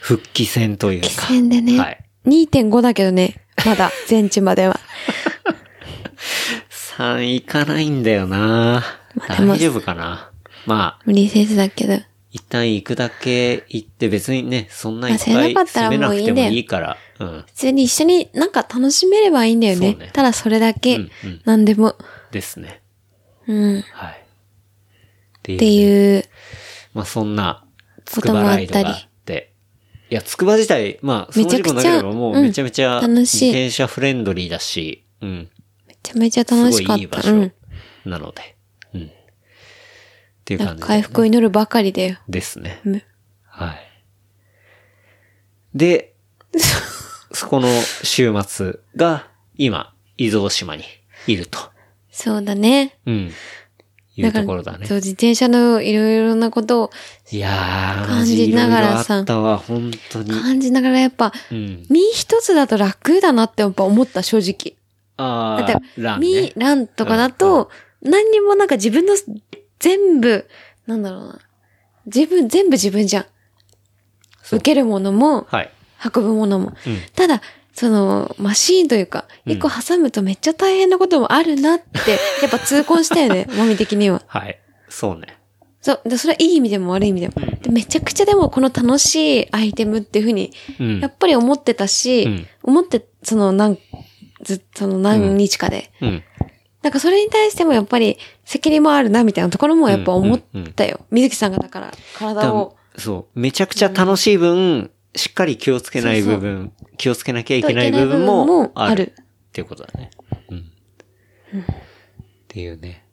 [SPEAKER 2] 復帰戦というか。
[SPEAKER 3] 気戦でね。
[SPEAKER 2] はい。
[SPEAKER 3] 2.5だけどね。まだ、全治までは。
[SPEAKER 2] 3いかないんだよな
[SPEAKER 3] まあでも
[SPEAKER 2] 大丈夫かなまあ、
[SPEAKER 3] 無理せずだけど。
[SPEAKER 2] 一旦行くだけ行って別にね、そんないっ
[SPEAKER 3] まあ
[SPEAKER 2] ぱ
[SPEAKER 3] 攻
[SPEAKER 2] い
[SPEAKER 3] めなかった
[SPEAKER 2] 攻
[SPEAKER 3] ら
[SPEAKER 2] めな
[SPEAKER 3] もう
[SPEAKER 2] く
[SPEAKER 3] いい
[SPEAKER 2] て
[SPEAKER 3] ん
[SPEAKER 2] も
[SPEAKER 3] だよ
[SPEAKER 2] いいから、うん。
[SPEAKER 3] 普通に一緒になんか楽しめればいいんだよね。
[SPEAKER 2] そうね
[SPEAKER 3] ただそれだけ、
[SPEAKER 2] うんうん
[SPEAKER 3] なんでも。
[SPEAKER 2] ですね。
[SPEAKER 3] うん。っ
[SPEAKER 2] はい。っていう
[SPEAKER 3] ていう。
[SPEAKER 2] まあそんな、つ
[SPEAKER 3] こ
[SPEAKER 2] く
[SPEAKER 3] と
[SPEAKER 2] ば
[SPEAKER 3] もあ
[SPEAKER 2] ライ
[SPEAKER 3] ったり
[SPEAKER 2] ドがあって。いや、つくば自体、まあ、その
[SPEAKER 3] めちゃ
[SPEAKER 2] 事故
[SPEAKER 3] くちゃ
[SPEAKER 2] なければもう
[SPEAKER 3] うん
[SPEAKER 2] めちゃめちゃ、
[SPEAKER 3] 楽し
[SPEAKER 2] 自
[SPEAKER 3] い
[SPEAKER 2] 転車フレンドリーだし、うん。
[SPEAKER 3] めちゃめちゃ
[SPEAKER 2] すご
[SPEAKER 3] 楽しかっ
[SPEAKER 2] いいい場
[SPEAKER 3] た。
[SPEAKER 2] 所
[SPEAKER 3] うん。
[SPEAKER 2] なので、うん。っていう
[SPEAKER 3] だか
[SPEAKER 2] 感
[SPEAKER 3] ら
[SPEAKER 2] じ
[SPEAKER 3] 回復を祈るばかりだよ。
[SPEAKER 2] ですね。
[SPEAKER 3] うん
[SPEAKER 2] はい。 で、そこの週末が、今、伊豆大島にいると。
[SPEAKER 3] そうだね。
[SPEAKER 2] うん。いうところだね
[SPEAKER 3] そう、。自転車のいろいろなことを
[SPEAKER 2] いやー、
[SPEAKER 3] 感じながら
[SPEAKER 2] マ
[SPEAKER 3] さ
[SPEAKER 2] ジいろいろあったわ、本当に。
[SPEAKER 3] 感じながらやっぱ、
[SPEAKER 2] うん。
[SPEAKER 3] 身一つだと楽だなってやっぱ思った、正直。
[SPEAKER 2] あ
[SPEAKER 3] だっ
[SPEAKER 2] ー、
[SPEAKER 3] て、
[SPEAKER 2] ラン
[SPEAKER 3] ミ
[SPEAKER 2] ね
[SPEAKER 3] ー、。ランとかだと、何にもなんか自分の、全部、なんだろうな。自分、全部自分じゃん。
[SPEAKER 2] そう
[SPEAKER 3] 受けるものも、
[SPEAKER 2] はい。
[SPEAKER 3] 運ぶものも。
[SPEAKER 2] うん
[SPEAKER 3] ただ、その、マシーンというか、
[SPEAKER 2] うん
[SPEAKER 3] 一個挟むとめっち ゃ大変なこともあるなって、やっぱ痛恨したよね、もみ的には。
[SPEAKER 2] はい。そうね。
[SPEAKER 3] そう。で、それはいい意味でも悪い意味でも。でめちゃくちゃでもこの楽しいアイテムっていうふうに、
[SPEAKER 2] うん
[SPEAKER 3] やっぱり思ってたし、
[SPEAKER 2] うん
[SPEAKER 3] 思って、その何、ず、その何日かで。
[SPEAKER 2] うん。
[SPEAKER 3] なんかそれに対してもやっぱり責任もあるなみたいなところもやっぱ思ったよ。水木さんがだから体を。
[SPEAKER 2] そう。めちゃくちゃ楽しい分、しっかり気をつけない部分、気をつけなきゃいけない部分もある。っていうことだね。うん。っていうね。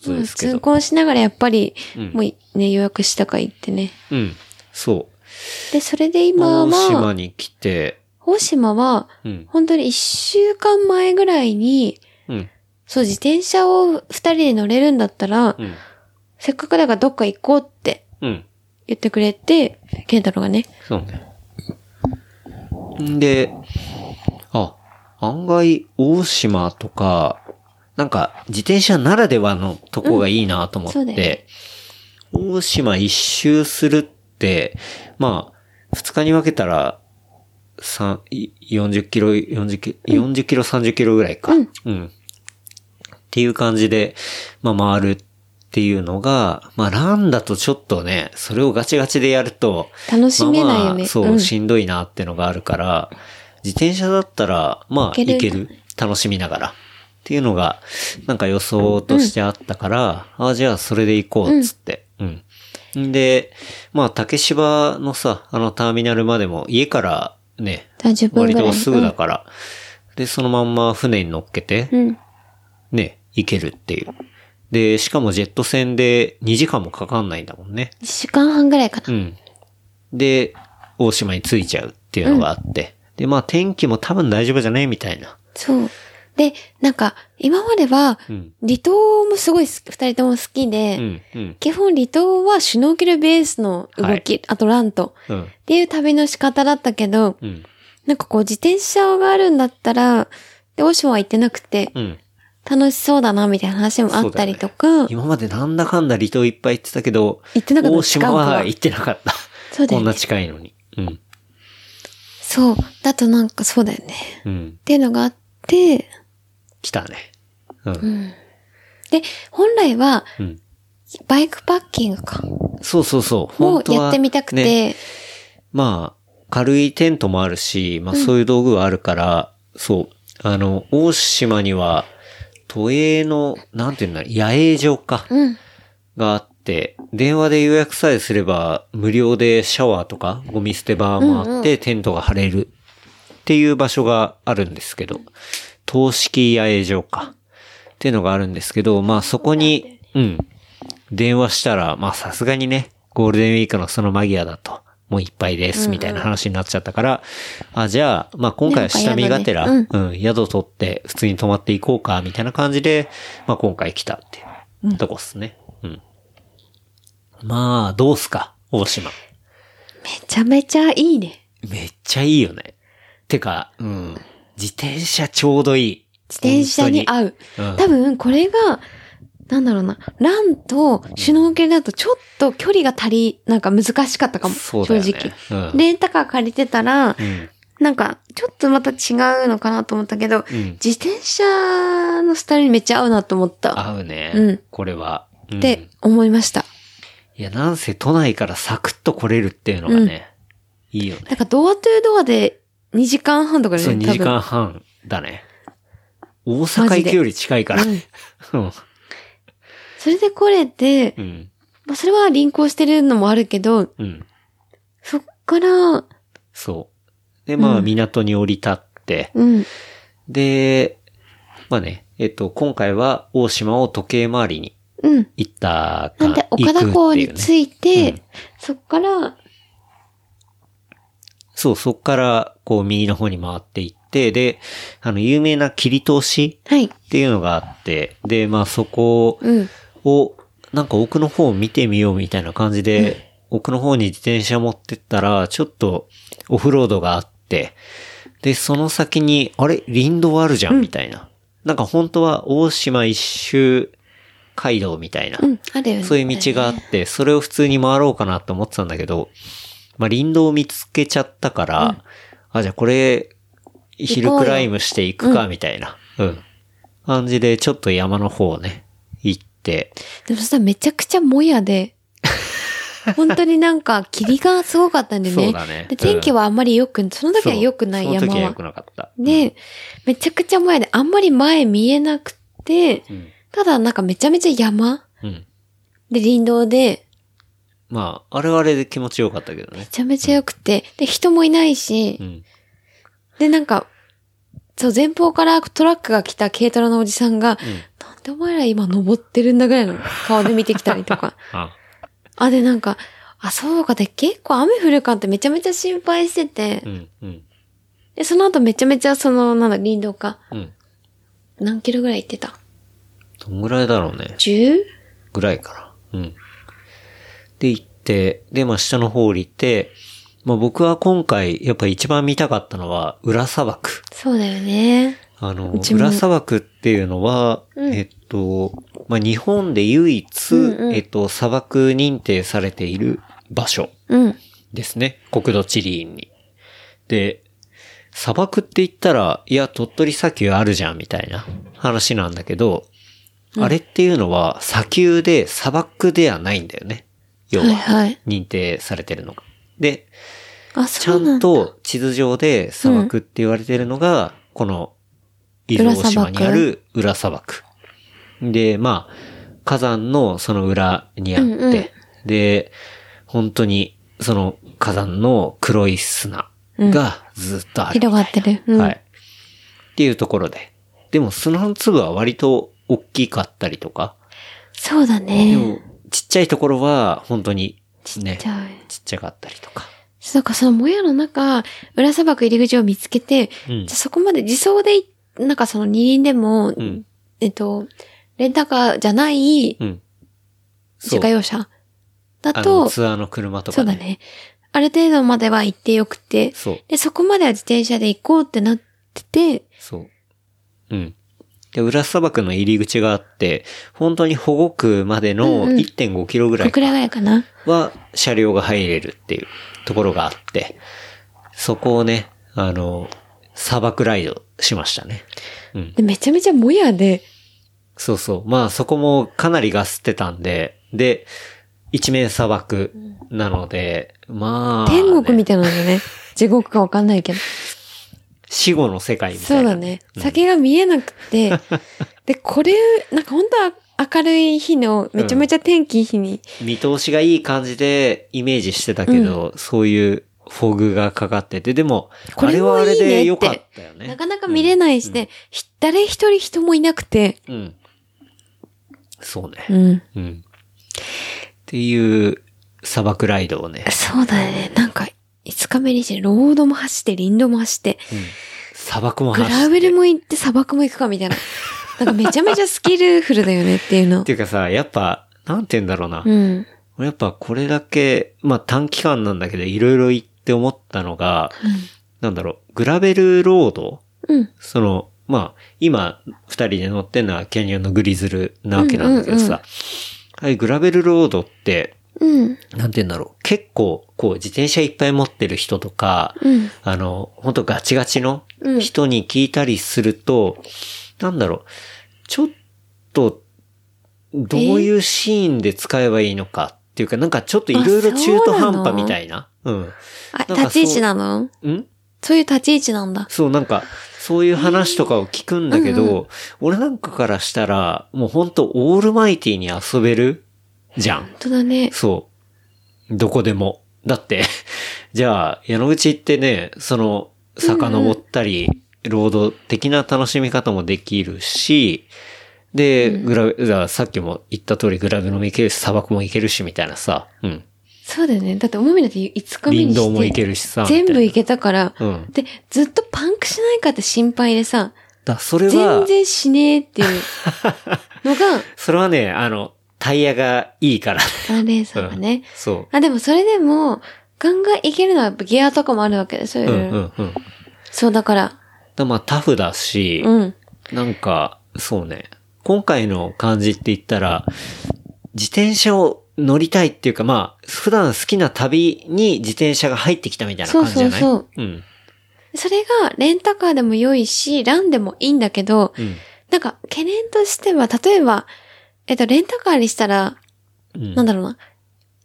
[SPEAKER 2] そうですけ
[SPEAKER 3] 通
[SPEAKER 2] ど。
[SPEAKER 3] 行しながらやっぱり、
[SPEAKER 2] うん
[SPEAKER 3] もうね、予約したか行ってね。
[SPEAKER 2] うん。そう。
[SPEAKER 3] で、それで今
[SPEAKER 2] 大島
[SPEAKER 3] は、
[SPEAKER 2] に来て、
[SPEAKER 3] 大島は、
[SPEAKER 2] うん。
[SPEAKER 3] 本当に一週間前ぐらいに、
[SPEAKER 2] うん。
[SPEAKER 3] そう、自転車を二人で乗れるんだったら、
[SPEAKER 2] うん。
[SPEAKER 3] せっかくだからどっか行こうって
[SPEAKER 2] うん。
[SPEAKER 3] 言ってくれて、ケンタロウがね。
[SPEAKER 2] そうね。んで、あ、案外、大島とか、なんか、自転車ならではのとこがいいなと思って、
[SPEAKER 3] うんそうだよ
[SPEAKER 2] 大島一周するって、まあ、二日に分けたら、三い40キロ、40キロ、40キロ、30キロぐらいか。うん。っていう感じで、まあ、回るっていうのが、まあ、ランだとちょっとね、それをガチガチでやると、
[SPEAKER 3] 楽しめない
[SPEAKER 2] ま
[SPEAKER 3] よ
[SPEAKER 2] あま
[SPEAKER 3] ね。
[SPEAKER 2] あ、そう、
[SPEAKER 3] ん
[SPEAKER 2] しんどいなってのがあるから、自転車だったら、まあ、
[SPEAKER 3] いける
[SPEAKER 2] いける。楽しみながら。っていうのが、なんか予想としてあったから、あじゃあそれで行こう、つって。うん。んで、まあ、竹芝のさ、あのターミナルまでも、家からね、
[SPEAKER 3] 30分ぐ
[SPEAKER 2] 割
[SPEAKER 3] らい。
[SPEAKER 2] とすぐだから、で、そのまんま船に乗っけて、
[SPEAKER 3] うん。
[SPEAKER 2] ね、行けるっていう。で、しかもジェット船で2時間もかかんないんだもんね。
[SPEAKER 3] 1週間半ぐらいか
[SPEAKER 2] う
[SPEAKER 3] な。
[SPEAKER 2] ん。で、大島に着いちゃうっていうのがあって。で、まあ天気も多分大丈夫じゃねみたいな。
[SPEAKER 3] そう。で、なんか、今までは、
[SPEAKER 2] うん。
[SPEAKER 3] 離島もすごい好き、二人とも好きで、
[SPEAKER 2] うん。うん。
[SPEAKER 3] 基本離島はシュノーケルベースの動き、
[SPEAKER 2] はい
[SPEAKER 3] あとランと、
[SPEAKER 2] う
[SPEAKER 3] っ
[SPEAKER 2] ん。
[SPEAKER 3] ていう旅の仕方だったけど、
[SPEAKER 2] うん。
[SPEAKER 3] なんかこう自転車があるんだったら、で、オションは行ってなくて、
[SPEAKER 2] うん。
[SPEAKER 3] 楽しそうだな、みたいな話もあったりとか、
[SPEAKER 2] 今までなんだかんだ離島いっぱい行ってたけど、
[SPEAKER 3] 行ってなかった
[SPEAKER 2] 大島
[SPEAKER 3] 近く
[SPEAKER 2] は
[SPEAKER 3] は
[SPEAKER 2] 行ってなかった。
[SPEAKER 3] そうだ
[SPEAKER 2] こ
[SPEAKER 3] よ
[SPEAKER 2] んな
[SPEAKER 3] ね。
[SPEAKER 2] 近いのに。うん。
[SPEAKER 3] そう。だとなんかそうだよね。
[SPEAKER 2] うん
[SPEAKER 3] っ。ていうのがあって、
[SPEAKER 2] 来たね。うん。
[SPEAKER 3] で、本来は、
[SPEAKER 2] うん。
[SPEAKER 3] バイクパッキングか。
[SPEAKER 2] そうそうそう。
[SPEAKER 3] を
[SPEAKER 2] 本当は
[SPEAKER 3] やってみたくて、
[SPEAKER 2] ねまあ、軽いテントもあるし、まあそういう道具はあるから、そう。あの、大島には、都営の、なんていうんだろう、野営場か、
[SPEAKER 3] うん。
[SPEAKER 2] があって、電話で予約さえすれば、無料でシャワーとか、ゴミ捨て場もあって、テントが張れるっていう場所があるんですけど、投式野営場か、っていうのがあるんですけど、まあそこに、うん、電話したら、まあさすがにね、ゴールデンウィークのその間際だと、もういっぱいです、みたいな話になっちゃったから、あ、じゃあ、まあ今回は下見がてら、
[SPEAKER 3] な
[SPEAKER 2] うん
[SPEAKER 3] ん、
[SPEAKER 2] 宿取って普通に泊まっていこうか、みたいな感じで、まあ今回来たっていうとこっすね。うん。まあ、どうっすか、大島。
[SPEAKER 3] めちゃめちゃいいね。
[SPEAKER 2] めっちゃいいよね。てか、うん。自転車ちょうどいい。
[SPEAKER 3] 自転車に合う。
[SPEAKER 2] 本当
[SPEAKER 3] 多
[SPEAKER 2] に。
[SPEAKER 3] 分、これが、なんだろうな、ランとシュノーケルだとちょっと距離が足り、なんか難しかったか
[SPEAKER 2] うん。
[SPEAKER 3] も。
[SPEAKER 2] そうだ
[SPEAKER 3] 正
[SPEAKER 2] よね
[SPEAKER 3] 直。。
[SPEAKER 2] うん。
[SPEAKER 3] レンタカー借りてたら
[SPEAKER 2] う、ん。
[SPEAKER 3] なんか、ちょっとまた違うのかなと思ったけど、
[SPEAKER 2] うん
[SPEAKER 3] 自転車のスタイルにめっちゃ合うなと思った。
[SPEAKER 2] 合うね。
[SPEAKER 3] うん
[SPEAKER 2] これは。うん
[SPEAKER 3] って思いました。
[SPEAKER 2] いや、なんせ都内からサクッと来れるっていうのがね、いいよね。
[SPEAKER 3] なんかドアトゥドアで2時間半とかで
[SPEAKER 2] そう、2時間半だね。大阪行くより近いからね。うん。
[SPEAKER 3] それで来れて
[SPEAKER 2] う、ん。
[SPEAKER 3] まあそれは輪行してるのもあるけど、
[SPEAKER 2] うん。
[SPEAKER 3] そっから、
[SPEAKER 2] そう。で、まあ、
[SPEAKER 3] うん
[SPEAKER 2] 港に降り立って、
[SPEAKER 3] うん、
[SPEAKER 2] で、まあね、えっと、今回は大島を時計回りに
[SPEAKER 3] うん。
[SPEAKER 2] 行ったか
[SPEAKER 3] なんで、岡田港に
[SPEAKER 2] いていうね
[SPEAKER 3] 着いて、
[SPEAKER 2] うん
[SPEAKER 3] そっから、
[SPEAKER 2] そう、そっから、こう、右の方に回っていって、で、あの、有名な切り通し
[SPEAKER 3] はい、
[SPEAKER 2] っていうのがあって、で、まあ、そこを、
[SPEAKER 3] うん、
[SPEAKER 2] を、なんか奥の方を見てみようみたいな感じで、奥の方に自転車持ってったら、ちょっとオフロードがあって、で、その先に、あれ林道あるじゃんみたいな。なんか本当は大島一周街道みたいな
[SPEAKER 3] う、ん、あるよね。
[SPEAKER 2] そういう道があって、それを普通に回ろうかなと思ってたんだけど、まあ林道を見つけちゃったから、あ、じゃあこれ、ヒルクライムしていくか、みたいな。うん。感じで、ちょっと山の方をね、行って、
[SPEAKER 3] でもそしたらめちゃくちゃもやで、本当になんか霧がすごかったんでね。
[SPEAKER 2] そうだね
[SPEAKER 3] で、天気はあんまり良く、その時は良くない
[SPEAKER 2] そうその
[SPEAKER 3] 山
[SPEAKER 2] 時は
[SPEAKER 3] は
[SPEAKER 2] 良。くなかった。
[SPEAKER 3] で、めちゃくちゃ前で、あんまり前見えなくて、
[SPEAKER 2] うん。
[SPEAKER 3] ただなんかめちゃめちゃ山
[SPEAKER 2] うん。
[SPEAKER 3] で林道で、
[SPEAKER 2] まあ、あれはあれで気持ちよかったけどね
[SPEAKER 3] め。ちゃめちゃ良くて、で、人もいないし、
[SPEAKER 2] うん。
[SPEAKER 3] で、なんか、そう、前方からトラックが来た軽トラのおじさんが、なんでお前ら今登ってるんだぐらいの 顔で見てきたりとか。
[SPEAKER 2] あ、
[SPEAKER 3] あ、で、なんか、あ、そうか、で、結構雨降るかってめちゃめちゃ心配してて、
[SPEAKER 2] うん、うん、
[SPEAKER 3] で、その後めちゃめちゃその、なんだ、林道か、
[SPEAKER 2] うん。
[SPEAKER 3] 何キロぐらい行ってた
[SPEAKER 2] どんぐらいだろうね。
[SPEAKER 3] ?10?
[SPEAKER 2] ぐらいかな。うん。で、行って、で、まあ、下の方降りて、まあ、僕は今回、やっぱ一番見たかったのは、裏砂漠。
[SPEAKER 3] そうだよね。
[SPEAKER 2] あの、
[SPEAKER 3] うちも
[SPEAKER 2] 裏砂漠っていうのは、
[SPEAKER 3] うん
[SPEAKER 2] えっと、まあ、日本で唯一、
[SPEAKER 3] うんうん
[SPEAKER 2] えっと、砂漠認定されている場所
[SPEAKER 3] うん。
[SPEAKER 2] ですね。国土地理院に。で、砂漠って言ったら、いや、鳥取砂丘あるじゃん、みたいな話なんだけど、あれっていうのは砂丘で砂漠ではないんだよね。要
[SPEAKER 3] はい
[SPEAKER 2] は、
[SPEAKER 3] はい。
[SPEAKER 2] 認定されてるのが。で、
[SPEAKER 3] あ、
[SPEAKER 2] ち
[SPEAKER 3] そ
[SPEAKER 2] ゃ
[SPEAKER 3] うなん
[SPEAKER 2] ん
[SPEAKER 3] だ。
[SPEAKER 2] と地図上で砂漠って言われてるのが、この、伊豆大島にある裏砂漠。で、まあ、火山のその裏にあって、
[SPEAKER 3] うんうん
[SPEAKER 2] で、本当にその火山の黒い砂がずっとある。
[SPEAKER 3] 広がってる。うん。
[SPEAKER 2] はい。っていうところで。でも砂の粒は割と大きかったりとか、
[SPEAKER 3] そうだ
[SPEAKER 2] で
[SPEAKER 3] ね。
[SPEAKER 2] もちっちゃいところは本当にね、
[SPEAKER 3] じゃあ、
[SPEAKER 2] ちっちゃかったりとか。
[SPEAKER 3] そうか、そのもやの中、裏砂漠入り口を見つけて、
[SPEAKER 2] うん
[SPEAKER 3] じゃあそこまで自走でい、なんかその二輪でも、
[SPEAKER 2] ん
[SPEAKER 3] えっと、レンタカーじゃない
[SPEAKER 2] うん。そ
[SPEAKER 3] 自
[SPEAKER 2] う
[SPEAKER 3] 家用車だ
[SPEAKER 2] あの
[SPEAKER 3] と、
[SPEAKER 2] ツアーの車と
[SPEAKER 3] そ
[SPEAKER 2] か、
[SPEAKER 3] うだ。ね。ある程度までは行ってよくて、
[SPEAKER 2] そう、
[SPEAKER 3] で、そこまでは自転車で行こうってなってて、
[SPEAKER 2] そう。うん。で、裏砂漠の入り口があって、本当に保護区までの
[SPEAKER 3] うんうん
[SPEAKER 2] 1.5キロぐらい
[SPEAKER 3] くらいぐらいかな。
[SPEAKER 2] は車両が入れるっていうところがあって、そこをね、あの、砂漠ライドしましたね。うん。
[SPEAKER 3] で、めちゃめちゃもやで、
[SPEAKER 2] そうそう。まあそこもかなりガスってたんで、で、一面砂漠なので、まあ、
[SPEAKER 3] 天国み
[SPEAKER 2] ね
[SPEAKER 3] たいなのね。地獄かわかんないけど。
[SPEAKER 2] 死後の世界みた
[SPEAKER 3] そ
[SPEAKER 2] いうな。
[SPEAKER 3] だね。先が見えなくて。 で、これ、なんか本当は明るい日の、めちゃめちゃ天気いい日に、
[SPEAKER 2] 見通しがいい感じでイメージしてたけど、そういうフォグがかかってて、でも、
[SPEAKER 3] これ
[SPEAKER 2] あ
[SPEAKER 3] も
[SPEAKER 2] れはあれ
[SPEAKER 3] いいね
[SPEAKER 2] で
[SPEAKER 3] って
[SPEAKER 2] 良かったよね。
[SPEAKER 3] なかなか見れないしね、ひ誰一人人もいなくて。
[SPEAKER 2] うん。うん。そう
[SPEAKER 3] う
[SPEAKER 2] ね。
[SPEAKER 3] ん。
[SPEAKER 2] うん。っていう砂漠ライドをね、
[SPEAKER 3] そうだね。なんか、5日目にして、ロードも走って、林道も走って、
[SPEAKER 2] 砂漠も
[SPEAKER 3] グ
[SPEAKER 2] 走って。
[SPEAKER 3] ラベルも行って、砂漠も行くかみたいな。なんかめちゃめちゃスキルフルだよねっていうの
[SPEAKER 2] って。いうかさ、やっぱ、なんて言うんだろうな。
[SPEAKER 3] うん。
[SPEAKER 2] 俺やっぱこれだけ、まあ短期間なんだけど、いろいろ行って思ったのが、なんだろう、グラベルロード
[SPEAKER 3] うん。
[SPEAKER 2] その、まあ、今、二人で乗ってんのはキャニオンのグリズルなわけなんだけど
[SPEAKER 3] うんうんうん
[SPEAKER 2] さ、はい、グラベルロードって、
[SPEAKER 3] うん。
[SPEAKER 2] なんて言うんだろう、結構、こう、自転車いっぱい持ってる人とか、
[SPEAKER 3] うん。
[SPEAKER 2] あの、ほんとガチガチの
[SPEAKER 3] うん
[SPEAKER 2] 人に聞いたりすると、なんだろう、ちょっと、どういうシーンで使えばいいのかっていうか、なんかちょっといろいろ
[SPEAKER 3] あ
[SPEAKER 2] 中途
[SPEAKER 3] そうな
[SPEAKER 2] 半
[SPEAKER 3] の
[SPEAKER 2] 端みたいな。うん。
[SPEAKER 3] あ、
[SPEAKER 2] なんかそう
[SPEAKER 3] 立ち位置なの
[SPEAKER 2] ん
[SPEAKER 3] そういう立ち位置なんだ。
[SPEAKER 2] そう、なんか、そういう話とかを聞くんだけど、
[SPEAKER 3] うんう
[SPEAKER 2] 俺なんかからしたら、もうほんとオールマイティに遊べるじゃん。
[SPEAKER 3] 本当だね。
[SPEAKER 2] そう。どこでも。だって、 じゃあ、矢野口ってね、その、遡ったり、労働的な楽しみ方もできるし、で、グラベ、だからさっきも言った通り、グラベルも行けるし、砂漠も行けるし、みたいなさ、うん。
[SPEAKER 3] そうだよね。だって、おもみだって5日目に
[SPEAKER 2] 林
[SPEAKER 3] して。
[SPEAKER 2] 道も行けるしさ。
[SPEAKER 3] 全部
[SPEAKER 2] み
[SPEAKER 3] 行けたから、
[SPEAKER 2] たいなうん。
[SPEAKER 3] で、ずっとパンクしないかって心配でさ、
[SPEAKER 2] だ、それは、
[SPEAKER 3] 全然しねえっていうの が、
[SPEAKER 2] それはね、あの、タイヤがいいから。
[SPEAKER 3] あれさんがね。
[SPEAKER 2] そ
[SPEAKER 3] あ、で もそれでも、ガンガンいけるのはやっぱギアとかもあるわけで、そう
[SPEAKER 2] う。
[SPEAKER 3] いうう。
[SPEAKER 2] んうんうん。
[SPEAKER 3] そうだから、
[SPEAKER 2] だまあタフだし、
[SPEAKER 3] うん。
[SPEAKER 2] なんか、そうね。今回の感じって言ったら、自転車を乗りたいっていうか、まあ、普段好きな旅に自転車が入ってきたみたいな感じじゃない
[SPEAKER 3] そうそう
[SPEAKER 2] う。うん。
[SPEAKER 3] それが、レンタカーでも良いし、ランでもいいんだけど、
[SPEAKER 2] うん。
[SPEAKER 3] なんか、懸念としては、例えば、えっと、レンタカーにしたら、
[SPEAKER 2] うん、
[SPEAKER 3] なんだろうな。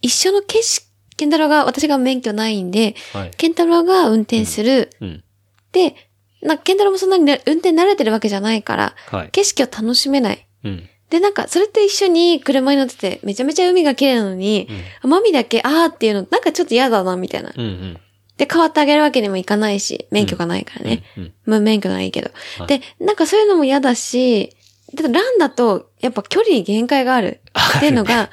[SPEAKER 3] 一緒の景色、ケンタロウが、私が免許ないんで、
[SPEAKER 2] はい。
[SPEAKER 3] ケンタロウが運転する。
[SPEAKER 2] うん。
[SPEAKER 3] で、なんかケンタロウもそんなにね運転慣れてるわけじゃないから、
[SPEAKER 2] はい。
[SPEAKER 3] 景色を楽しめない。
[SPEAKER 2] うん。
[SPEAKER 3] で、なんか、それって一緒に車に乗ってて、めちゃめちゃ海が綺麗なのに、マミだけ、あーっていうの、なんかちょっと嫌だな、みたいな。
[SPEAKER 2] うん。うん。
[SPEAKER 3] で、変わってあげるわけにもいかないし、免許がないからね。
[SPEAKER 2] うん。
[SPEAKER 3] 無免許ないけど。
[SPEAKER 2] はい
[SPEAKER 3] で、なんかそういうのも嫌だし、だってランだと、やっぱ距離に限界があるっていうのが、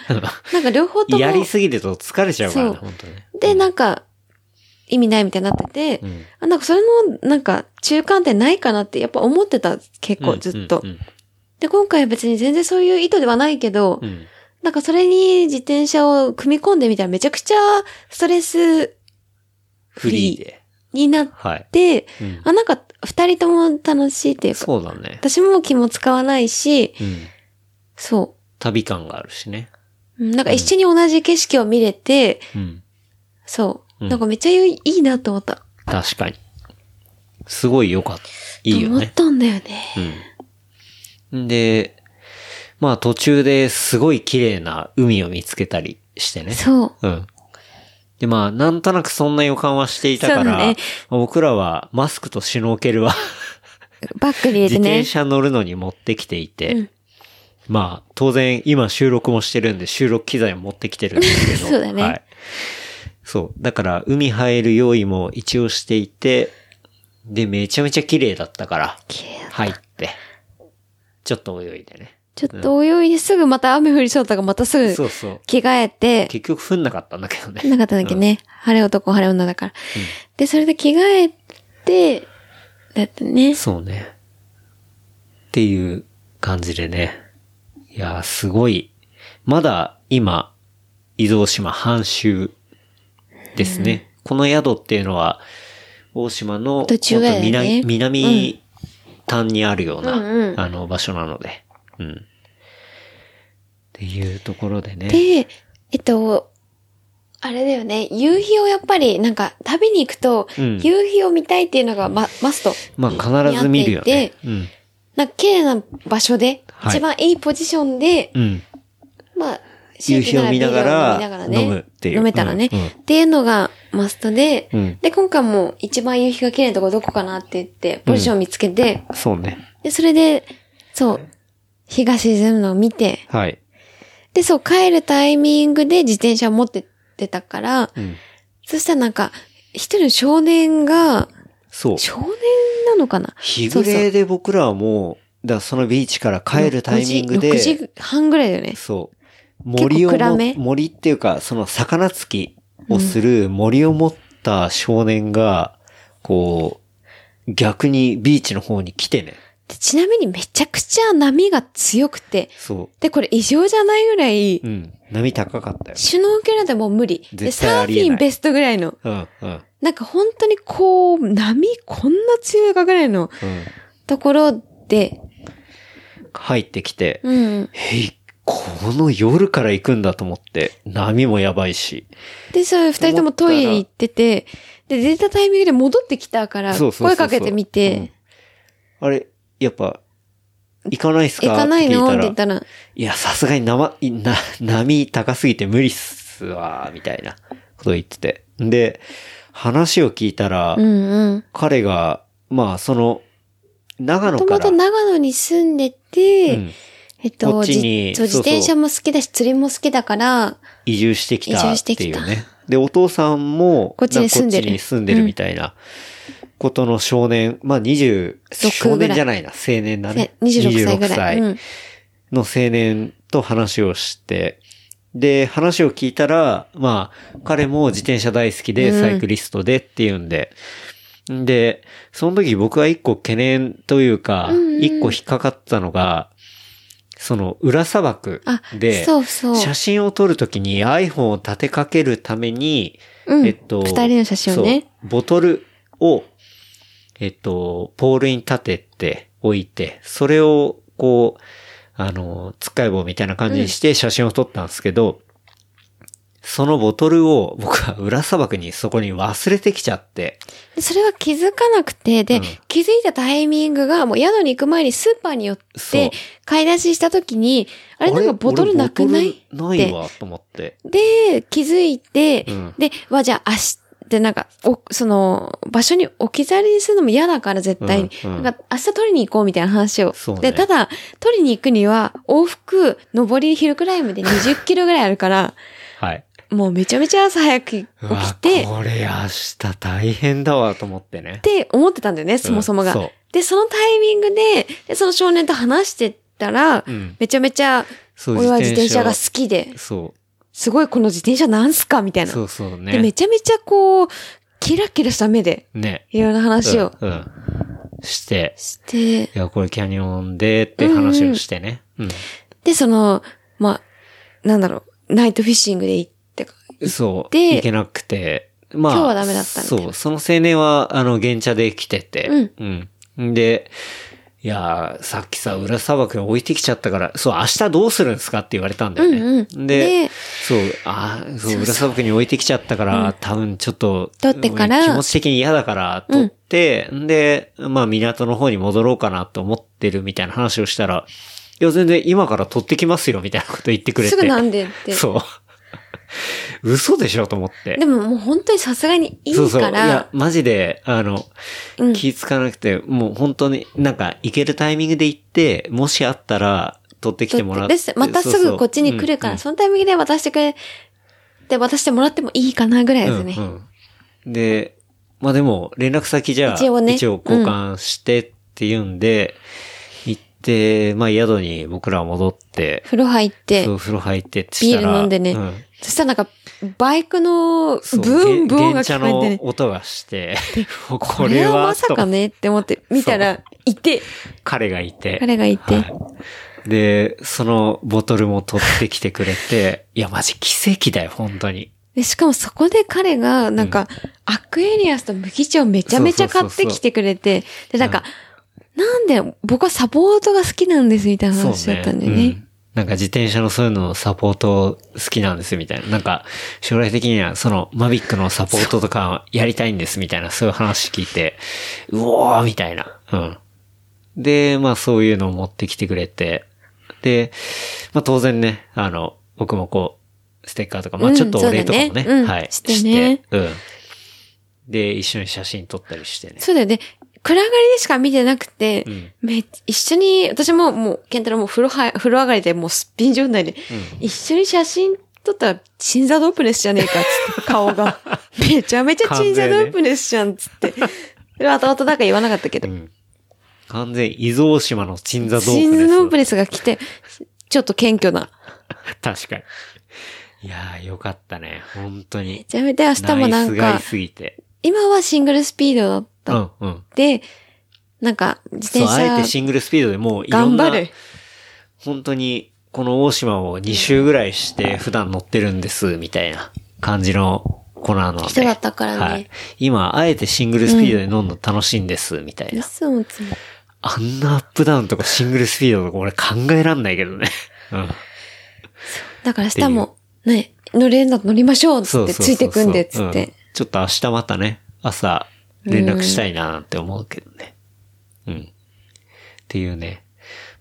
[SPEAKER 3] なんか両方とも、
[SPEAKER 2] やりすぎると疲れちゃうからね、
[SPEAKER 3] そう
[SPEAKER 2] 本当ね。
[SPEAKER 3] で、なんか、意味ないみたいになってて、
[SPEAKER 2] うん、
[SPEAKER 3] あなんかそれの、なんか、中間点ないかなって、やっぱ思ってた、結構、ずっと
[SPEAKER 2] う。ん
[SPEAKER 3] で、今回は別に全然そういう意図ではないけど
[SPEAKER 2] う、ん
[SPEAKER 3] なんかそれに自転車を組み込んでみたらめちゃくちゃストレス
[SPEAKER 2] フリーで。
[SPEAKER 3] になっ
[SPEAKER 2] はい。
[SPEAKER 3] て、
[SPEAKER 2] うん
[SPEAKER 3] あ、なんか二人とも楽しいっていうか、
[SPEAKER 2] そうだね。
[SPEAKER 3] 私も気も使わないし、
[SPEAKER 2] うん。
[SPEAKER 3] そ
[SPEAKER 2] 旅感があるしね。
[SPEAKER 3] う。うんなんか一緒に同じ景色を見れて、
[SPEAKER 2] うん。
[SPEAKER 3] そう。
[SPEAKER 2] うん
[SPEAKER 3] なんかめっちゃいいいいなと思った。
[SPEAKER 2] 確かに。すごい良かった。いいよ
[SPEAKER 3] 思っ
[SPEAKER 2] ね。
[SPEAKER 3] たんだよね。
[SPEAKER 2] うん。で、まあ途中ですごい綺麗な海を見つけたりしてね。
[SPEAKER 3] そう。
[SPEAKER 2] うん。で、まあ、なんとなくそんな予感はしていたか
[SPEAKER 3] そうだ
[SPEAKER 2] ら、
[SPEAKER 3] ね
[SPEAKER 2] まあ僕らはマスクとシュノーケルは
[SPEAKER 3] バッグに入れ
[SPEAKER 2] 自
[SPEAKER 3] てね
[SPEAKER 2] 転。車乗るのに持ってきていて、
[SPEAKER 3] うん
[SPEAKER 2] まあ、当然今収録もしてるんで収録機材も持ってきてるんですけど、
[SPEAKER 3] そうだね
[SPEAKER 2] はい。そう。だから、海入る用意も一応していて、で、めちゃめちゃ綺麗だったから、
[SPEAKER 3] 綺麗だ
[SPEAKER 2] 入って、ちょっと泳いでね。
[SPEAKER 3] ちょっと泳いですぐまた雨降りそうだったからまたす
[SPEAKER 2] そ
[SPEAKER 3] ぐ
[SPEAKER 2] うそう。
[SPEAKER 3] 着替えて、
[SPEAKER 2] 結局降んなかったんだけどね。
[SPEAKER 3] なかったんだっけね。晴れ男、晴れ女だから。で、それで着替えて、だってね。
[SPEAKER 2] そうね。っていう感じでね。いやー、すごい。まだ今、伊豆大島半周ですね。この宿っていうのは、大島の、
[SPEAKER 3] 途中だ
[SPEAKER 2] ほ
[SPEAKER 3] よね
[SPEAKER 2] んと南南端にあるような、
[SPEAKER 3] うんうん
[SPEAKER 2] あの場所なので。うん。っていうところでね。
[SPEAKER 3] で、えっと、あれだよね。夕日をやっぱり、なんか、旅に行くと、
[SPEAKER 2] うん
[SPEAKER 3] 夕日を見たいっていうのがま、マスト。
[SPEAKER 2] まあ、必ず見るよね。うん。
[SPEAKER 3] なんか、綺麗な場所で、
[SPEAKER 2] はい
[SPEAKER 3] 一番いいポジションで、
[SPEAKER 2] うん。
[SPEAKER 3] まあ、
[SPEAKER 2] 夕日を見ながら
[SPEAKER 3] ビールを飲みながらね
[SPEAKER 2] 飲むっていう
[SPEAKER 3] 飲めたらね、
[SPEAKER 2] うんうん
[SPEAKER 3] っていうのがマストで、
[SPEAKER 2] うん
[SPEAKER 3] で、今回も一番夕日が綺麗なとこどこかなって言って、ポジションを見つけて、
[SPEAKER 2] そうね。
[SPEAKER 3] で、それで、そう、日が沈むのを見て、
[SPEAKER 2] はい。
[SPEAKER 3] で、そう、帰るタイミングで自転車持ってってたから、
[SPEAKER 2] うん。
[SPEAKER 3] そしたらなんか、一人の少年が、
[SPEAKER 2] そう。
[SPEAKER 3] 少年なのかな
[SPEAKER 2] 日暮れで僕らはもう、だからそのビーチから帰るタイミング
[SPEAKER 3] 6
[SPEAKER 2] で、
[SPEAKER 3] 時半ぐらいだよね。
[SPEAKER 2] そう。
[SPEAKER 3] 結構
[SPEAKER 2] 森を
[SPEAKER 3] 暗
[SPEAKER 2] も
[SPEAKER 3] め、
[SPEAKER 2] 森っていうか、その魚つきをする森を持った少年が、こう、逆にビーチの方に来てね。
[SPEAKER 3] でちなみにめちゃくちゃ波が強くて、
[SPEAKER 2] そ
[SPEAKER 3] で、これ異常じゃないぐらい、
[SPEAKER 2] う。うん。波高かったよ。
[SPEAKER 3] シュノーケルでもう無理。で、
[SPEAKER 2] 絶対
[SPEAKER 3] サ
[SPEAKER 2] あ
[SPEAKER 3] ーフ
[SPEAKER 2] りえない
[SPEAKER 3] ィンベストぐらいの。
[SPEAKER 2] うん、うん、
[SPEAKER 3] なんか本当にこう、波こんな強いかぐらい
[SPEAKER 2] う
[SPEAKER 3] の
[SPEAKER 2] ん。
[SPEAKER 3] ところで、
[SPEAKER 2] 入ってきて、
[SPEAKER 3] うん。
[SPEAKER 2] へい、この夜から行くんだと思って、波もやばいし。
[SPEAKER 3] で、そういう二人ともトイレ行ってて、で、出たタイミングで戻ってきたから、
[SPEAKER 2] そうそうそうそう
[SPEAKER 3] 声かけてみて、
[SPEAKER 2] あれ、やっぱ、行かないっすか
[SPEAKER 3] 行かないのって言ったら、
[SPEAKER 2] いや、さすがに生、いな、波高すぎて無理っすわ、みたいなことを言ってて。で、話を聞いたら、
[SPEAKER 3] うんうん。
[SPEAKER 2] 彼が、まあ、その、長
[SPEAKER 3] も
[SPEAKER 2] 野
[SPEAKER 3] と
[SPEAKER 2] か
[SPEAKER 3] も
[SPEAKER 2] ら、
[SPEAKER 3] と長野に住んでて、
[SPEAKER 2] うん
[SPEAKER 3] えっと、
[SPEAKER 2] こっちに
[SPEAKER 3] じそう自
[SPEAKER 2] そうそう
[SPEAKER 3] 転車も好きだし、釣りも好きだから、
[SPEAKER 2] 移住してきたってい
[SPEAKER 3] 移
[SPEAKER 2] う
[SPEAKER 3] 住して
[SPEAKER 2] ね。で、お父さんも、
[SPEAKER 3] こっちに住んで
[SPEAKER 2] なかこっ
[SPEAKER 3] る
[SPEAKER 2] ちに住んでるみたいなことの少年、まあ、20、少年じゃないな、青年だね
[SPEAKER 3] ね。26歳ぐ
[SPEAKER 2] 26
[SPEAKER 3] らい。うん
[SPEAKER 2] の青年と話をして、で、話を聞いたら、まあ、彼も自転車大好きで、
[SPEAKER 3] うん
[SPEAKER 2] サイクリストでっていうんで、で、その時僕は一個懸念というか
[SPEAKER 3] うんう、ん
[SPEAKER 2] 一個引っかかったのが、その裏砂漠
[SPEAKER 3] あ、
[SPEAKER 2] で、
[SPEAKER 3] そうそう。
[SPEAKER 2] 写真を撮るときに iPhone を立てかけるために、
[SPEAKER 3] うん
[SPEAKER 2] えっと、
[SPEAKER 3] 二人の写真をね。
[SPEAKER 2] そう。ボトルを、えっと、ポールに立てておいて、それを、こう、あの、つっかえ棒みたいな感じにして写真を撮ったんですけど、そのボトルを僕は裏砂漠にそこに忘れてきちゃって、
[SPEAKER 3] でそれは気づかなくて、で、
[SPEAKER 2] うん
[SPEAKER 3] 気づいたタイミングが、もう宿に行く前にスーパーに寄っ
[SPEAKER 2] そう
[SPEAKER 3] て、買い出しした時に、あれなんかボトルなくない
[SPEAKER 2] 俺ボトルないわ、と思って。
[SPEAKER 3] で、気づいて、
[SPEAKER 2] うん
[SPEAKER 3] で、わ、じゃあ明日、で、なんか、お、その、場所に置き去りにするのも嫌だから、絶対に。
[SPEAKER 2] うんうん
[SPEAKER 3] なんか、明日取りに行こうみたいな話を。
[SPEAKER 2] そうね
[SPEAKER 3] で、ただ、取りに行くには、往復、上りヒルクライムで20キロぐらいあるから、
[SPEAKER 2] はい。
[SPEAKER 3] もうめちゃめちゃ朝早く起
[SPEAKER 2] うわ
[SPEAKER 3] きて、
[SPEAKER 2] これ明日大変だわ、と思ってね
[SPEAKER 3] っ。て思ってたんだよね、そもそも
[SPEAKER 2] う
[SPEAKER 3] が。
[SPEAKER 2] んそう
[SPEAKER 3] で、そのタイミングで、でその少年と話してたら、
[SPEAKER 2] うん。
[SPEAKER 3] めちゃめちゃ、
[SPEAKER 2] そう、
[SPEAKER 3] 俺は自転車が
[SPEAKER 2] を
[SPEAKER 3] 好きで、
[SPEAKER 2] そ。
[SPEAKER 3] すごいこの自転車なんすかみたいうな。
[SPEAKER 2] そうそう
[SPEAKER 3] で、め
[SPEAKER 2] ね。
[SPEAKER 3] ちゃめちゃこう、キラキラした目で、
[SPEAKER 2] ね。
[SPEAKER 3] いろんな話を
[SPEAKER 2] うん。うんして、
[SPEAKER 3] して、
[SPEAKER 2] いや、これキャニオンでって話をしてね。うん。
[SPEAKER 3] で、その、まあ、なんだろう、ナイトフィッシングで行ってか、
[SPEAKER 2] そう。
[SPEAKER 3] で
[SPEAKER 2] いけなくて。まあ。
[SPEAKER 3] 今日はダメだったみたいな
[SPEAKER 2] そう。その青年は、あの、現茶で来てて。うん。で、いやー、さっきさ、裏砂漠に置いてきちゃったから、そう、明日どうするんですかって言われたんだよね。
[SPEAKER 3] うんうん
[SPEAKER 2] で
[SPEAKER 3] で
[SPEAKER 2] そう、あーそう、裏砂漠に置いてきちゃったから、多分ちょっと、
[SPEAKER 3] 取ってから
[SPEAKER 2] 気持ち的に嫌だから、取って、ん、で、まあ、港の方に戻ろうかなと思ってるみたいな話をしたら、いや、全然今から取ってきますよ、みたいなこと言ってくれて。
[SPEAKER 3] すぐなんでって。
[SPEAKER 2] そう。嘘でしょと思って。
[SPEAKER 3] でももう本当にさすがにいいから、
[SPEAKER 2] そうそう。いや、マジで、あの、
[SPEAKER 3] うん
[SPEAKER 2] 気ぃつかなくて、もう本当になんか行けるタイミングで行って、もしあったら、取ってきてもらって。
[SPEAKER 3] ですまたすぐこっちに来るから、そのタイミングで渡してくれ、で、渡してもらってもいいかなぐらい
[SPEAKER 2] そ
[SPEAKER 3] で
[SPEAKER 2] う
[SPEAKER 3] す
[SPEAKER 2] そううんう
[SPEAKER 3] ね。
[SPEAKER 2] んうんで、まあでも、連絡先じゃあ、
[SPEAKER 3] 一応ね
[SPEAKER 2] 交換してって言うんで、行って、まあ宿に僕ら戻って、
[SPEAKER 3] 風呂入って
[SPEAKER 2] そう、風呂入ってってし
[SPEAKER 3] ビ
[SPEAKER 2] た
[SPEAKER 3] ー
[SPEAKER 2] ら
[SPEAKER 3] ル飲んでね、
[SPEAKER 2] うん
[SPEAKER 3] そしたらなんか、バイクのブ
[SPEAKER 2] そう
[SPEAKER 3] ーンブーン
[SPEAKER 2] げん
[SPEAKER 3] が
[SPEAKER 2] 茶
[SPEAKER 3] 聞こえて
[SPEAKER 2] の
[SPEAKER 3] ね。
[SPEAKER 2] 音がして、もう
[SPEAKER 3] こ
[SPEAKER 2] こ
[SPEAKER 3] れ
[SPEAKER 2] れ
[SPEAKER 3] は
[SPEAKER 2] は、
[SPEAKER 3] まさ
[SPEAKER 2] と
[SPEAKER 3] かねって思って、見たら、いて、
[SPEAKER 2] 彼がいて。
[SPEAKER 3] 彼がいて
[SPEAKER 2] はいで、そのボトルも取ってきてくれて、いや、マジ奇跡だよ、本当に。
[SPEAKER 3] で、しかもそこで彼が、なんか、アクエリアスと麦茶をめちゃめちゃ買ってきてくれて、で、なんか、なんで、僕はサポートが好きなんですみたいな話だったんだよ
[SPEAKER 2] う
[SPEAKER 3] ね。
[SPEAKER 2] んなんか自転車のそういうのをサポート好きなんですみたいな。なんか将来的にはそのマビックのサポートとかやりたいんですみたいなそういう話聞いて、うおーみたいな。うん。で、まあそういうのを持ってきてくれて、で、まあ当然ね、あの、僕もこう、ステッカーとか、まあちょっとお礼とかもね、
[SPEAKER 3] うんそうだねうん
[SPEAKER 2] はい、
[SPEAKER 3] してね
[SPEAKER 2] してうん。で、一緒に写真撮ったりしてね。
[SPEAKER 3] そうだよね。暗がりでしか見てなくて、
[SPEAKER 2] うん
[SPEAKER 3] め一緒に、私ももう、ケンタロウも風呂は、風呂上がりでもうすっぴん状態で、一緒に写真撮ったら、チンザドープネスじゃねえか、つって、顔が。めちゃめちゃチンザドープネスじゃん、つって。それは後々なんか言わなかったけど
[SPEAKER 2] う。ん。完全、伊豆大島の鎮座ドープです。
[SPEAKER 3] チンザドープネスが来て、ちょっと謙虚な。
[SPEAKER 2] 確かに。いやー、よかったね。本当
[SPEAKER 3] め
[SPEAKER 2] に。
[SPEAKER 3] ちゃめちゃ明日もなん
[SPEAKER 2] ナイスガ
[SPEAKER 3] か
[SPEAKER 2] イ、すぎて。
[SPEAKER 3] 今はシングルスピードだっ
[SPEAKER 2] う
[SPEAKER 3] た。
[SPEAKER 2] ん、うん。
[SPEAKER 3] で、なんか、自
[SPEAKER 2] そう、あえ
[SPEAKER 3] 転
[SPEAKER 2] て
[SPEAKER 3] 車、
[SPEAKER 2] シングルスピードでもういろん
[SPEAKER 3] 頑
[SPEAKER 2] な
[SPEAKER 3] 張、る。
[SPEAKER 2] 本当に、この大島を2周ぐらいして普段乗ってるんです、みたいな感じの子なので。
[SPEAKER 3] 人だったからね
[SPEAKER 2] はい。今、あえてシングルスピードで乗るの楽しいんです、みたいな。
[SPEAKER 3] 嘘をつも。
[SPEAKER 2] あんなアップダウンとかシングルスピードとか俺考えらんないけどね。うん。
[SPEAKER 3] だから明日も、ね、乗れるんだと乗りましょうっつ
[SPEAKER 2] そ
[SPEAKER 3] っ
[SPEAKER 2] う
[SPEAKER 3] て、
[SPEAKER 2] そう
[SPEAKER 3] つ
[SPEAKER 2] そうそう
[SPEAKER 3] いてくんでっつっ
[SPEAKER 2] うん
[SPEAKER 3] て。
[SPEAKER 2] ちょっと明日またね、朝連絡したいななんて思うけどね。うん。っていうね。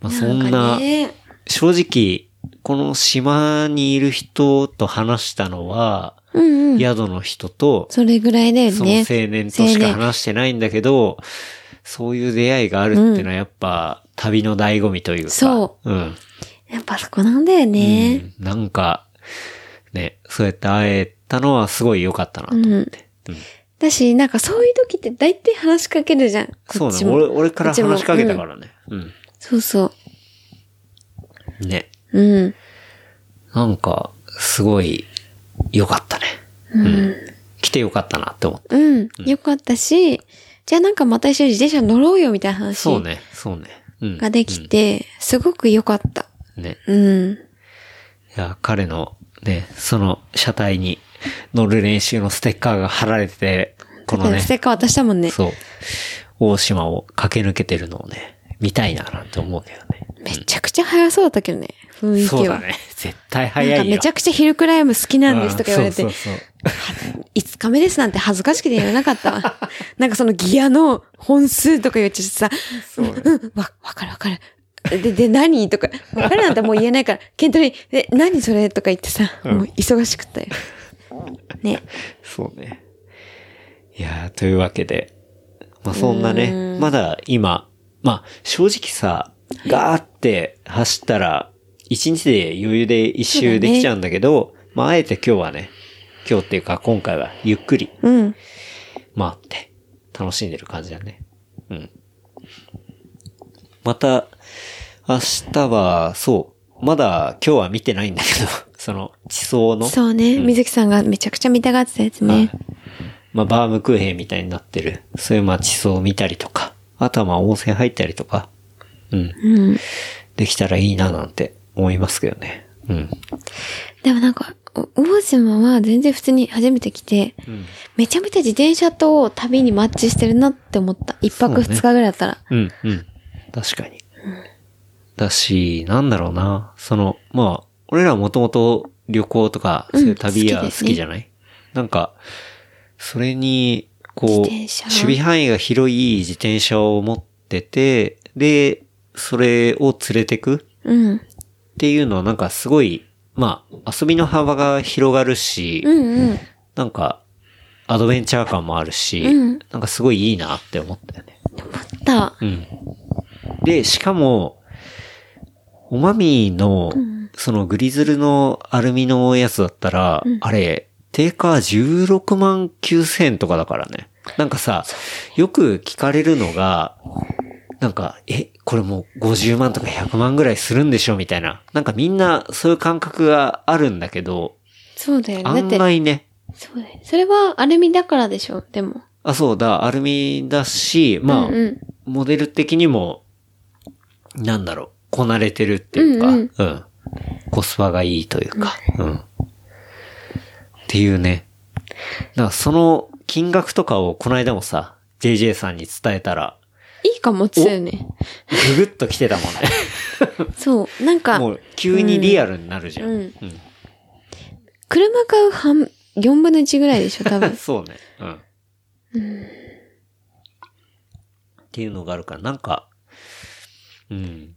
[SPEAKER 2] まあ、そん
[SPEAKER 3] な
[SPEAKER 2] な、
[SPEAKER 3] んかね
[SPEAKER 2] 正直、この島にいる人と話したのは、
[SPEAKER 3] うんうん。
[SPEAKER 2] 宿の人と、
[SPEAKER 3] それぐらいだよ
[SPEAKER 2] その青
[SPEAKER 3] ね。
[SPEAKER 2] 年としか話してないんだけど、そういう出会いがあるっていうのはやっぱ、旅の醍醐味というか。。
[SPEAKER 3] そう
[SPEAKER 2] うん。
[SPEAKER 3] やっぱそこなんだよね。
[SPEAKER 2] うんなんか、ね、そうやって会えたのはすごい良かったなと思って。うん
[SPEAKER 3] だし、なんかそういう時って大体話しかけるじゃん。
[SPEAKER 2] そ
[SPEAKER 3] こ
[SPEAKER 2] う
[SPEAKER 3] っ
[SPEAKER 2] ね
[SPEAKER 3] ち。も
[SPEAKER 2] 俺、俺から話しかけたか。
[SPEAKER 3] こっちも
[SPEAKER 2] らね。うん。
[SPEAKER 3] うんそうそ
[SPEAKER 2] ね。
[SPEAKER 3] う。うん。
[SPEAKER 2] なんか、すごい、良かったね。うん。来て良かったなって思った。
[SPEAKER 3] うん。よかったし、じゃあなんかまた一緒に自転車乗ろうよみたいな話
[SPEAKER 2] そうね、そうね。うん。
[SPEAKER 3] ができて、すごく良かった。
[SPEAKER 2] ね。
[SPEAKER 3] うん。
[SPEAKER 2] いや、彼の、ね、その、車体に乗る練習のステッカーが貼られてて、このね
[SPEAKER 3] ス、テッカー渡したもんね。
[SPEAKER 2] そう、大島を駆け抜けてるのをね、見たいななんて思うけどね。
[SPEAKER 3] めちゃくちゃ速そうだったけどね、雰囲
[SPEAKER 2] そう
[SPEAKER 3] 気
[SPEAKER 2] だ
[SPEAKER 3] は。
[SPEAKER 2] ね。絶対
[SPEAKER 3] なん
[SPEAKER 2] 早
[SPEAKER 3] か
[SPEAKER 2] いよ。
[SPEAKER 3] めちゃくちゃヒルクライム好きなんですとか言われて
[SPEAKER 2] うん、そうそう
[SPEAKER 3] 5日目ですなんて恥ずかしくて言えなかっ たわ。なんかそのギアの本数とか言っちゃってさ、
[SPEAKER 2] そう。そう
[SPEAKER 3] うん、わ、わかるわかる。で、で、何とか、わかるなんてもう言えないから、ケントリー、え、何それとか言ってさ、
[SPEAKER 2] うん
[SPEAKER 3] もう忙しく ったよ。ね。
[SPEAKER 2] そうね。いやー、というわけで。まあそんなね、まだ今、まあ正直さ、ガーって走ったら、一日で余裕で一周できちゃうんだけど、まああえて今日はね、今日っていうか今回はゆっくり
[SPEAKER 3] うん。
[SPEAKER 2] 回って、楽しんでる感じだね。うん。また、明日は、そう、まだ今日は見てないんだけど、その地層の、
[SPEAKER 3] そうね。水木さんがめちゃくちゃ見たがってたやつ
[SPEAKER 2] はい
[SPEAKER 3] ね。
[SPEAKER 2] まあ、バームクーヘンみたいになってる、そういうまあ地層を見たりとか、あとはまあ温泉入ったりとか、うん、
[SPEAKER 3] うん。
[SPEAKER 2] できたらいいななんて思いますけどね。うん。
[SPEAKER 3] でもなんか、お大島は全然普通に初めて来て、
[SPEAKER 2] ん
[SPEAKER 3] めちゃめちゃ自転車と旅にマッチしてるなって思った。一泊
[SPEAKER 2] そうね
[SPEAKER 3] 二日ぐらいだったら。
[SPEAKER 2] うん、うん。確かに。だし、なんだろうな。その、まあ、俺らもともと旅行とか、そういう旅は
[SPEAKER 3] 好
[SPEAKER 2] 好
[SPEAKER 3] きですね
[SPEAKER 2] きじゃない、なんか、それに、こう、
[SPEAKER 3] 自
[SPEAKER 2] 守
[SPEAKER 3] 転車
[SPEAKER 2] 備範囲が広い自転車を持ってて、で、それを連れてく
[SPEAKER 3] うん。
[SPEAKER 2] っていうのはなんかすごい、まあ、遊びの幅が広がるし、
[SPEAKER 3] うんうん。
[SPEAKER 2] なんか、アドベンチャー感もあるし、
[SPEAKER 3] うん
[SPEAKER 2] なんかすごいいいなって思ったよね。
[SPEAKER 3] 思った。
[SPEAKER 2] うん。で、しかも、おまみの、そのグリズルのアルミのやつだったら、あれ、定価16万9000円とかだからね。なんかさ、よく聞かれるのが、なんか、え、これもう50万とか100万ぐらいするんでしょみたいな。なんかみんなそういう感覚があるんだけど、
[SPEAKER 3] そうだよね。だ
[SPEAKER 2] 案
[SPEAKER 3] って、
[SPEAKER 2] 外ね、
[SPEAKER 3] そうだよね。それはアルミだからでしょ、でも。
[SPEAKER 2] あ、そうだ、アルミだし、まあ、
[SPEAKER 3] うんうん。
[SPEAKER 2] モデル的にも、なんだろう、こなれてるっていうか、
[SPEAKER 3] う
[SPEAKER 2] うんん、
[SPEAKER 3] う
[SPEAKER 2] コスパがいいというか、うん。っていうね。だからその金額とかをこの間もさ、JJ さんに伝えたら、
[SPEAKER 3] いいかもっつよね。
[SPEAKER 2] ぐぐっと来てた もんね。
[SPEAKER 3] そう。なんか、
[SPEAKER 2] もう急にリアルになるじゃん。
[SPEAKER 3] う
[SPEAKER 2] うんん。。
[SPEAKER 3] 車買う半、4分の1ぐらいでしょ、多分
[SPEAKER 2] そうね。うん。っていうのがあるから、なんか、うん。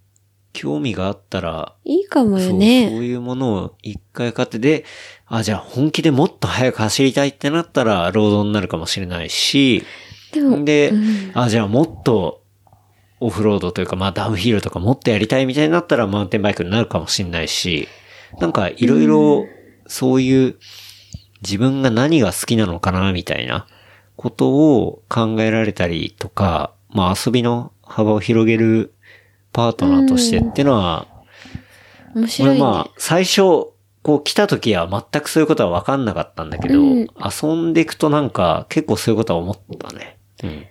[SPEAKER 2] 興味があったら、
[SPEAKER 3] いいかもよ
[SPEAKER 2] そう
[SPEAKER 3] ね。
[SPEAKER 2] そういうものを一回買ってで、あ、じゃあ本気でもっと早く走りたいってなったら労働になるかもしれないし、
[SPEAKER 3] でも、
[SPEAKER 2] で、
[SPEAKER 3] うん
[SPEAKER 2] あ、じゃあもっとオフロードというか、まあダウンヒルとかもっとやりたいみたいになったらマウンテンバイクになるかもしれないし、なんかいろいろそういう自分が何が好きなのかなみたいなことを考えられたりとか、まあ遊びの幅を広げるパートナーとしてっていうのは、
[SPEAKER 3] 面
[SPEAKER 2] こ
[SPEAKER 3] 白い
[SPEAKER 2] れ
[SPEAKER 3] ね。
[SPEAKER 2] まあ、最初、こう来た時は全くそういうことは分かんなかったんだけど、
[SPEAKER 3] うん
[SPEAKER 2] 遊んでいくとなんか結構そういうことは思ったね。うん。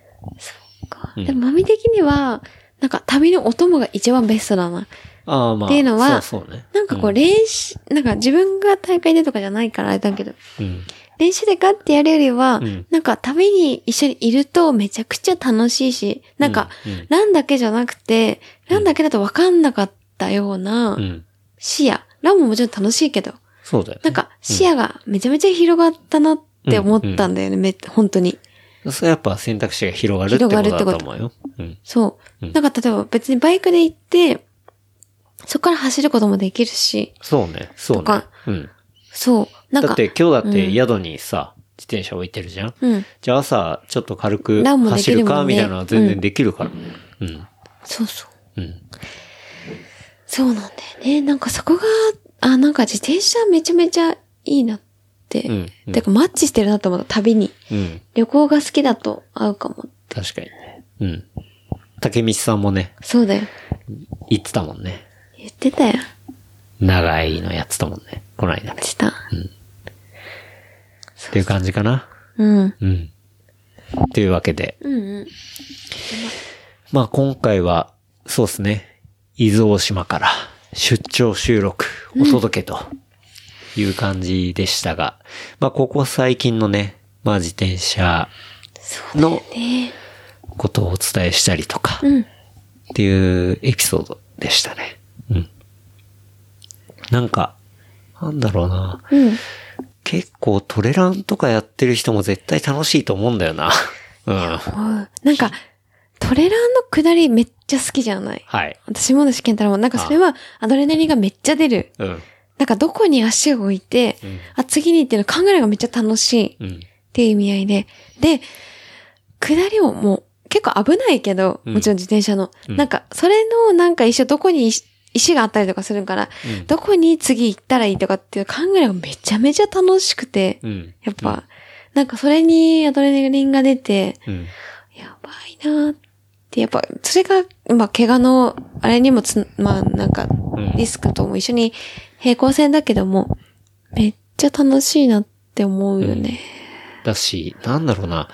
[SPEAKER 3] か
[SPEAKER 2] うん
[SPEAKER 3] でも、マミ的には、なんか旅のお供が一番ベストだな。
[SPEAKER 2] ああまあ。
[SPEAKER 3] っていうのは
[SPEAKER 2] そうそうね。
[SPEAKER 3] なんかこう、
[SPEAKER 2] れ、
[SPEAKER 3] 練習、なんか自分が大会でとかじゃないからあれだけど、
[SPEAKER 2] うん。
[SPEAKER 3] 練習でガッてやるよりは、
[SPEAKER 2] うん
[SPEAKER 3] なんか旅に一緒にいるとめちゃくちゃ楽しいし、なんか、
[SPEAKER 2] うんうん
[SPEAKER 3] ランだけじゃなくて、ランだけだと分かんなかったような
[SPEAKER 2] うん。
[SPEAKER 3] 視野、ランももちろん楽しいけど、
[SPEAKER 2] そうだよ、ね。
[SPEAKER 3] なんか視野がめちゃめちゃ広がったなって思ったんだよね、め本当に。
[SPEAKER 2] それはやっぱ選択肢が広がるってことだと思うよ。うん。
[SPEAKER 3] そう。
[SPEAKER 2] うん
[SPEAKER 3] なんか例えば別にバイクで行って、そこから走ることもできるし、
[SPEAKER 2] そうね。そう
[SPEAKER 3] と
[SPEAKER 2] ね
[SPEAKER 3] か。
[SPEAKER 2] うん。
[SPEAKER 3] そう。なん
[SPEAKER 2] だっ
[SPEAKER 3] か、
[SPEAKER 2] て今日だって宿にさ、自転車置いてるじゃん。
[SPEAKER 3] うん。
[SPEAKER 2] じゃあ朝、ちょっと軽く
[SPEAKER 3] ランもでき
[SPEAKER 2] 走
[SPEAKER 3] る
[SPEAKER 2] る
[SPEAKER 3] も
[SPEAKER 2] か、
[SPEAKER 3] んね
[SPEAKER 2] みたいなのは全然できるから。うん。
[SPEAKER 3] そうそう。
[SPEAKER 2] うん。
[SPEAKER 3] そうなんだよね。なんかそこが、あ、なんか自転車めちゃめちゃいいなって。
[SPEAKER 2] うんうん
[SPEAKER 3] てかマッチしてるなと思った、旅に。
[SPEAKER 2] うん。
[SPEAKER 3] 旅行が好きだと合うかも。
[SPEAKER 2] 確かにね。うん。竹道さんもね、
[SPEAKER 3] そうだよ。
[SPEAKER 2] 言ってたもんね。
[SPEAKER 3] 言ってたよ。
[SPEAKER 2] 長いのやってたもんね。この間。っ
[SPEAKER 3] した。
[SPEAKER 2] ていう感じかな。
[SPEAKER 3] うん。
[SPEAKER 2] うん。というわけで。
[SPEAKER 3] うんうん。
[SPEAKER 2] まあ今回は、そうですね。伊豆大島から出張収録お届けという感じでしたが、まあここ最近のね、まあ自転車
[SPEAKER 3] そうだよ
[SPEAKER 2] の
[SPEAKER 3] ね。
[SPEAKER 2] ことをお伝えしたりとか、
[SPEAKER 3] うん。
[SPEAKER 2] っていうエピソードでしたね。うん。なんか、なんだろうな。
[SPEAKER 3] うん。
[SPEAKER 2] 結構トレランとかやってる人も絶対楽しいと思うんだよ な。うん。
[SPEAKER 3] うんなんか、トレランの下りめっちゃ好きじゃない
[SPEAKER 2] はい。
[SPEAKER 3] 私もの試験太郎も、なんかそれはアドレナリンがめっちゃ出る。
[SPEAKER 2] うん。
[SPEAKER 3] なんかどこに足を置いて、
[SPEAKER 2] うん
[SPEAKER 3] あ、次にっていうの考えるのがめっちゃ楽しいっ
[SPEAKER 2] うん。
[SPEAKER 3] ていう意味合いで。で、下りももう結構危ないけど、
[SPEAKER 2] うん
[SPEAKER 3] もちろん自転車の。
[SPEAKER 2] うん
[SPEAKER 3] なんか、それのなんか一緒どこに石石があったりとかするから、
[SPEAKER 2] うん
[SPEAKER 3] どこに次行ったらいいとかっていう考えるのがめちゃめちゃ楽しくて、
[SPEAKER 2] うん。
[SPEAKER 3] やっぱ、なんかそれにアドレナリンが出て、
[SPEAKER 2] うん。
[SPEAKER 3] やばいなーって、やっぱ、それが、まあ、怪我の、あれにもつ、まあ、なんか
[SPEAKER 2] ん、
[SPEAKER 3] リスクとも一緒に平行線だけども、めっちゃ楽しいなって思うよね。
[SPEAKER 2] だし、なんだろうな。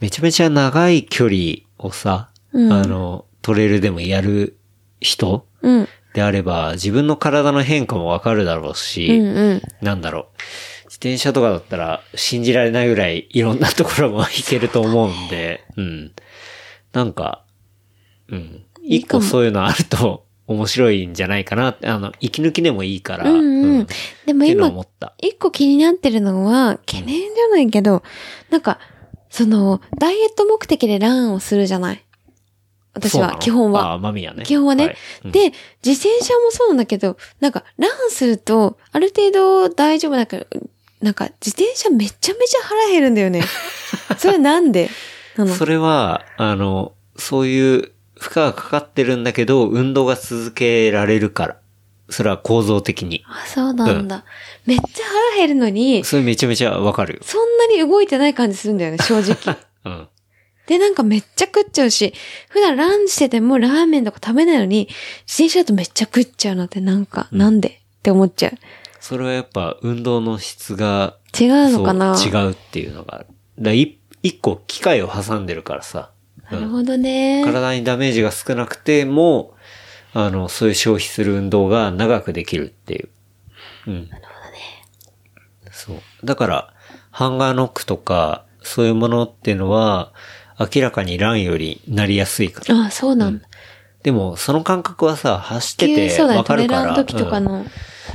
[SPEAKER 2] めちゃめちゃ長い距離をさ、
[SPEAKER 3] うん
[SPEAKER 2] あの、トレイルでもやる人
[SPEAKER 3] うん。
[SPEAKER 2] であれば、自分の体の変化もわかるだろうし、
[SPEAKER 3] うんうん。
[SPEAKER 2] なんだろう。自転車とかだったら信じられないぐらいいろんなところも行けると思うん で、うん。なんか、うん。
[SPEAKER 3] いい
[SPEAKER 2] 一
[SPEAKER 3] かも
[SPEAKER 2] 個そういうのあると面白いんじゃないかなって、あの、息抜きでもいいから、
[SPEAKER 3] うんうん
[SPEAKER 2] っ
[SPEAKER 3] でも
[SPEAKER 2] ていうのを
[SPEAKER 3] 今
[SPEAKER 2] 思、った。
[SPEAKER 3] 一個気になってるのは、懸念じゃないけど、なんか、その、ダイエット目的でランをするじゃない私
[SPEAKER 2] そうな
[SPEAKER 3] は、
[SPEAKER 2] の
[SPEAKER 3] 基本は
[SPEAKER 2] あ。あ、マミヤね。
[SPEAKER 3] 基本はね
[SPEAKER 2] いうん
[SPEAKER 3] で、自転車もそうなんだけど、なんか、ランすると、ある程度大丈夫だから、なんか、自転車めちゃめちゃ腹減るんだ よね。それはなんでなの
[SPEAKER 2] それは、あの、そういう負荷がかかってるんだけど、運動が続けられるから。それは構造的に。
[SPEAKER 3] あ、そうなんだ。めっちゃ腹減るのに、
[SPEAKER 2] それめちゃめちゃわかるよ。
[SPEAKER 3] そんなに動いてない感じするんだよね、正 直。
[SPEAKER 2] うん。
[SPEAKER 3] で、なんかめっちゃ食っちゃうし、普段ランしててもラーメンとか食べないのに、自転車だとめっちゃ食っちゃうのってなんか、なんでって思っちゃう。
[SPEAKER 2] それはやっぱ運動の質が
[SPEAKER 3] 違うのかな
[SPEAKER 2] そう違うっていうのがある。だからい一個機械を挟んでるからさ。う
[SPEAKER 3] なる
[SPEAKER 2] ん
[SPEAKER 3] ほどね。
[SPEAKER 2] 体にダメージが少なくても、あの、そういう消費する運動が長くできるっていう。うん。なるほどね。そう。だから、ハンガーノックとか、そういうものっていうのは、明らかにランよりなりやすいから。
[SPEAKER 3] あ、そうなんだ。
[SPEAKER 2] でも、その感覚はさ、走って
[SPEAKER 3] 急
[SPEAKER 2] て
[SPEAKER 3] そうだね、
[SPEAKER 2] わ
[SPEAKER 3] ト
[SPEAKER 2] か
[SPEAKER 3] レ
[SPEAKER 2] るから。
[SPEAKER 3] ラン時とか
[SPEAKER 2] うん
[SPEAKER 3] の、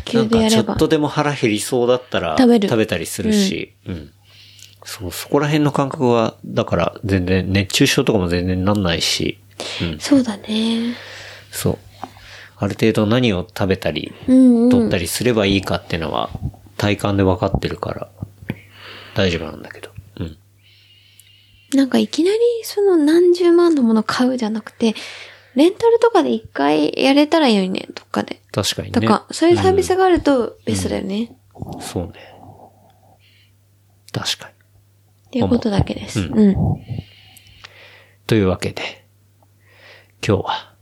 [SPEAKER 3] 急で
[SPEAKER 2] なんか
[SPEAKER 3] やれ
[SPEAKER 2] ちょ
[SPEAKER 3] ば
[SPEAKER 2] っ。とでも腹減りそうだったら
[SPEAKER 3] 食べる
[SPEAKER 2] たりするし、うん。そう、そこら辺の感覚は、だから全然熱中症とかも全然なんないし、うん。
[SPEAKER 3] そうだね。
[SPEAKER 2] そう。ある程度何を食べたり、
[SPEAKER 3] うんう
[SPEAKER 2] 取っ
[SPEAKER 3] ん。
[SPEAKER 2] たりすればいいかっていうのは体感で分かってるから、大丈夫なんだけど。うん。
[SPEAKER 3] なんかいきなりその何十万のもの買うじゃなくて、レンタルとかで一回やれたらいいのにね、どっかで。
[SPEAKER 2] 確かにね。
[SPEAKER 3] とか、そういうサービスがあるとベストだよね。
[SPEAKER 2] うんそうね。確かに。
[SPEAKER 3] っていうことだけです。
[SPEAKER 2] う
[SPEAKER 3] うん。
[SPEAKER 2] というわけで、今日は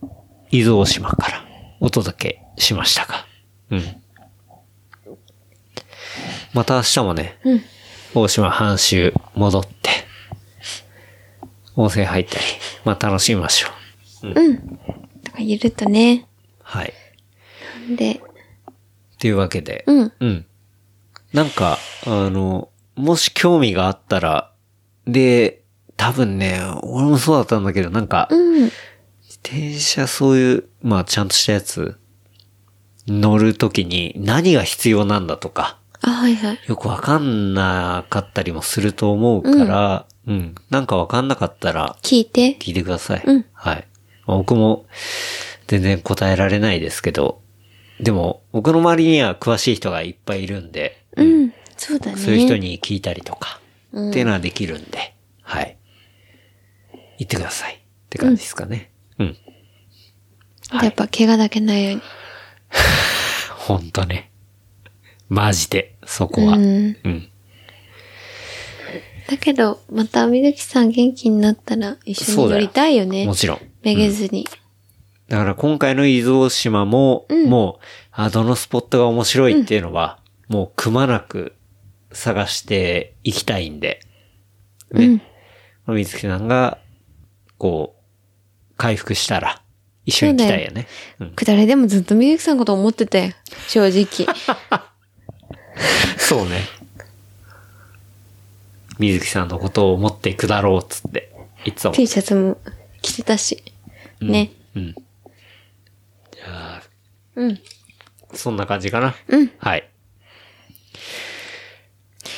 [SPEAKER 2] 伊豆大島からお届けしましたが、うん。また明日もね、
[SPEAKER 3] うん
[SPEAKER 2] 大島半周戻って、温泉入ったり、まあ楽しみましょう。
[SPEAKER 3] だからゆるっとね。
[SPEAKER 2] はい。
[SPEAKER 3] で、
[SPEAKER 2] というわけで、
[SPEAKER 3] うん。
[SPEAKER 2] うん。なんか、あの、もし興味があったら、で、多分ね、俺もそうだったんだけど、なんか、
[SPEAKER 3] うん。
[SPEAKER 2] 自転車そういう、まあちゃんとしたやつ、乗るときに何が必要なんだとか、
[SPEAKER 3] あ、はいはい。
[SPEAKER 2] よくわかんなかったりもすると思うから、うん、なんかわかんなかったら
[SPEAKER 3] 聞いて。
[SPEAKER 2] 聞いてください。
[SPEAKER 3] うん
[SPEAKER 2] はい。まあ僕も全然答えられないですけど、でも僕の周りには詳しい人がいっぱいいるんで、
[SPEAKER 3] うん。そうだね。
[SPEAKER 2] そういう人に聞いたりとか、
[SPEAKER 3] うん
[SPEAKER 2] っていうのはできるんで、はい。言ってください。って感じですかね。うん
[SPEAKER 3] やっぱ怪我だけないように。
[SPEAKER 2] ほんとね。マジで、そこは。う
[SPEAKER 3] う
[SPEAKER 2] んん。
[SPEAKER 3] だけど、また水木さん元気になったら一緒
[SPEAKER 2] そう
[SPEAKER 3] に
[SPEAKER 2] だよ
[SPEAKER 3] 乗りたいよね。
[SPEAKER 2] もちろん。
[SPEAKER 3] めげずに。
[SPEAKER 2] だから今回の伊豆大島も、もう、あ、どのスポットが面白いっていうのは、もうくまなく探していきたいんで。ね。まあ水木さんが、こう、回復したら、一緒に行きたいよね。うん。
[SPEAKER 3] くだれでもずっとみゆきさんのこと思ってて、正直。
[SPEAKER 2] そうね。水木さんのことを思っていくだろうっつって、いつも
[SPEAKER 3] T シャツも着てたし。ね。
[SPEAKER 2] うん。じゃあ、
[SPEAKER 3] うん。
[SPEAKER 2] そんな感じかな。
[SPEAKER 3] うん。
[SPEAKER 2] はい。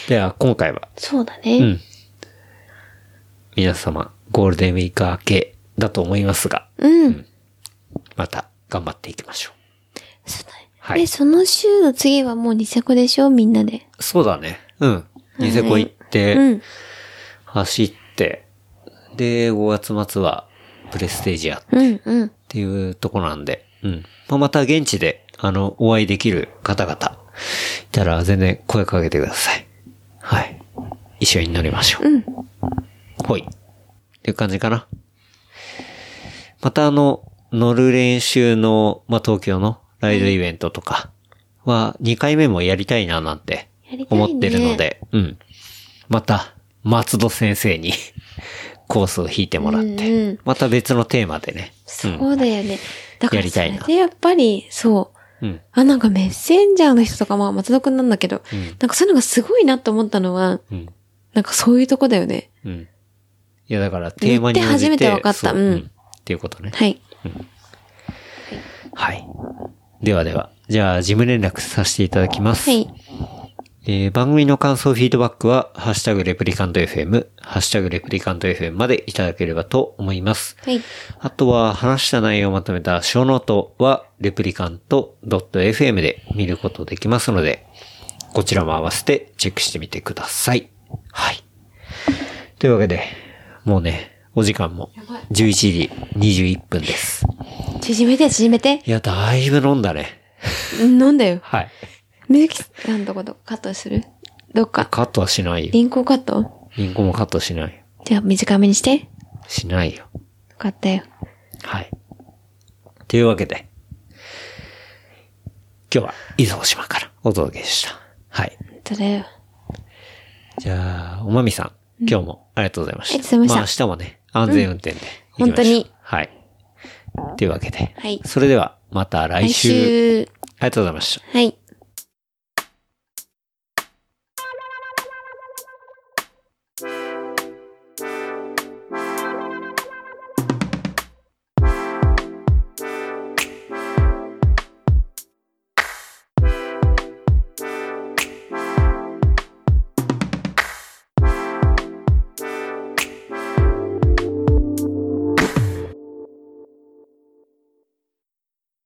[SPEAKER 2] では、今回は、
[SPEAKER 3] そうだね。
[SPEAKER 2] うん。皆様、ゴールデンウィーク明けだと思いますが、
[SPEAKER 3] うん。
[SPEAKER 2] また頑張っていきましょ
[SPEAKER 3] そうだね。
[SPEAKER 2] はい
[SPEAKER 3] で、その週の次はもうニセコでしょみんなで。
[SPEAKER 2] う。そうだね。うん。ニセコ行っ
[SPEAKER 3] う
[SPEAKER 2] て、
[SPEAKER 3] ん。
[SPEAKER 2] 走って、で、5月末は、プレステージアっ
[SPEAKER 3] うん、うん。
[SPEAKER 2] ていうとこなんで、うん。まあ、また現地で、あの、お会いできる方々、いたら全然声かけてください。はい。一緒に乗りましょう。
[SPEAKER 3] うん
[SPEAKER 2] ほい。っていう感じかな。またあの、乗る練習の、まあ、東京のライドイベントとかは、2回目もやりたいななんて
[SPEAKER 3] やりたいね
[SPEAKER 2] 思ってるので、うん。また、松戸先生にコースを引いてもらって、
[SPEAKER 3] うんうん
[SPEAKER 2] また別のテーマでね。
[SPEAKER 3] そうだよね。だから
[SPEAKER 2] やりたいな
[SPEAKER 3] それでやっぱり、そう。
[SPEAKER 2] うん。
[SPEAKER 3] あ、なんかメッセンジャーの人とか、まあ松戸くんなんだけど、なんかそういうのがすごいなと思ったのは、
[SPEAKER 2] うん。
[SPEAKER 3] なんかそういうとこだよね。
[SPEAKER 2] うん。いや、だからテーマに応じて。
[SPEAKER 3] 言って初めて分かった
[SPEAKER 2] そう
[SPEAKER 3] うん
[SPEAKER 2] っていうことね。
[SPEAKER 3] はい。
[SPEAKER 2] はい。ではでは。じゃあ、事務連絡させていただきます。
[SPEAKER 3] はい。
[SPEAKER 2] えー番組の感想、フィードバックは、ハッシュタグレプリカント FM、ハッシュタグレプリカント FM までいただければと思います。
[SPEAKER 3] はい。
[SPEAKER 2] あとは、話した内容をまとめた小ノートは、レプリカント .fm で見ることできますので、こちらも合わせてチェックしてみてください。はい。というわけで、もうね、お時間も11時21分です。
[SPEAKER 3] 縮めて、縮めて。
[SPEAKER 2] いや、だいぶ飲んだね。
[SPEAKER 3] うん飲んだよ。
[SPEAKER 2] はい。
[SPEAKER 3] メキさんとことカットするどっか。
[SPEAKER 2] カットはしないよ。
[SPEAKER 3] リンクをカット
[SPEAKER 2] リンゴもカットしないよ。
[SPEAKER 3] じゃあ短めにして。よ
[SPEAKER 2] しないよ。
[SPEAKER 3] かったよ。
[SPEAKER 2] はい。というわけで、今日は伊豆大島からお届けした。はい。
[SPEAKER 3] 本当だよ。
[SPEAKER 2] じゃあ、おまみさん、今日もありがとうございました。
[SPEAKER 3] ありがとうございま
[SPEAKER 2] した。明日もね、安全運転で行きましょう、
[SPEAKER 3] 本当に
[SPEAKER 2] はい。というわけで、
[SPEAKER 3] はい
[SPEAKER 2] それでは、また来週。あり
[SPEAKER 3] 来週。
[SPEAKER 2] がとうございました。
[SPEAKER 3] はい。